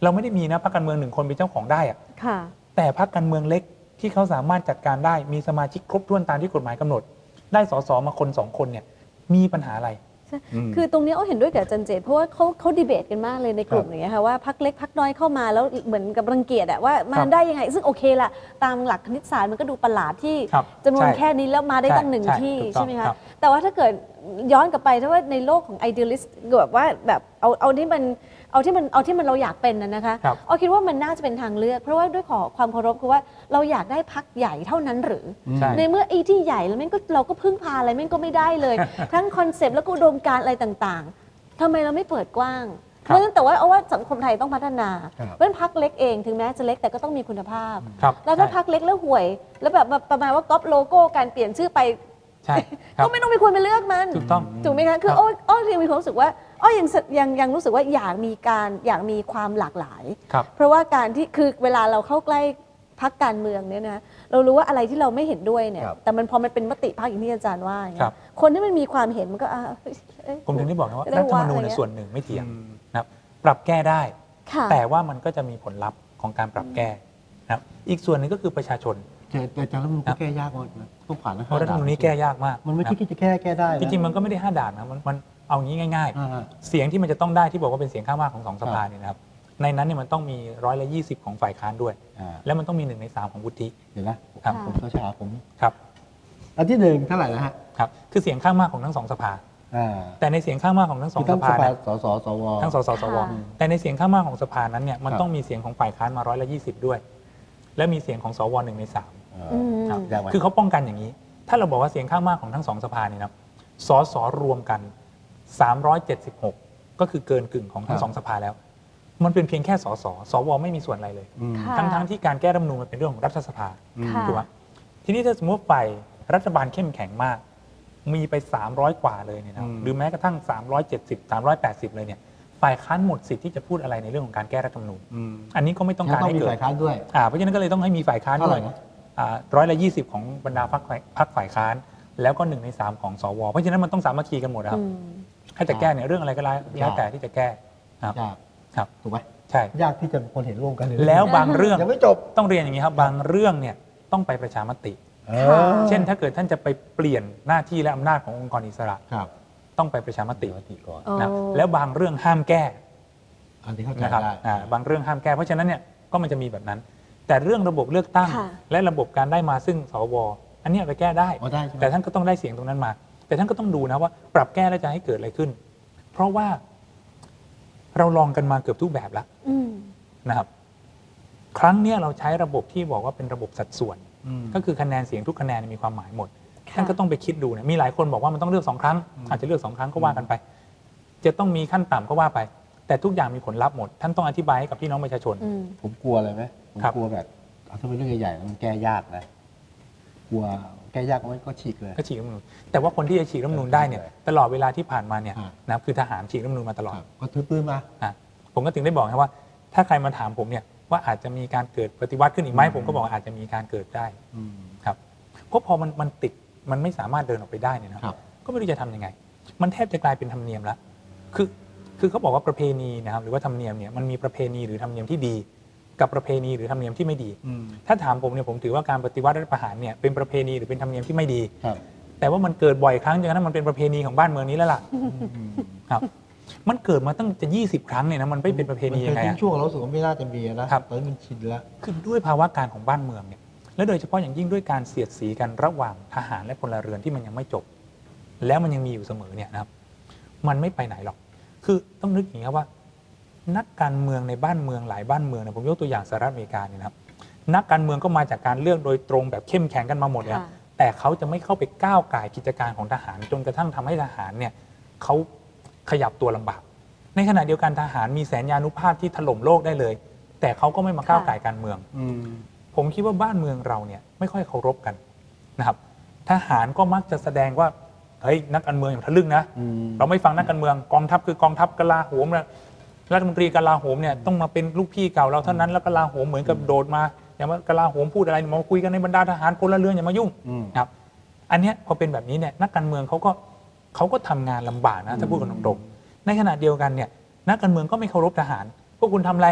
Speaker 3: เราไม่ได้มีนะพรรคการเมืองหนึ่งคนเป็นเจ้าของได้อะ
Speaker 2: ค่ะ
Speaker 3: แต่พรรคการเมืองเล็กที่เขาสามารถจัดการได้มีสมาชิกครบถ้วนตามที่กฎหมายกำหนด ได้สสมาคนสองคนเนี่ยมีปัญหาอะไร
Speaker 1: ม
Speaker 2: คือตรงเนี้ยอ้อเห็นด้วยกับอาจันเจตเพราะว่าเขาเขาดีเบตกันมากเลยในกลุ่ม
Speaker 1: ครับ
Speaker 2: อย่างเงี้ยค่ะว่าพักเล็กพักน้อยเข้ามาแล้วเหมือนกับรังเกียจอะว่ามา
Speaker 3: ครับ
Speaker 2: ได้ยังไง ซึ่งโอเคละตามหลักคณิตศาสตร์มันก็ดูประหลาดที่
Speaker 3: ครับ
Speaker 2: จำนวน
Speaker 3: ใช่
Speaker 2: แค่นี้แล้วมาได้ตั้งหนึ่ง
Speaker 3: ใช่
Speaker 2: ที่
Speaker 3: ถูกต้อง
Speaker 2: ใช่ไหมคะ
Speaker 3: ครับ
Speaker 2: แต่ว่าถ้าเกิดย้อนกลับไปถ้าว่าในโลกของไอเดียลิสต์แบบว่าแบบเอาเอาที่มันเอาที่มันเอาที่มันเราอยากเป็นนะนะคะ
Speaker 3: ครับ
Speaker 2: อ้อคิดว่ามันน่าจะเป็นทางเลือก เพราะว่าด้วยขอความเคารพคือว่าเราอยากได้พักใหญ่เท่านั้นหรือ
Speaker 3: ใช่
Speaker 2: ในเมื่อไอ้ที่ใหญ่แล้วแม่งก็เราก็พึ่งพาอะไรแม่งก็ไม่ได้เลย ทั้งคอนเซปต์แล้วก็อุดมการณ์อะไรต่างๆทำไมเราไม่เปิดกว้างเพ
Speaker 3: ครับ
Speaker 2: ราะฉะนั้นแต่ว่าเอาว่าสังคมไทยต้องพัฒนา
Speaker 1: ครับ
Speaker 2: เพราะฉะนั้นพักเล็กเองถึงแม้จะเล็กแต่ก็ต้องมีคุณภาพ
Speaker 3: ครับ
Speaker 2: แล้วถ้าพักเล็กแล้วห่วย แล้วแบบมาประมาณว่าก๊อปโลโก้การเปลี่ยนชื่อไป
Speaker 3: ใช่ครับ
Speaker 2: ก็ไม่ต้องไปควรไปเลือกมัน
Speaker 3: ถูกต้อง
Speaker 2: ถูกไหมคะคือ
Speaker 3: ครับ
Speaker 2: อ้ออ้อยังมีความรู้สึกว่าอ้อยังสยังยังรู้สึกว่าอยากมีการอยากมีความหลากหลาย
Speaker 3: ครับ
Speaker 2: เพราะว่าการที่คือเวลาเราเข้าใกล้พักการเมืองเนี่ยนะเรารู้ว่าอะไรที่เราไม่เห็นด้วยเนี่ย
Speaker 1: ครับ
Speaker 2: แต่มันพอมันเป็นมติพักอย่างที่อาจารย์ว่าอย่าง
Speaker 3: ครั
Speaker 2: เงี้
Speaker 3: บ
Speaker 2: ยคนที่มันมีความเห็นมันก็อ่าเอ้ยเอ้ย
Speaker 3: ผมถึงได้บอกนะว่า
Speaker 2: เรื่
Speaker 3: รั
Speaker 2: อ
Speaker 3: ฐ
Speaker 2: ง
Speaker 3: ธรร
Speaker 2: ว่าม
Speaker 3: นูญ
Speaker 2: อะไรเนี่ย
Speaker 3: ส่วนหนึ่งไม่เถียง
Speaker 1: อืม
Speaker 3: นะครับปรับแก้ได้
Speaker 2: ค่ะ
Speaker 3: แต่ว่ามันก็จะมีผลลัพธ์ของการปรับแก้นะครับอีกส่วนหนึ่งก็คือประชาชน
Speaker 1: แต่แต่จารย์รัฐธรรมนูญก็แก้ยากมากนะต้องผ่านนะ
Speaker 3: เพราะรัฐธรรมนูญนี้แก้ยากมาก
Speaker 1: มันไม่ใช่
Speaker 3: นะ
Speaker 1: ที่จะแก้แก้ได้นะ
Speaker 3: จริงๆมันก็ไม่ได้ห้าด่านนะมันมันเอางี้ง่าย ๆ
Speaker 1: อ่า
Speaker 3: เสียงที่มันจะต้องได้ที่บอกว่าเป็นเสียงข้างมากของสองสภา
Speaker 1: ครับ
Speaker 3: เนี่ยนะครับในนั้นเนี่ยมันต้องมีร้อยละยี่สิบของฝ่ายค้านด้วย
Speaker 1: อ่า
Speaker 3: แล้วมันต้องมีหนึ่งในสามของวุฒิ
Speaker 1: เดี๋ยวนะครับ ผมช้าๆผม
Speaker 3: ครับ
Speaker 1: อันที่หนึ่งเท่าไหร่นะฮะ
Speaker 3: ครับคือเสียงข้างมากของทั้งสองสภา
Speaker 1: อ่า
Speaker 3: แต่ในเสียงข้างมากของทั้งสอง
Speaker 1: คือต้
Speaker 3: ส
Speaker 1: องสภา
Speaker 3: ภาเนี่ย
Speaker 1: สสสว
Speaker 3: ทั้งสสสวแต่ในเสียงข้างมากของสภานั้นเนี่ยมั
Speaker 1: ค
Speaker 3: น
Speaker 1: รับ
Speaker 3: ต้องมีเสียงของฝ่ายค้านมาร้อยละยี่สิบด้วย และมีเสียงของสวหนึ่งในสาม
Speaker 1: เอ่อ
Speaker 2: อืม
Speaker 3: ครับ
Speaker 1: ยากไหม
Speaker 3: คือเขาป้องกันอย่างนี้ ถ้าเราบอกว่าเสียงข้างมากของทั้งสองสภาเนี่ยนะครับสสรวมกัน 376 ก็คือเกินกึ่งของทั้งสองสภาแล้ว มันเป็นเพียงแค่สสสวไม่มีส่วนอะไรเลย
Speaker 1: ม
Speaker 2: ค่ะ
Speaker 3: ทั้งๆที่การแก้รัฐธรรมนูญมันเป็นเรื่องของรัฐสภา
Speaker 2: ค่ะ
Speaker 3: ถูกไหมทีนี้ถ้าสมมติว่าฝ่ายรัฐบาลเข้มแข็งมาก มีไป 300 กว่าเลยเนี่ยนะ
Speaker 1: อืม
Speaker 3: หรือแม้กระทั่ง 370 380 เลยเนี่ยฝ่ายค้านหมดสิทธิ์ที่จะพูดอะไรในเรื่องของการแก้รัฐธรรมนูญ
Speaker 1: อืม
Speaker 3: อันนี้ก็ไม่ต้องการ
Speaker 1: งั้นต้อง
Speaker 3: ให้
Speaker 1: มี
Speaker 3: เกิด
Speaker 1: ฝ่ายค้านด้วย
Speaker 3: อ่าเพราะฉะนั้นก็เลยต้องให้มีฝ่ายค้านด้วย
Speaker 1: เท่าไหร่นะ
Speaker 3: ร้อยละยี่สิบของบรรดาพรรคฝ่ายพรรคฝ่ายค้าน แล้วก็หนึ่งในสามของสวเพราะฉะนั้นมันต้องสามัคคีกันหมดนะครับ
Speaker 2: อืม
Speaker 3: ถ้าจะแก้เนี่ยเรื่องอะไรก็แล้วแต่ที่จะแก้นะครับ
Speaker 1: ยาก
Speaker 3: ครับ
Speaker 1: ถูกไหม
Speaker 3: ใช่
Speaker 1: ยากที่จะคนเห็นร่วมกันเลย
Speaker 3: แล้วบางเรื่อง
Speaker 1: ยังไม่จบ
Speaker 3: ต้องเรียนอย่างนี้ครับ บางเรื่องเนี่ยต้องไปประชามติ
Speaker 1: เอ
Speaker 2: ค่ะ
Speaker 1: อ
Speaker 3: เช่นถ้าเกิดท่านจะไปเปลี่ยนหน้าที่และอำนาจขององค์กรอิสระ
Speaker 1: ครับ
Speaker 3: ต้องไปประชามติ
Speaker 1: มติก่อน
Speaker 2: โอ้
Speaker 3: นะแล้วบางเรื่องห้ามแก้
Speaker 1: อันที่เข้าใจ
Speaker 3: นะครับ
Speaker 1: ได้
Speaker 3: อ่าบางเรื่องห้ามแก้ เพราะฉะนั้นเนี่ยก็มันจะมีแบบนั้น แต่เรื่องระบบเลือกตั้ง
Speaker 2: ค่ะ
Speaker 3: และระบบการได้มาซึ่งสวอันเนี้ยไปแก้ได้
Speaker 1: อ๋อได้ใช่ไหม
Speaker 3: แต่ท่านก็ต้องได้เสียงตรงนั้นมา แต่ท่านก็ต้องดูนะว่า ปรับแก้แล้วจะให้เกิดอะไรขึ้น เพราะว่าเราลองกันมาเกือบทุกแบบแล้ว
Speaker 2: อืม
Speaker 3: นะครับ ครั้งเนี้ยเราใช้ระบบที่บอกว่าเป็นระบบสัดส่วน
Speaker 1: อืม
Speaker 3: ก็คือคะแนนเสียงทุกคะแนนมีความหมายหมด
Speaker 2: ค่ะ
Speaker 3: ท่านก็ต้องไปคิดดูนะมีหลายคนบอกว่ามันต้องเลือกสองครั้ง
Speaker 1: อืม
Speaker 3: อาจจะเลือกสองครั้งก็ว่ากันไป จะต้องมีขั้นต่ำก็ว่าไป แต่ทุกอย่างมีผลลัพธ์หมด ท่านต้องอธิบายให้กับพี่น้องประชาชน
Speaker 2: อืม
Speaker 1: ผมกลัวอะไรไหมผม
Speaker 3: ครับ
Speaker 1: กลัวแบบเอาถ้าเป็นเรื่องใหญ่ๆมันแก้ยากนะกลัวแก้ยากมันก็ฉีกเลย
Speaker 3: ก็ฉีกรัฐธรรมนูญแต่ว่าคนที่จะฉีกรัฐธรรมนูญได้เนี่ยตลอดเวลาที่ผ่านมาเนี่ย
Speaker 1: ฮะ
Speaker 3: นะครับคือทหารฉีกรัฐธรรมนูญมาตลอด
Speaker 1: ครับก็ถือปืนมา
Speaker 3: ผมก็ถึงได้บอกนะว่า ถ้าใครมาถามผมเนี่ยว่าอาจจะมีการเกิดปฏิวัติขึ้นอีกไหม
Speaker 1: อืม
Speaker 3: ผมก็บอกว่าอาจจะมีการเกิดได้
Speaker 1: อืม
Speaker 3: เพราะพอมันมันติดมันไม่สามารถเดินออกไปได้เนี่ยนะครับ ก็ไม่รู้จะทำยังไง มันแทบจะกลายเป็นธรรมเนียมละคือคือเขาบอกว่าประเพณีนะครับหรือว่าธรรมเนียมเนี่ยมันมีประเพณีหรือธรรมเนียมที่ดี กับประเพณีหรือธรรมเนียมที่ไม่ดี
Speaker 4: อืม
Speaker 3: ถ้าถามผมเนี่ยผมถือว่าการปฏิวัติรัฐประหารเนี่ยเป็นประเพณีหรือเป็นธรรมเนียมที่ไม่ดี
Speaker 1: ครับ
Speaker 3: แต่ว่ามันเกิดบ่อยครั้งจนกระทั่งมันเป็นประเพณีของบ้านเมืองนี้แล้วล่ะ ครับ มันเกิดมาตั้งจะ 20 ครั้งเนี่ยนะมันไม่เป็นประเพณี
Speaker 4: มั
Speaker 3: ยัง
Speaker 4: เค
Speaker 3: ไง
Speaker 4: ทิ้
Speaker 3: อะ
Speaker 4: งช่วงเรารู้สึกว่าไม่น่าจะมีนะครับ ตอนนี้มันชินแล้ว
Speaker 3: คือด้วยภาวะการของบ้านเมืองเนี่ย และโดยเฉพาะอย่างยิ่งด้วยการเสียดสีกันระหว่างทหารและพลเรือนที่มันยังไม่จบ แล้วมันยังมีอยู่เสมอเนี่ยนะครับ มันไม่ไปไหนหรอก คือต้องนึกอย่างนี้ครับว่า นักการเมืองในบ้านเมืองหลายบ้านเมืองเนยผมยกตัวอย่างสหรัฐอเมริกาเนี่ยนะครับ นักการเมืองก็มาจากการเลือกโดยตรงแบบเข้มแข็งกันมาหมดเลย
Speaker 2: ค่ะ
Speaker 3: แต่เขาจะไม่เข้าไปก้าวไก่ายกิจการของทหารจนกระทั่งทำให้ทหารเนี่ยเขาขยับตัวลำบาก ในขณะเดียวกันทหารมีแสนยานุภาพที่ถล่มโลกได้เลย แต่เขาก็ไม่มาก้าวไก่ายการเมือง
Speaker 1: อืม
Speaker 3: ผมคิดว่าบ้านเมืองเราเนี่ยไม่ค่อยเคารพกันนะครับ ทหารก็มักจะแสดงว่าเฮ้ยนักการเมืองอย่าทะลึ่งนะ
Speaker 1: อืม
Speaker 3: เราไม่ฟังนักการเมืองกองทัพคือกองทัพกลาโหมนะรัฐมนตรีกลาโหมเนี่ยต้องมาเป็นลูกพี่เก่าเราเท่านั้นแล้วกลาโหมเหมือนกับโดดมาอย่ามากลาโหมพูดอะไรมาคุยกันในบรรดาทหารพลเรือนอย่ามายุ่ง
Speaker 1: อืม
Speaker 3: นะครับอันเนี้ยพอเป็นแบบนี้เนี่ยนักการเมืองเขาก็เขาก็ทำงานลำบากนะถ้าพูดกันตรงๆในขณะเดียวกันเนี่ยนักการเมืองก็ไม่เคารพทหาร พวกคุณทำอะไร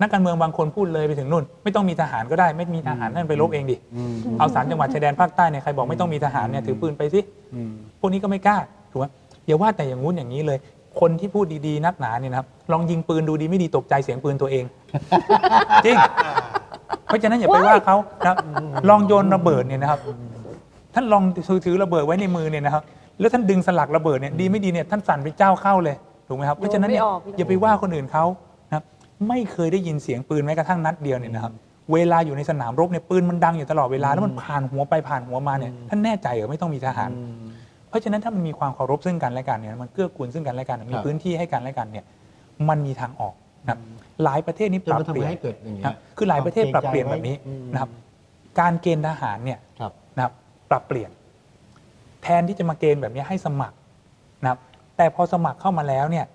Speaker 3: นักการเมืองบางคนพูดเลยไปถึงนู่น ไม่ต้องมีทหารก็ได้ ไม่มีทหารนั่นไปรบเองดิ
Speaker 1: อืม
Speaker 3: เอาสามจังหวัดชายแดนภาคใต้เนี่ยใครบอกไม่ต้องมีทหารเนี่ยถือปืนไปสิ
Speaker 1: อืม
Speaker 3: พวกนี้ก็ไม่กล้าถูกไหมอย่าว่าแต่อย่างงู้นอย่างนี้เลย คนที่พูดดีๆนักหนาเนี่ยนะครับลองยิงปืนดูดีไม่ดีตกใจเสียงปืนตัวเอง จริง เพราะฉะนั้นอย่าไปว่าเขานะลองโยนระเบิดเนี่ยนะครับ ท่านลองถือถือระเบิดไว้ในมือเนี่ยนะครับ แล้วท่านดึงสลักระเบิดเนี่ยดีไม่ดีเนี่ยท่านสั่นไปเจ้าเข้าเลยถูกไหมครับ เพราะฉะนั้นเนี่ย
Speaker 2: โยนไม่ออกพี่
Speaker 3: อย่าไปว่าคนอื่นเขานะครับไม่เคยได้ยินเสียงปืนแม้กระทั่งนัดเดียวเนี่ยนะครับ เวลาอยู่ในสนามรบเนี่ยปืนมันดังอยู่ตลอดเวลาแล้วมันผ่านหัวไปผ่านหัวมาเนี่ยท่านแน่ใจเหรอไม่ต้องมีทหาร เพราะฉะนั้นถ้ามันมีความเคารพซึ่งกันและกันเนี่ยมันเกื้อกูลซึ่งกันและกันมี
Speaker 4: ครับ
Speaker 3: พื้นที่ให้กันและกันเนี่ยมันมีทางออกนะครับหลายประเทศนี่
Speaker 4: จ
Speaker 3: ป
Speaker 4: น
Speaker 3: รับ
Speaker 4: มันทำ
Speaker 3: เปลี่ยน
Speaker 4: ให้เกิดอย่าง
Speaker 3: ค
Speaker 4: เงี้
Speaker 3: รับ
Speaker 4: ย
Speaker 3: คือหลายประเทศปรับเปลี่ยนแบบนี้
Speaker 4: อืม
Speaker 3: นะครับ การเกณฑ์ทหารเนี่ย
Speaker 4: ครับ
Speaker 3: นะครับปรับเปลี่ยน แทนที่จะมาเกณฑ์แบบนี้ให้สมัครนะครับ แต่พอสมัครเข้ามาแล้วเนี่ย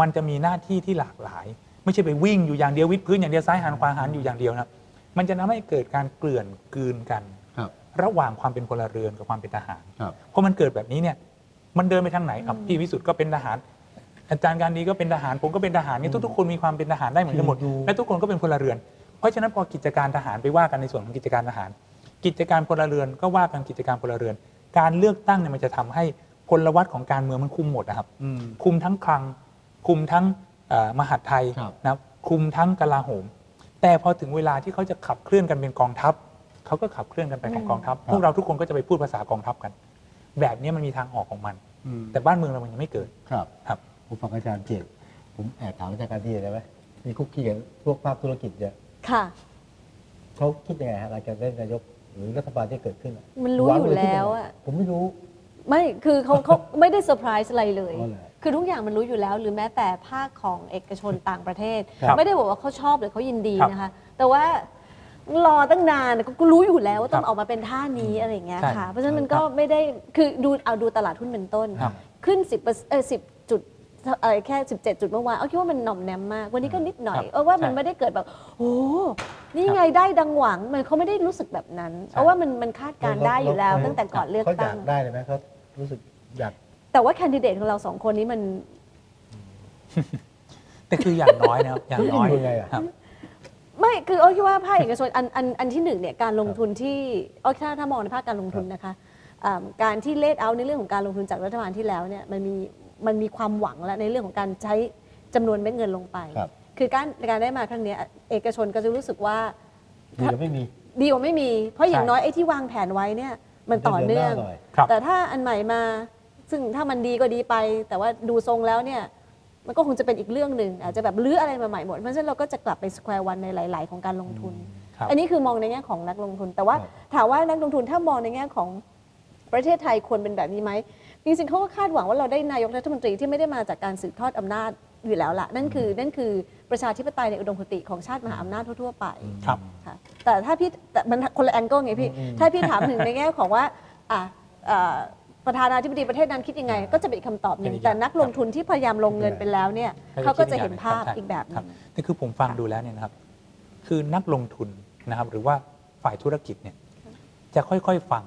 Speaker 3: มันจะมีหน้าที่ที่หลากหลาย ไม่ใช่ไปวิ่งอยู่อย่างเดียววิดพื้นอย่างเดียวซ้ายหันขวาหันอยู่อย่างเดียวนะครับ มันจะทำให้เกิดการเกลื่อนกลืนกัน
Speaker 4: ครับ
Speaker 3: ระหว่างความเป็นพลเรือนกับความเป็นทหาร
Speaker 4: ครับ
Speaker 3: เพราะมันเกิดแบบนี้เนี่ย มันเดินไปทางไหนอ่ะพี่วิสุทธ์ก็เป็นทหาร อาจารย์การดีก็เป็นทหาร ผมก็เป็นทหารเนี่ยทุกๆคนมีความเป็นทหารได้เหมือนกันหมด
Speaker 4: อยู่
Speaker 3: และทุกคนก็เป็นพลเรือน เพราะฉะนั้นพอกิจการทหารไปว่ากันในส่วนของกิจการทหาร กิจการพลเรือนก็ว่ากันกิจการพลเรือน การเลือกตั้งเนี่ยมันจะทำให้พลวัตของการเมืองมันคุมหมดนะครับ
Speaker 4: อืม
Speaker 3: คุมทั้งคลัง คุมทั้งเอ่อมหาดไทย
Speaker 4: ครับ
Speaker 3: นะครับคุมทั้งกลาโหม แต่พอถึงเวลาที่เขาจะขับเคลื่อนกันเป็นกองทัพเขาก็ขับเคลื่อนกันไปของกองทัพพวกเราทุกคนก็จะไปพูดภาษากองทัพกัน แบบนี้มันมีทางออกของมัน
Speaker 4: อืม
Speaker 3: แต่บ้านเมืองเรามันยังไม่เกิด
Speaker 1: ครับ
Speaker 3: ครับ
Speaker 1: ผมฟังอาจารย์เจตผมแอบถามอาจารย์การที่ได้ไหมมีคุกคีกันพวกภาคธุรกิจเนี่ย
Speaker 2: ค่ะ
Speaker 1: เขาคิดยังไงฮะหลังจากได้นายกหรือรัฐบาลที่เกิดขึ้นอะ
Speaker 2: มันรู้
Speaker 1: หง
Speaker 2: อยู่
Speaker 1: โดที่
Speaker 2: แล้วอะ
Speaker 1: ผมไม่รู้
Speaker 2: ไม่คือเขาเขา ไม่ได้เซอร์ไพรส์อะไรเลย
Speaker 1: อ๋อเหรอ
Speaker 2: คือทุกอย่างมันรู้อยู่แล้ว หรือแม้แต่ภาคของเอกชนต่างประเทศ
Speaker 1: ครับ
Speaker 2: ไม่ได้บอกว่าเขาชอบหรือเขายินดี
Speaker 3: ครับ
Speaker 2: นะคะ แต่ว่ารอตั้งนานก็ก็รู้อยู่แล้วว่าต้อ
Speaker 3: ค
Speaker 2: ง
Speaker 3: รับ
Speaker 2: ออกมาเป็นท่านี้อะไรอย่างเงี้ย
Speaker 3: ใช่
Speaker 2: ค่ะ เพราะฉะนั้นมันก็ไม่ได้คือดูเอาดูตลาดหุ้นเป็นต้น
Speaker 3: ครับ
Speaker 2: ขึ้น 10เปอร์เออ10จุดเออแค่ 17 จุดเมื่อวานเอาคิดว่ามันหน่อมแนมมาก วันนี้ก็นิดหน่อย
Speaker 3: ครับ
Speaker 2: เอาว่ามัน
Speaker 3: ใช่
Speaker 2: ไม่ได้เกิดแบบโอ้นี่ไงได้ดังหวังมันเขาไม่ได้รู้สึกแบบนั้น
Speaker 3: ใช่
Speaker 2: เอาว่ามันมันคาดการณ์ได้อยู่แล้ว
Speaker 1: เราเรา
Speaker 2: ตั้งแต่ก่อนเลือก
Speaker 1: เขาอ
Speaker 2: ตั้
Speaker 1: ยาง กได้เลยไหมเขารู้สึกอยาก
Speaker 2: แต่ว่าแคนดิเดตของเราสองคนนี้มัน
Speaker 3: แต่คืออย่างน้อยนะครับ อย่างน้อย
Speaker 1: คุณจะอยู่ยังไงอะ
Speaker 3: ครับ
Speaker 2: ไม่คืออ้อยคิดว่าภาคเอกชนอันอันอันที่หนึ่งเนี่ยการลงทุนที่อ้อยถ้าถ้ามองในภาคการลงทุนนะคะอ่าการที่เลดเอาในเรื่องของการลงทุนจากรัฐบาลที่แล้วเนี่ยมันมีมันมีความหวังแล้วในเรื่องของการใช้จำนวนเม็ดเงินลงไป
Speaker 1: ครับ
Speaker 2: อการการได้มาครั้งเนี้ยเอกชนก็จะรู้สึกว่า
Speaker 1: ดีหรือไม่มี
Speaker 2: ดีกว่าไม่มี เพราะอย่าง
Speaker 3: ใช่
Speaker 2: น้อยไอ้ที่วางแผนไว้เนี่ยมันต่อเนื่อง
Speaker 1: เดินหน้าหน่อย
Speaker 3: ครับ
Speaker 2: แต่ถ้าอันใหม่มา ซึ่งถ้ามันดีก็ดีไป แต่ว่าดูทรงแล้วเนี่ย มันก็คงจะเป็นอีกเรื่องหนึ่งอาจจะแบบลื้ออะไรมาใหม่หมด เพราะฉะนั้นเราก็จะกลับไปสแควร์วันในหลาย ๆ ของการลงทุน
Speaker 3: ครับ
Speaker 2: อันนี้คือมองในแง่ของนักลงทุน แต่ว่า
Speaker 1: ครับ
Speaker 2: ถามว่านักลงทุนถ้ามองในแง่ของประเทศไทยควรเป็นแบบนี้ไหมจริงๆเขาก็คาดหวังว่าเราได้นายกรัฐมนตรีที่ไม่ได้มาจากการสืบทอดอำนาจอยู่แล้วละนั่นคือนั่นคือประชาธิปไตยในอุดมคติของชาติมหาอำนาจทั่วๆไป
Speaker 3: ครับ
Speaker 2: ค่ะแต่ถ้าพี่แต่มันคนละแองเกิลไงพี่ ถ้าพี่ถามถึงในแง่ของว่าอ่ะเอ่อประธานาธิบดีประเทศนั้นคิดยังไง ก็จะเป็นอีกคำตอบหนึ่ง
Speaker 3: เป็นอีก
Speaker 2: แต่นักลงทุนที่พยายามลงเงิน
Speaker 1: ครับ
Speaker 2: ไปแล้วเนี่ยเขาก็จะเห็นภาพอีกแบบห
Speaker 3: ครั
Speaker 2: นึ่ง
Speaker 3: แต่คือผมฟัง
Speaker 2: ค่ะ
Speaker 3: ดูแล้วเนี่ยนะครับ คือนักลงทุนนะครับ หรือว่าฝ่ายธุรกิจเนี่ย จะค่อยๆฟัง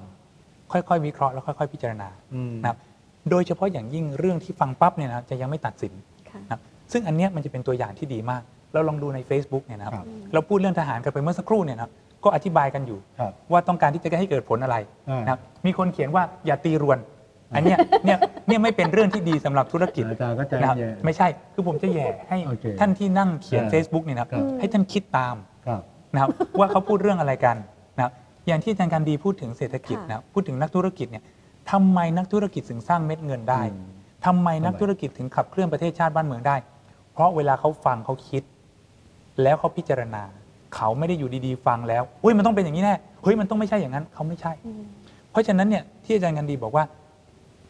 Speaker 3: ค่อยๆ วิเคราะห์แล้วค่อยๆ พิจารณา
Speaker 1: อืม
Speaker 3: นะครับ โดยเฉพาะอย่างยิ่งเรื่องที่ฟังปั๊บเนี่ยนะครับจะยังไม่ตัดสิน
Speaker 2: ค่ะ
Speaker 3: นะครับซึ่งอันเนี้ยมันจะเป็นตัวอย่างที่ดีมาก เราลองดูใน Facebook เนี่ยนะครับ
Speaker 1: ครับ
Speaker 2: อืม
Speaker 3: เราพูดเรื่องทหารกันไปเมื่อสักครู่เนี่ยนะครับก็อธิบายกันอยู่
Speaker 1: ครับ
Speaker 3: ว่าต้องการที่จะให้เกิดผลอะไร
Speaker 1: อ่าน
Speaker 3: นะครับมีคนเขียนว่าอย่าตีรวน อันเนี้ยเนี่ยเนี่ยไม่เป็นเรื่องที่ดีสำหรับธุรกิจ
Speaker 1: อาจารย์ก็ใจ
Speaker 3: นะครับ
Speaker 1: เย็น
Speaker 3: ไม่ใช่ คือผมจะแหย่ให้
Speaker 1: โอเค
Speaker 3: ท่านที่นั่งเขียน
Speaker 1: อ่า
Speaker 3: Facebook เนี่ยนะครับ
Speaker 1: ครับ
Speaker 3: ให้ท่านคิดตาม
Speaker 1: ครับ
Speaker 3: นะครับ ว่าเขาพูดเรื่องอะไรกันนะครับอย่างที่อาจารย์การดีพูดถึงเศรษฐกิจนะครับพูดถึงนักธุรกิจเนี่ยทำไมนักธุรกิจถึงสร้างเม็ดเงินได้
Speaker 1: อืม
Speaker 3: ทำไมนักธุรกิจถึงขับเคลื่อนประเทศชาติบ้านเมืองได้ เพราะเวลาเขาฟังเขาคิด แล้วเขาพิจารณา เขาไม่ได้อยู่ดีๆ ฟังแล้วเฮ้ยมันต้องเป็นอย่างนี้แน่เฮ้ยมันต้องไม่ใช่อย่างนั้นเขาไม่ใช่
Speaker 2: อืม
Speaker 3: เพราะฉะนั้นเนี่ยที่อาจารย์กันดีบอกว่า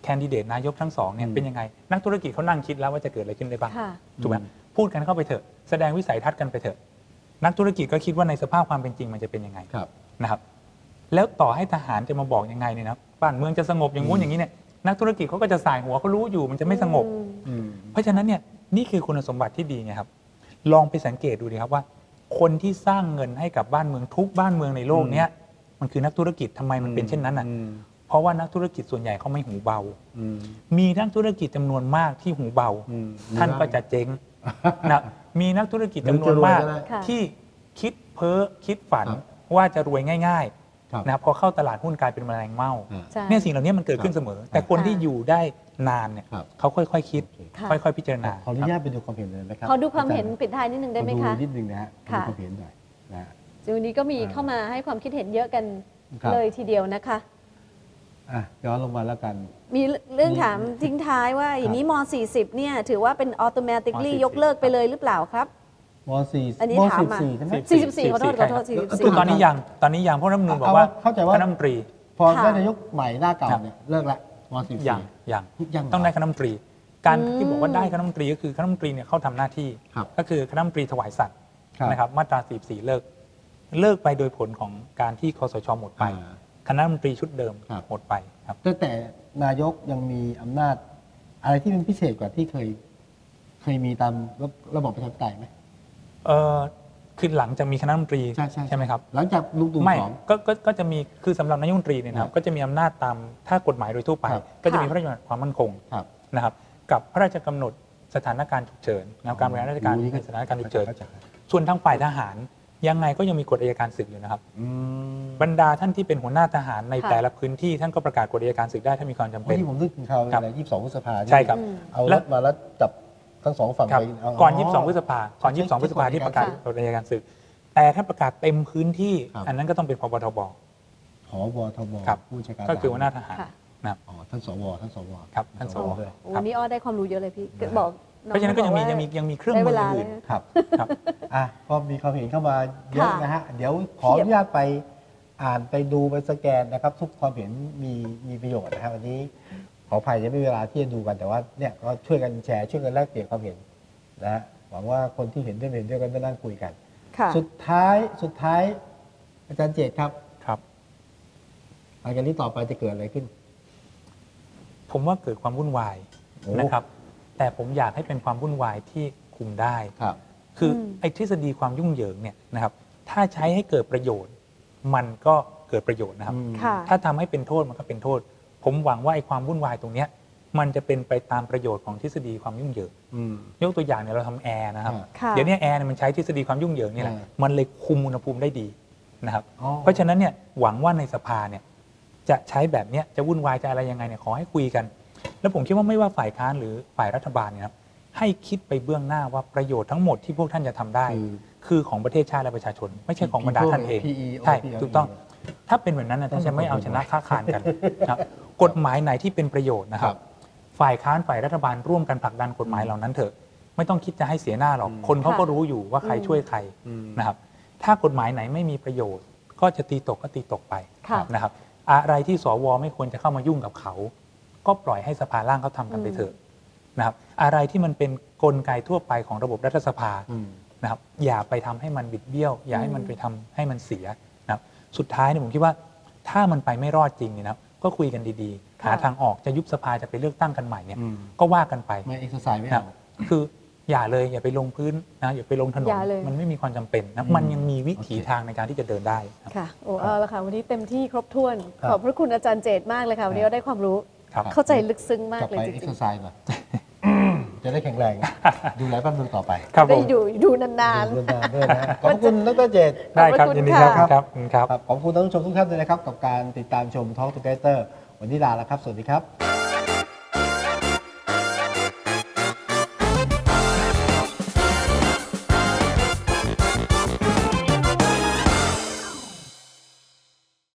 Speaker 3: แคนดิเดตนายกทั้งสองเนี่ย
Speaker 1: อืม
Speaker 3: เป็นยังไง นักธุรกิจเขานั่งคิดแล้วว่าจะเกิดอะไรขึ้นได้บ้าง
Speaker 2: ค่ะ
Speaker 3: ถูกไหมพูดกันเข้าไปเถอะ แสดงวิสัยทัศน์กันไปเถอะ นักธุรกิจก็คิดว่าในสภาพความเป็นจริงมันจะเป็นยังไง
Speaker 1: ครับ
Speaker 3: นะครับ แล้วต่อให้ทหารจะมาบอกยังไงเนี่ยนะบ้านเมืองจะสงบอย่างงู้นอย่างนี้เนี่ยนักธุรกิจเขาก็จะสายหัวเขารู้อยู่มันจะไม่สงบ
Speaker 2: อืม
Speaker 1: อืม
Speaker 3: เพราะฉะนั้นเนี่ยนี่คือคุณสมบัติที่ดีไงครับ ลองไปสังเกตดูดีครับว่า คนที่สร้างเงินให้กับบ้านเมืองทุกบ้านเมืองในโลกเนี้ยมันคือนักธุรกิจทำไมมันเป็นเช่นนั้นอ่ะ
Speaker 1: อืม
Speaker 3: เพราะว่านักธุรกิจส่วนใหญ่เขาไม่หูเบา
Speaker 1: อืม
Speaker 3: มีนักธุรกิจจำนวนมากที่หูเบา
Speaker 1: อืม
Speaker 3: ท่านก็จะเจ๊งนะมีนักธุรกิจจำนวนมาก
Speaker 4: หรือจะรวยก็ได้
Speaker 2: ค่ะ
Speaker 3: ที่คิดเพ้อคิดฝัน
Speaker 1: ครับ
Speaker 3: ว่าจะรวยง่าย
Speaker 1: ครับ
Speaker 3: ๆนะพอเข้าตลาดหุ้นกลายเป็นแมลงเม่า
Speaker 1: อ่า
Speaker 2: ใช่
Speaker 3: เนี่ยสิ่งเหล่านี้มันเกิดขึ้นเสมอ แต่คนที่อยู่ได้นานเนี่ย
Speaker 1: ครับ
Speaker 3: เขาค่อยๆคิด
Speaker 2: ค่ะ
Speaker 3: ค่อยๆพิจารณา
Speaker 1: ขออนุญาตไปดูความเห็นเลยไหมครับ
Speaker 2: ขอดูความเห็นปิดท้ายนิดนึงได้ไหม
Speaker 1: ขอ
Speaker 2: คะ
Speaker 1: นิดนึงนะฮะขอ
Speaker 2: ค่ะ
Speaker 1: ดูความเห็นหน่อยนะฮะ
Speaker 2: วันนี้ก็มี
Speaker 1: อ่า
Speaker 2: เข้ามาให้ความคิดเห็นเยอะกัน
Speaker 1: ครับ
Speaker 2: เลยทีเดียวนะคะ
Speaker 1: อ่ะย้อนลงมาแล้วกัน
Speaker 2: มีเรื่อง
Speaker 1: มี
Speaker 2: ถามทิ้งท้ายว่าอย่างนี้ม .40 เนี่ยถือว่าเป็น automatically ยกเลิกไปเลยหรือเปล่าครับ
Speaker 1: มสี่
Speaker 2: อันนี้
Speaker 1: ม
Speaker 2: ถาม
Speaker 1: สี่
Speaker 2: มา
Speaker 1: สี่ใช่ไหม
Speaker 2: 44ขอโทษขอโทษ
Speaker 1: สิบ
Speaker 3: คือตอน
Speaker 2: 44
Speaker 3: นี้ยังตอนนี้ยังเพราะรัฐธรรมนูญบอก
Speaker 1: เอา
Speaker 3: ว่า
Speaker 1: เข้าใจว่า
Speaker 3: คณะรัฐมนตรี
Speaker 1: พอ
Speaker 2: ค่ะ
Speaker 1: ได้นายกใหม่หน้าเก่าเนี่ยเลิกละมสี่สี่
Speaker 3: ยังยัง
Speaker 1: ยัง
Speaker 3: ต้องได้
Speaker 1: เหร
Speaker 3: คณะรัฐมนตรี การ
Speaker 2: อืม
Speaker 3: ที่บอกว่าได้คณะรัฐมนตรีก็คือคณะรัฐมนตรีเนี่ยเขาทำหน้าที่
Speaker 1: ครับ
Speaker 3: ก็คือคณะรัฐมนตรีถวายสัตย์
Speaker 1: ครับ
Speaker 3: นะครับมาตรา44เลิก เลิกไปโดยผลของการที่คอสชหมดไป
Speaker 1: อ่า
Speaker 3: คณะรัฐมนตรีชุดเดิม
Speaker 1: ครับ
Speaker 3: หมดไปครับ
Speaker 1: ตั้งแต่นายกยังมีอำนาจ อะไรที่เป็นพิเศษกว่าที่เคย เคยมีตามระระบอบประชาธิปไตยไหม
Speaker 3: เออคือหลังจากมีคณะรัฐมนตรี
Speaker 1: ใช่ใช่
Speaker 3: ไหมครับ
Speaker 1: หลังจากลุงตู่
Speaker 3: ไม่
Speaker 1: สอง
Speaker 3: ก็ก็ก็จะมีคือสำหรับนายกรัฐมนตรีเนี่ยนะค
Speaker 1: ค
Speaker 3: รั
Speaker 1: รั
Speaker 3: บบ ก็จะมีอำนาจตามถ้ากฎหมายโดยทั่วไป
Speaker 1: ครับ
Speaker 3: ก็จะมีพระราชบัญญัติความมั่นคง
Speaker 1: ครับ
Speaker 3: นะครับกับพระราชกำหนดสถานการณ์ฉุกเฉินนะครับการบริหารราชการ
Speaker 1: รู้นี่ก็
Speaker 3: ในสถานการณ์ฉุกเฉิน
Speaker 1: เข้าใจครับ
Speaker 3: ส่วนทางฝ่ายทหาร ยังไงก็ยังมีกฎอัยการศึกอยู่นะครับ
Speaker 1: อืม
Speaker 3: บรรดาท่านที่เป็นหัวหน้าทหารใน
Speaker 2: ค่ะ
Speaker 3: แต่ละพื้นที่ท่านก็ประกาศกฎอัยการศึกได้ถ้ามีความจำ
Speaker 1: โอ้
Speaker 3: เป็น
Speaker 1: ที่ผมนึกถึงเขาว
Speaker 3: ครับ
Speaker 1: อะไรยี่สิบสองพฤษภาที่
Speaker 3: ใช่ครับ
Speaker 2: อืม
Speaker 1: เอารถมาแล้วจับทั้งสองฝั่ง
Speaker 3: ครับ
Speaker 1: ไปเา
Speaker 3: ก่อน 22 พฤษภาก่อน
Speaker 1: ใช่
Speaker 3: 22 พฤษภาที่ประกาศ
Speaker 2: ค่ะ
Speaker 3: กฎอัยการศึก แต่ถ้าประกาศเต็มพื้นที่ อันนั้นก็ต้องเป็นพบทบ
Speaker 1: ผอบทบ
Speaker 3: ครับ
Speaker 1: ผู้จัดการ
Speaker 3: ก็คือหัวหน้าทหาร
Speaker 2: ค่ะ
Speaker 1: อ๋อท่านสวท่านสว
Speaker 3: ครับท่านสว
Speaker 1: ด้วย
Speaker 2: โอ้นี่อ้อได้ความรู้เยอะเลยพี่
Speaker 1: ครับ
Speaker 2: บอก
Speaker 3: เพราะฉะนั้นก็ยังมี
Speaker 2: บอว่า
Speaker 3: ยังมียังมีเครื่อง
Speaker 2: ได้
Speaker 3: มื
Speaker 2: เว
Speaker 3: อ
Speaker 2: ลา
Speaker 3: อื่
Speaker 2: แล้
Speaker 3: น
Speaker 2: ว
Speaker 1: ครับ
Speaker 3: ครับ
Speaker 1: อ่ะก็มีความเห็นเข้ามาเยอะ
Speaker 2: ค่ะ
Speaker 1: นะฮะ เดี๋ยวขออนุญาตไปอ่านไปดูไปสแกนนะครับ ทุกความเห็นมีมีประโยชน์นะครับวันนี้ขออภัยจะไม่มีเวลาที่จะดูกันแต่ว่าเนี่ยก็ช่วยกันแชร์ช่วยกันแลกเปลี่ยนความเห็นนะฮะหวังว่าคนที่เห็นด้วยเห็นด้วยกันจะนั่งคุยกัน
Speaker 2: ค่ะ
Speaker 1: สุดท้ายสุดท้ายอาจารย์เจตครับ
Speaker 3: ครับ
Speaker 1: หลังจากนี้ต่อไปจะเกิดอะไรขึ้น
Speaker 3: ผมว่าเกิดความวุ่นวาย
Speaker 1: โอ้
Speaker 3: นะครับ แต่ผมอยากให้เป็นความวุ่นวายที่คุมได้
Speaker 1: ครับ
Speaker 3: คืออ
Speaker 2: ม
Speaker 3: ไอ้ทฤษฎีความยุ่งเหยิงเนี่ยนะครับ ถ้าใช้ให้เกิดประโยชน์ มันก็เกิดประโยชน์นะครับ
Speaker 2: ค่ะ
Speaker 3: ถ้าทำให้เป็นโทษมันก็เป็นโทษ ผมหวังว่าไอ้ความวุ่นวายตรงเนี้ยมันจะเป็นไปตามประโยชน์ของทฤษฎีความยุ่งเหยิงยกตัวอย่างเนี่ยเราทำแอร์นะครับ
Speaker 2: ค่ะ
Speaker 3: เดี๋ยวเนี้แอร์เนี่ยมันใช้ทฤษฎีความยุ่งเหยิงนี่แหละ
Speaker 1: อ่า
Speaker 3: มันเลยคุมอุณหภูมิได้ดีนะครับ
Speaker 1: อ๋อ
Speaker 3: เพราะฉะนั้นเนี่ยหวังว่าในสภาเนี่ยจะใช้แบบเนี้ยจะวุ่นวายจะอะไรยังไงเนี่ยขอให้คุยกัน แล้วผมคิดว่าไม่ว่าฝ่ายค้านหรือฝ่ายรัฐบาลเนี่ยนะครับให้คิดไปเบื้องหน้าว่าประโยชน์ทั้งหมดที่พวกท่านจะทำได้
Speaker 1: คือ
Speaker 3: คือของประเทศชาติและประชาชน ไม่ใช่ของบรรดาท่านเอง
Speaker 1: PE
Speaker 3: ใช่
Speaker 1: PE
Speaker 3: ถูกต้อง ถ้าเป็นแบบนั้นนะท่านจะไม่เอาชนะค้าขานกันนะครับกฎหมายไหนที่เป็นประโยชน์นะครั
Speaker 1: ครั
Speaker 3: บ
Speaker 1: บ
Speaker 3: ฝ่ายค้านฝ่ายรัฐบาลร่วมกันผลักดันกฎหมายเหล่านั้นเถอะ ไม่ต้องคิดจะให้เสียหน้าหรอก
Speaker 1: อืม
Speaker 3: คนเขา
Speaker 2: ค่ะ
Speaker 3: ก็รู้อยู่ว่าใคร
Speaker 2: อืม
Speaker 3: ช่วยใคร
Speaker 1: อืม
Speaker 3: นะครับ ถ้ากฎหมายไหนไม่มีประโยชน์ ก็จะตีตกก็ตีตกไป
Speaker 2: ค่ะ
Speaker 3: นะครับ อะไรที่สวไม่ควรจะเข้ามายุ่งกับเขา ก็ปล่อยให้สภาล่างเขาทำกันไปเถอะนะครับ อะไรที่มันเป็นกลไกทั่วไปของระบบรัฐสภา
Speaker 1: อืม
Speaker 3: นะครับอย่าไปทำให้มันบิดเบี้ยว อย่าให้มัน
Speaker 2: อืม
Speaker 3: ไปทำให้มันเสียนะครับสุดท้ายเนี่ยผมคิดว่าถ้ามันไปไม่รอดจริงเนี่ยนะครับก็คุยกันดีๆ หาทางออกจะยุบสภาจะไปเลือกตั้งกันใหม่เนี่ย
Speaker 1: อืม
Speaker 3: ก็ว่ากันไป
Speaker 1: ไม่เอ็กซ์ไซส์ไม่
Speaker 3: นะครั
Speaker 1: เอา
Speaker 3: บคือ อย่าเลยอย่าไปลงพื้นนะอย่าไปลงถน
Speaker 2: อน ย่าเลย
Speaker 3: มันไม่มีความจำเป็นนะ
Speaker 1: อืม
Speaker 3: มันยังมีวิถี
Speaker 1: โอเค
Speaker 3: ทางในการที่จะเดินได้นะครับ
Speaker 2: ค่ะโอ้เอาละค่ะวันนี้เต็มที่ครบถ้วน
Speaker 1: ครับ
Speaker 2: ขอบพระคุณอาจารย์เจตมากเลยค่ะวันนี้เราได้ความรู้
Speaker 3: ครับ
Speaker 2: เข้าใจลึกซึ้งมาก
Speaker 4: กลับ
Speaker 2: เลย
Speaker 4: ไป
Speaker 2: จ
Speaker 4: เอ็ก
Speaker 2: ริง
Speaker 4: ซ์ไซส์หน่อย จะได้แข็งแรง ดูแลบ้านเมืองต่อไป
Speaker 3: ครับ
Speaker 2: ๆ
Speaker 3: ผ
Speaker 2: ได้
Speaker 3: ม
Speaker 2: อยู่ดูนาน
Speaker 4: ดูนานด้วยนะขอบคุณดรเจต
Speaker 3: ได้ครับ
Speaker 2: ขอบคุณ
Speaker 3: ยินดีครับ
Speaker 2: ค่ะ
Speaker 3: ครับขอบคุณครับ
Speaker 1: ครับขอบคุณท่านผู้ชมทุกท่านด้วยนะครับ กับการติดตามชม Talk Together วันนี้ลาแล้วครับ สวัสดีครับ